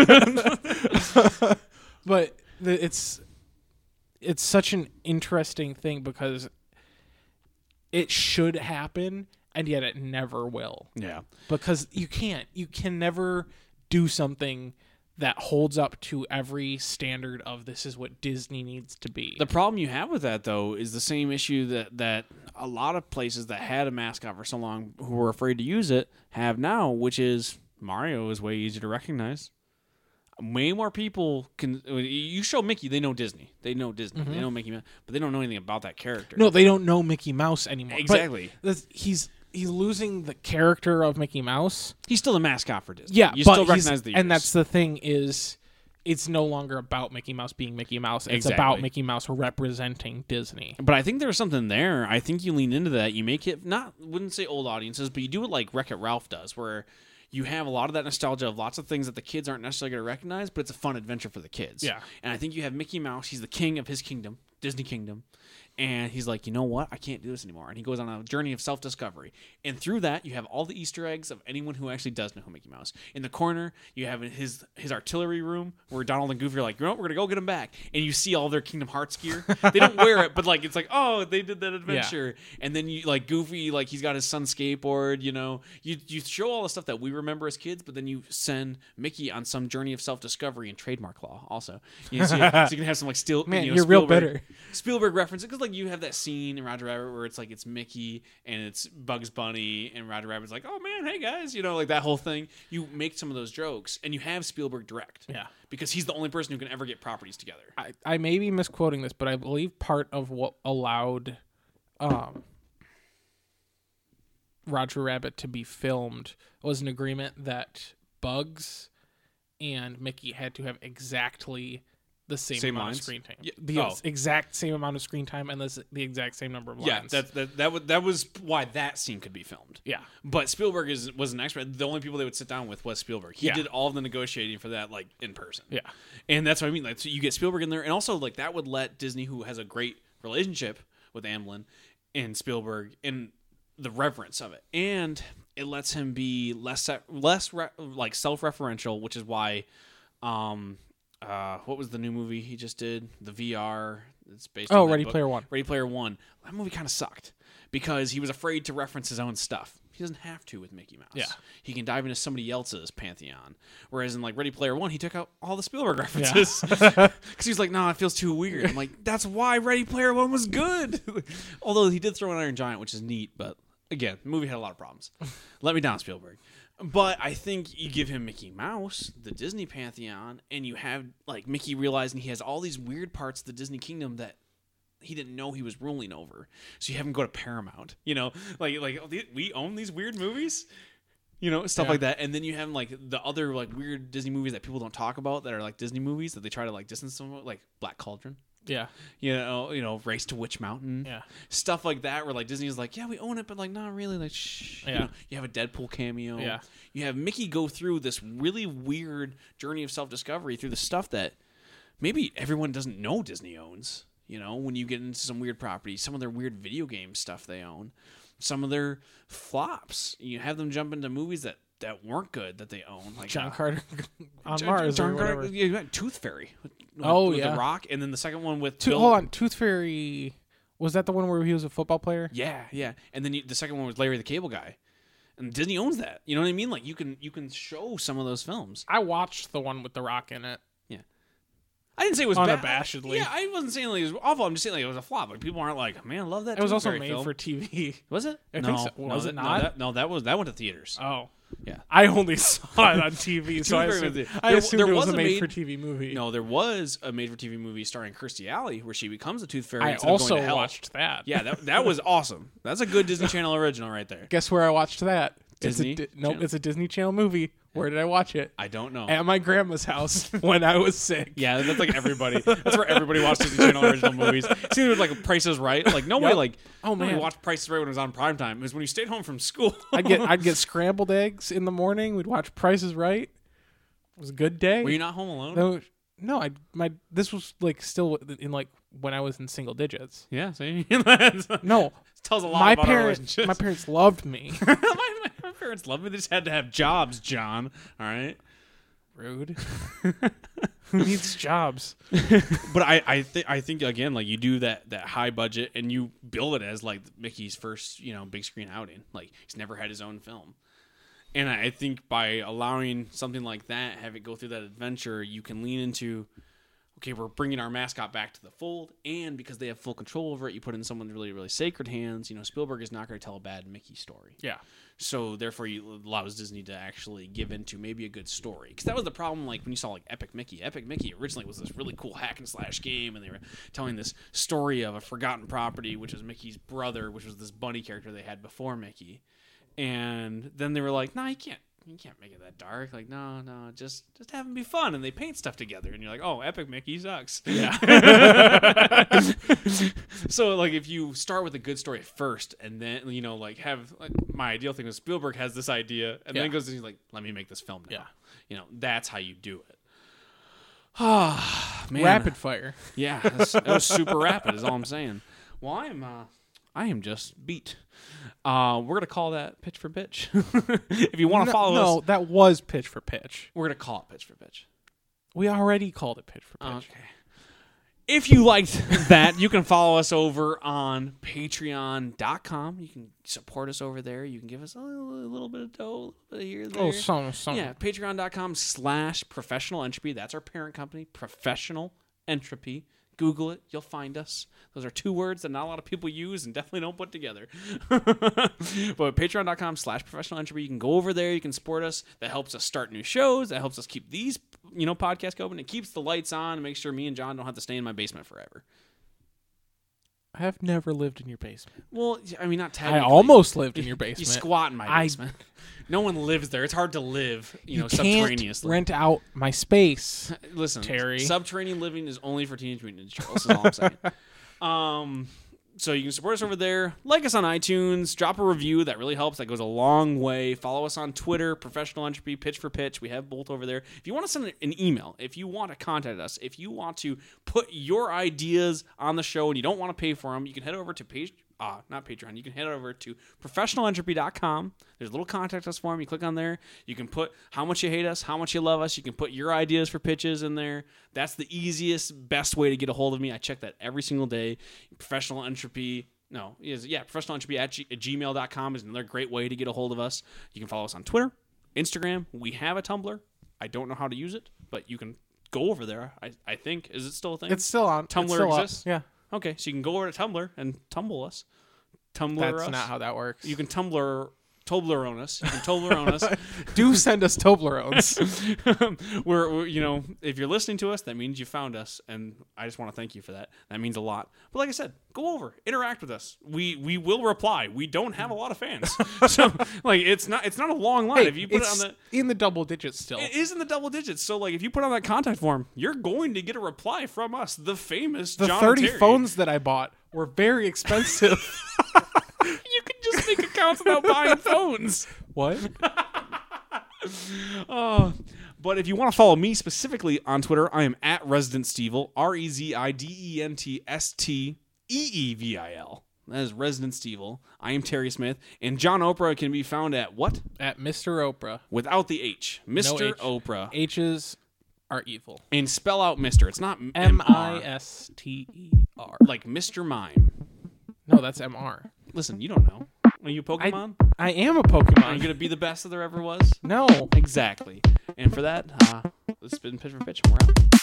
Speaker 2: but the, it's it's such an interesting thing because it should happen and yet it never will
Speaker 1: yeah.
Speaker 2: because you can't you can never do something that holds up to every standard of this is what disney needs to be
Speaker 1: The problem you have with that though is the same issue that that a lot of places that had a mascot for so long who were afraid to use it have now, which is Mario is way easier to recognize. Way more people can. You show Mickey, they know Disney. They know Disney. They know Mickey, Mouse, but they don't know anything about that character.
Speaker 2: Mm-hmm. no they don't know mickey mouse anymore But
Speaker 1: Exactly.
Speaker 2: this- he's he's losing the character of mickey mouse
Speaker 1: he's still the mascot for Disney.
Speaker 2: Yeah,
Speaker 1: you
Speaker 2: but
Speaker 1: still
Speaker 2: he's-
Speaker 1: recognize the.
Speaker 2: and
Speaker 1: ears.
Speaker 2: that's the thing is, it's no longer about Mickey Mouse being Mickey Mouse. It's
Speaker 1: Exactly.
Speaker 2: about Mickey Mouse representing Disney.
Speaker 1: But I think there's something there. I think you lean into that. You make it not wouldn't say old audiences, but you do it like Wreck It Ralph does, where you have a lot of that nostalgia of lots of things that the kids aren't necessarily going to recognize, but it's a fun adventure for the kids.
Speaker 2: Yeah.
Speaker 1: And I think you have Mickey Mouse. He's the king of his kingdom, Disney Kingdom, and he's like, you know what? I can't do this anymore. And he goes on a journey of self discovery. And through that, you have all the Easter eggs of anyone who actually does know who Mickey Mouse. In the corner, you have his his artillery room where Donald and Goofy are like, you know what? We're gonna go get him back. And you see all their Kingdom Hearts gear. they don't wear it, but like it's like, oh, they did that adventure. And then you like Goofy, like he's got his son skateboard. You know, you you show all the stuff that we remember as kids, but then you send Mickey on some journey of self discovery and trademark law. Also, you know, so, you, so you can have some like still
Speaker 2: Man,
Speaker 1: you know,
Speaker 2: you're real
Speaker 1: Spielberg-
Speaker 2: bitter.
Speaker 1: Spielberg reference because like you have that scene in Roger Rabbit where it's like it's Mickey and it's Bugs Bunny and Roger Rabbit's like, oh man, hey guys, you know, like that whole thing. You make some of those jokes and you have Spielberg direct,
Speaker 2: Yeah.
Speaker 1: because he's the only person who can ever get properties together.
Speaker 2: I, I may be misquoting this, but I believe part of what allowed um, Roger Rabbit to be filmed was an agreement that Bugs and Mickey had to have exactly the same,
Speaker 1: Same
Speaker 2: amount
Speaker 1: lines?
Speaker 2: of screen time.
Speaker 1: Yeah.
Speaker 2: The
Speaker 1: Oh.
Speaker 2: exact same amount of screen time and the, s- the exact same number of lines.
Speaker 1: Yeah, that, that that was that was why that scene could be filmed.
Speaker 2: yeah.
Speaker 1: But Spielberg is was an expert. The only people they would sit down with was Spielberg. He
Speaker 2: Yeah.
Speaker 1: did all the negotiating for that, like in person.
Speaker 2: Yeah.
Speaker 1: and that's what I mean. Like, so you get Spielberg in there, and also like that would let Disney, who has a great relationship with Amblin and Spielberg, and the reverence of it, and it lets him be less se- less re- like self referential, which is why, um, uh, what was the new movie he just did? The VR. It's based.
Speaker 2: Oh,
Speaker 1: on that
Speaker 2: Ready
Speaker 1: book.
Speaker 2: Player One.
Speaker 1: Ready Player One. That movie kind of sucked because he was afraid to reference his own stuff. He doesn't have to with Mickey Mouse.
Speaker 2: Yeah.
Speaker 1: He can dive into somebody else's pantheon. Whereas in like Ready Player One, he took out all the Spielberg references because he was like, "No, it feels too weird." I'm like, "That's why Ready Player One was good." Although he did throw in Iron Giant, which is neat, but again, the movie had a lot of problems. Let me down, Spielberg. But I think you give him Mickey Mouse, the Disney pantheon, and you have like Mickey realizing he has all these weird parts of the Disney kingdom that he didn't know he was ruling over. So you have him go to Paramount, you know, like like oh, the- we own these weird movies, you know, stuff like that. And then you have like the other like weird Disney movies that people don't talk about that are like Disney movies that they try to like distance them, like Black Cauldron,
Speaker 2: Yeah.
Speaker 1: you know, you know, Race to Witch Mountain,
Speaker 2: Yeah.
Speaker 1: stuff like that. Where like Disney's like, yeah, we own it, but like not really, like shh. You,
Speaker 2: Yeah.
Speaker 1: know, you have a Deadpool cameo.
Speaker 2: Yeah.
Speaker 1: You have Mickey go through this really weird journey of self discovery through the stuff that maybe everyone doesn't know Disney owns. You know, when you get into some weird properties, some of their weird video game stuff they own, some of their flops. You have them jump into movies that that weren't good that they own, like
Speaker 2: John
Speaker 1: uh,
Speaker 2: Carter on
Speaker 1: John-
Speaker 2: Mars.
Speaker 1: John
Speaker 2: or
Speaker 1: Carter-
Speaker 2: whatever.
Speaker 1: yeah, you had Tooth Fairy. With,
Speaker 2: Oh,
Speaker 1: with
Speaker 2: yeah.
Speaker 1: The Rock, and then the second one with
Speaker 2: To-
Speaker 1: Bill-
Speaker 2: hold on, Tooth Fairy was that the one where he was a football player?
Speaker 1: Yeah, yeah. And then you, the second one was Larry the Cable Guy, and Disney owns that. You know what I mean? Like you can you can show some of those films.
Speaker 2: I watched the one with the Rock in it.
Speaker 1: I didn't say it was
Speaker 2: Unabashedly.
Speaker 1: Bad. Yeah, I wasn't saying like it was awful. I'm just saying like it was a flop. Like people aren't like, man, I love that.
Speaker 2: It was
Speaker 1: Tooth
Speaker 2: also
Speaker 1: Fairy
Speaker 2: made
Speaker 1: film."
Speaker 2: for TV.
Speaker 1: Was it?
Speaker 2: I
Speaker 1: no,
Speaker 2: think so. Was
Speaker 1: no, that-
Speaker 2: it not?
Speaker 1: No that, no, that was that went to theaters.
Speaker 2: Oh,
Speaker 1: Yeah.
Speaker 2: I only saw it on TV, so I
Speaker 1: Tooth Fairy
Speaker 2: assumed,
Speaker 1: was the-
Speaker 2: I
Speaker 1: there-
Speaker 2: assumed
Speaker 1: there
Speaker 2: it was,
Speaker 1: was a
Speaker 2: a made
Speaker 1: made-
Speaker 2: for TV movie.
Speaker 1: No, there was a made-for-TV movie starring Kirstie Alley where she becomes a Tooth Fairy.
Speaker 2: I
Speaker 1: instead of
Speaker 2: also
Speaker 1: going to hell.
Speaker 2: watched that.
Speaker 1: Yeah, that that was awesome. That's a good Disney Channel original right there.
Speaker 2: guess where I watched that?
Speaker 1: Disney
Speaker 2: It's a, Di- nope,
Speaker 1: Channel.
Speaker 2: it's a Disney Channel movie. Where did I watch it?
Speaker 1: I don't know.
Speaker 2: At my grandma's house when I was sick.
Speaker 1: Yeah, that's like everybody. That's where everybody watched Disney Channel original movies. It's either like Price is Right. Like nobody
Speaker 2: Yep.
Speaker 1: like
Speaker 2: Oh,
Speaker 1: nobody
Speaker 2: man.
Speaker 1: watched Price is Right when it was on prime time. It was when you stayed home from school.
Speaker 2: I'd get I'd get scrambled eggs in the morning. We'd watch Price is Right. It was a good day.
Speaker 1: Were you not home alone?
Speaker 2: No, No, I my this was like still in like when I was in single digits.
Speaker 1: Yeah, see, That's-
Speaker 2: No,
Speaker 1: tells a lot
Speaker 2: my
Speaker 1: about our
Speaker 2: parents
Speaker 1: relationship.
Speaker 2: my parents loved me.
Speaker 1: my, my- my parents love me. They just had to have jobs, John. All right.
Speaker 2: Rude. Who needs jobs?
Speaker 1: But I, I think I think again, like you do that that high budget and you bill it as like Mickey's first, you know, big screen outing. Like he's never had his own film. And I I think by allowing something like that, have it go through that adventure, you can lean into, okay, we're bringing our mascot back to the fold, and because they have full control over it, you put it in someone's really, really sacred hands. You know, Spielberg is not going to tell a bad Mickey story.
Speaker 2: Yeah.
Speaker 1: so therefore you allows disney to actually give into maybe a good story because that was the problem like when you saw like epic mickey epic mickey originally was this really cool hack and slash game and they were telling this story of a forgotten property which was mickey's brother which was this bunny character they had before mickey and then they were like no you can't you can't make it that dark like no no just just have them be fun and they paint stuff together and you're like oh epic mickey sucks yeah so like if you start with a good story first and then you know like have like my ideal thing was Spielberg has this idea and
Speaker 2: Yeah.
Speaker 1: then goes and he's like let me make this film now.
Speaker 2: Yeah.
Speaker 1: You know, that's how you do it. Ah, man.
Speaker 2: Rapid fire.
Speaker 1: Yeah, that's, that was super rapid is all I'm saying. Well, I am uh I am just beat. Uh we're going to call that pitch for bitch. if you want to
Speaker 2: no,
Speaker 1: follow
Speaker 2: no,
Speaker 1: us,
Speaker 2: that was pitch for pitch.
Speaker 1: we're going to call it pitch for bitch.
Speaker 2: We already called it pitch for pitch.
Speaker 1: Okay. If you liked that, you can follow us over on patreon.com. You can support us over there. You can give us a little, a little bit of dough, a little bit here, there.
Speaker 2: Oh, some some.
Speaker 1: Yeah, patreon.com slash professional entropy. That's our parent company, professional entropy. Google it, you'll find us. Those are two words that not a lot of people use and definitely don't put together. but patreon.com slash professional entropy. You can go over there, you can support us. That helps us start new shows. That helps us keep these you know podcasts going. It keeps the lights on and makes sure me and John don't have to stay in my basement forever.
Speaker 2: I have never lived in your basement.
Speaker 1: Well, I mean not
Speaker 2: I
Speaker 1: technically.
Speaker 2: almost lived in your
Speaker 1: you
Speaker 2: basement.
Speaker 1: squat in my
Speaker 2: I-
Speaker 1: basement. no one lives there. It's hard to live, you, know,
Speaker 2: can't
Speaker 1: subterraneously.
Speaker 2: rent out my space.
Speaker 1: Listen,
Speaker 2: Terry.
Speaker 1: Subterranean living is only for Teenage Mutant Ninja Turtles. Is all I'm saying. um, so you can support us over there. Like us on iTunes. Drop a review. That really helps. That goes a long way. Follow us on Twitter. Professional Entropy. Pitch for Pitch. We have both over there. If you want to send an email, if you want to contact us, if you want to put your ideas on the show and you don't want to pay for them, you can head over to page. Uh, not Patreon. You can head over to professionalentropy.com. There's a little contact us form. You click on there. You can put how much you hate us, how much you love us. You can put your ideas for pitches in there. That's the easiest, best way to get a hold of me. I check that every single day. Professional entropy. No, is yeah, professional entropy at, g- at gmail.com is another great way to get a hold of us. You can follow us on Twitter, Instagram. We have a Tumblr. I don't know how to use it, but you can go over there. I, I think. Is it still a thing?
Speaker 2: It's still on it's
Speaker 1: Tumblr
Speaker 2: still up.
Speaker 1: exists?
Speaker 2: Yeah,
Speaker 1: okay, so you can go over to Tumblr and tumble us. Tumblr
Speaker 2: that's
Speaker 1: us.
Speaker 2: not how that works.
Speaker 1: you can Tumblr Toblerone us. You can Toblerone us.
Speaker 2: do send us Toblerones.
Speaker 1: we're, we're you know if you're listening to us that means you found us and i just want to thank you for that that means a lot but like i said go over interact with us we we will reply we don't have a lot of fans so like it's not it's not a long line if you put it on
Speaker 2: it's
Speaker 1: the
Speaker 2: in the double digits still.
Speaker 1: it is in the double digits so like if you put on that contact form you're going to get a reply from us the famous
Speaker 2: the
Speaker 1: John and
Speaker 2: 30
Speaker 1: Terry.
Speaker 2: phones that I bought were very expensive.
Speaker 1: you can just make accounts without buying phones
Speaker 2: what?
Speaker 1: Uh, but if you want to follow me specifically on Twitter, I am at Resident Stevel, R E Z I D E N T S T E E V I L. That is Resident Stevel. I am Terry Smith, and John Oprah can be found at what?
Speaker 2: At Mr. Oprah,
Speaker 1: Without the H. Mr.
Speaker 2: H.
Speaker 1: Oprah.
Speaker 2: H's are evil.
Speaker 1: And spell out Mr. It's not M
Speaker 2: M
Speaker 1: I
Speaker 2: I
Speaker 1: M.
Speaker 2: S T E R.
Speaker 1: Like Mr. Mime.
Speaker 2: No, that's M R.
Speaker 1: Listen, you don't know. Are you Pokemon?
Speaker 2: I am
Speaker 1: Are you
Speaker 2: a Pokemon.
Speaker 1: going to be the best that there ever was?
Speaker 2: No.
Speaker 1: Exactly. And for that, uh, it's been Pitch for Pitch, and we're out.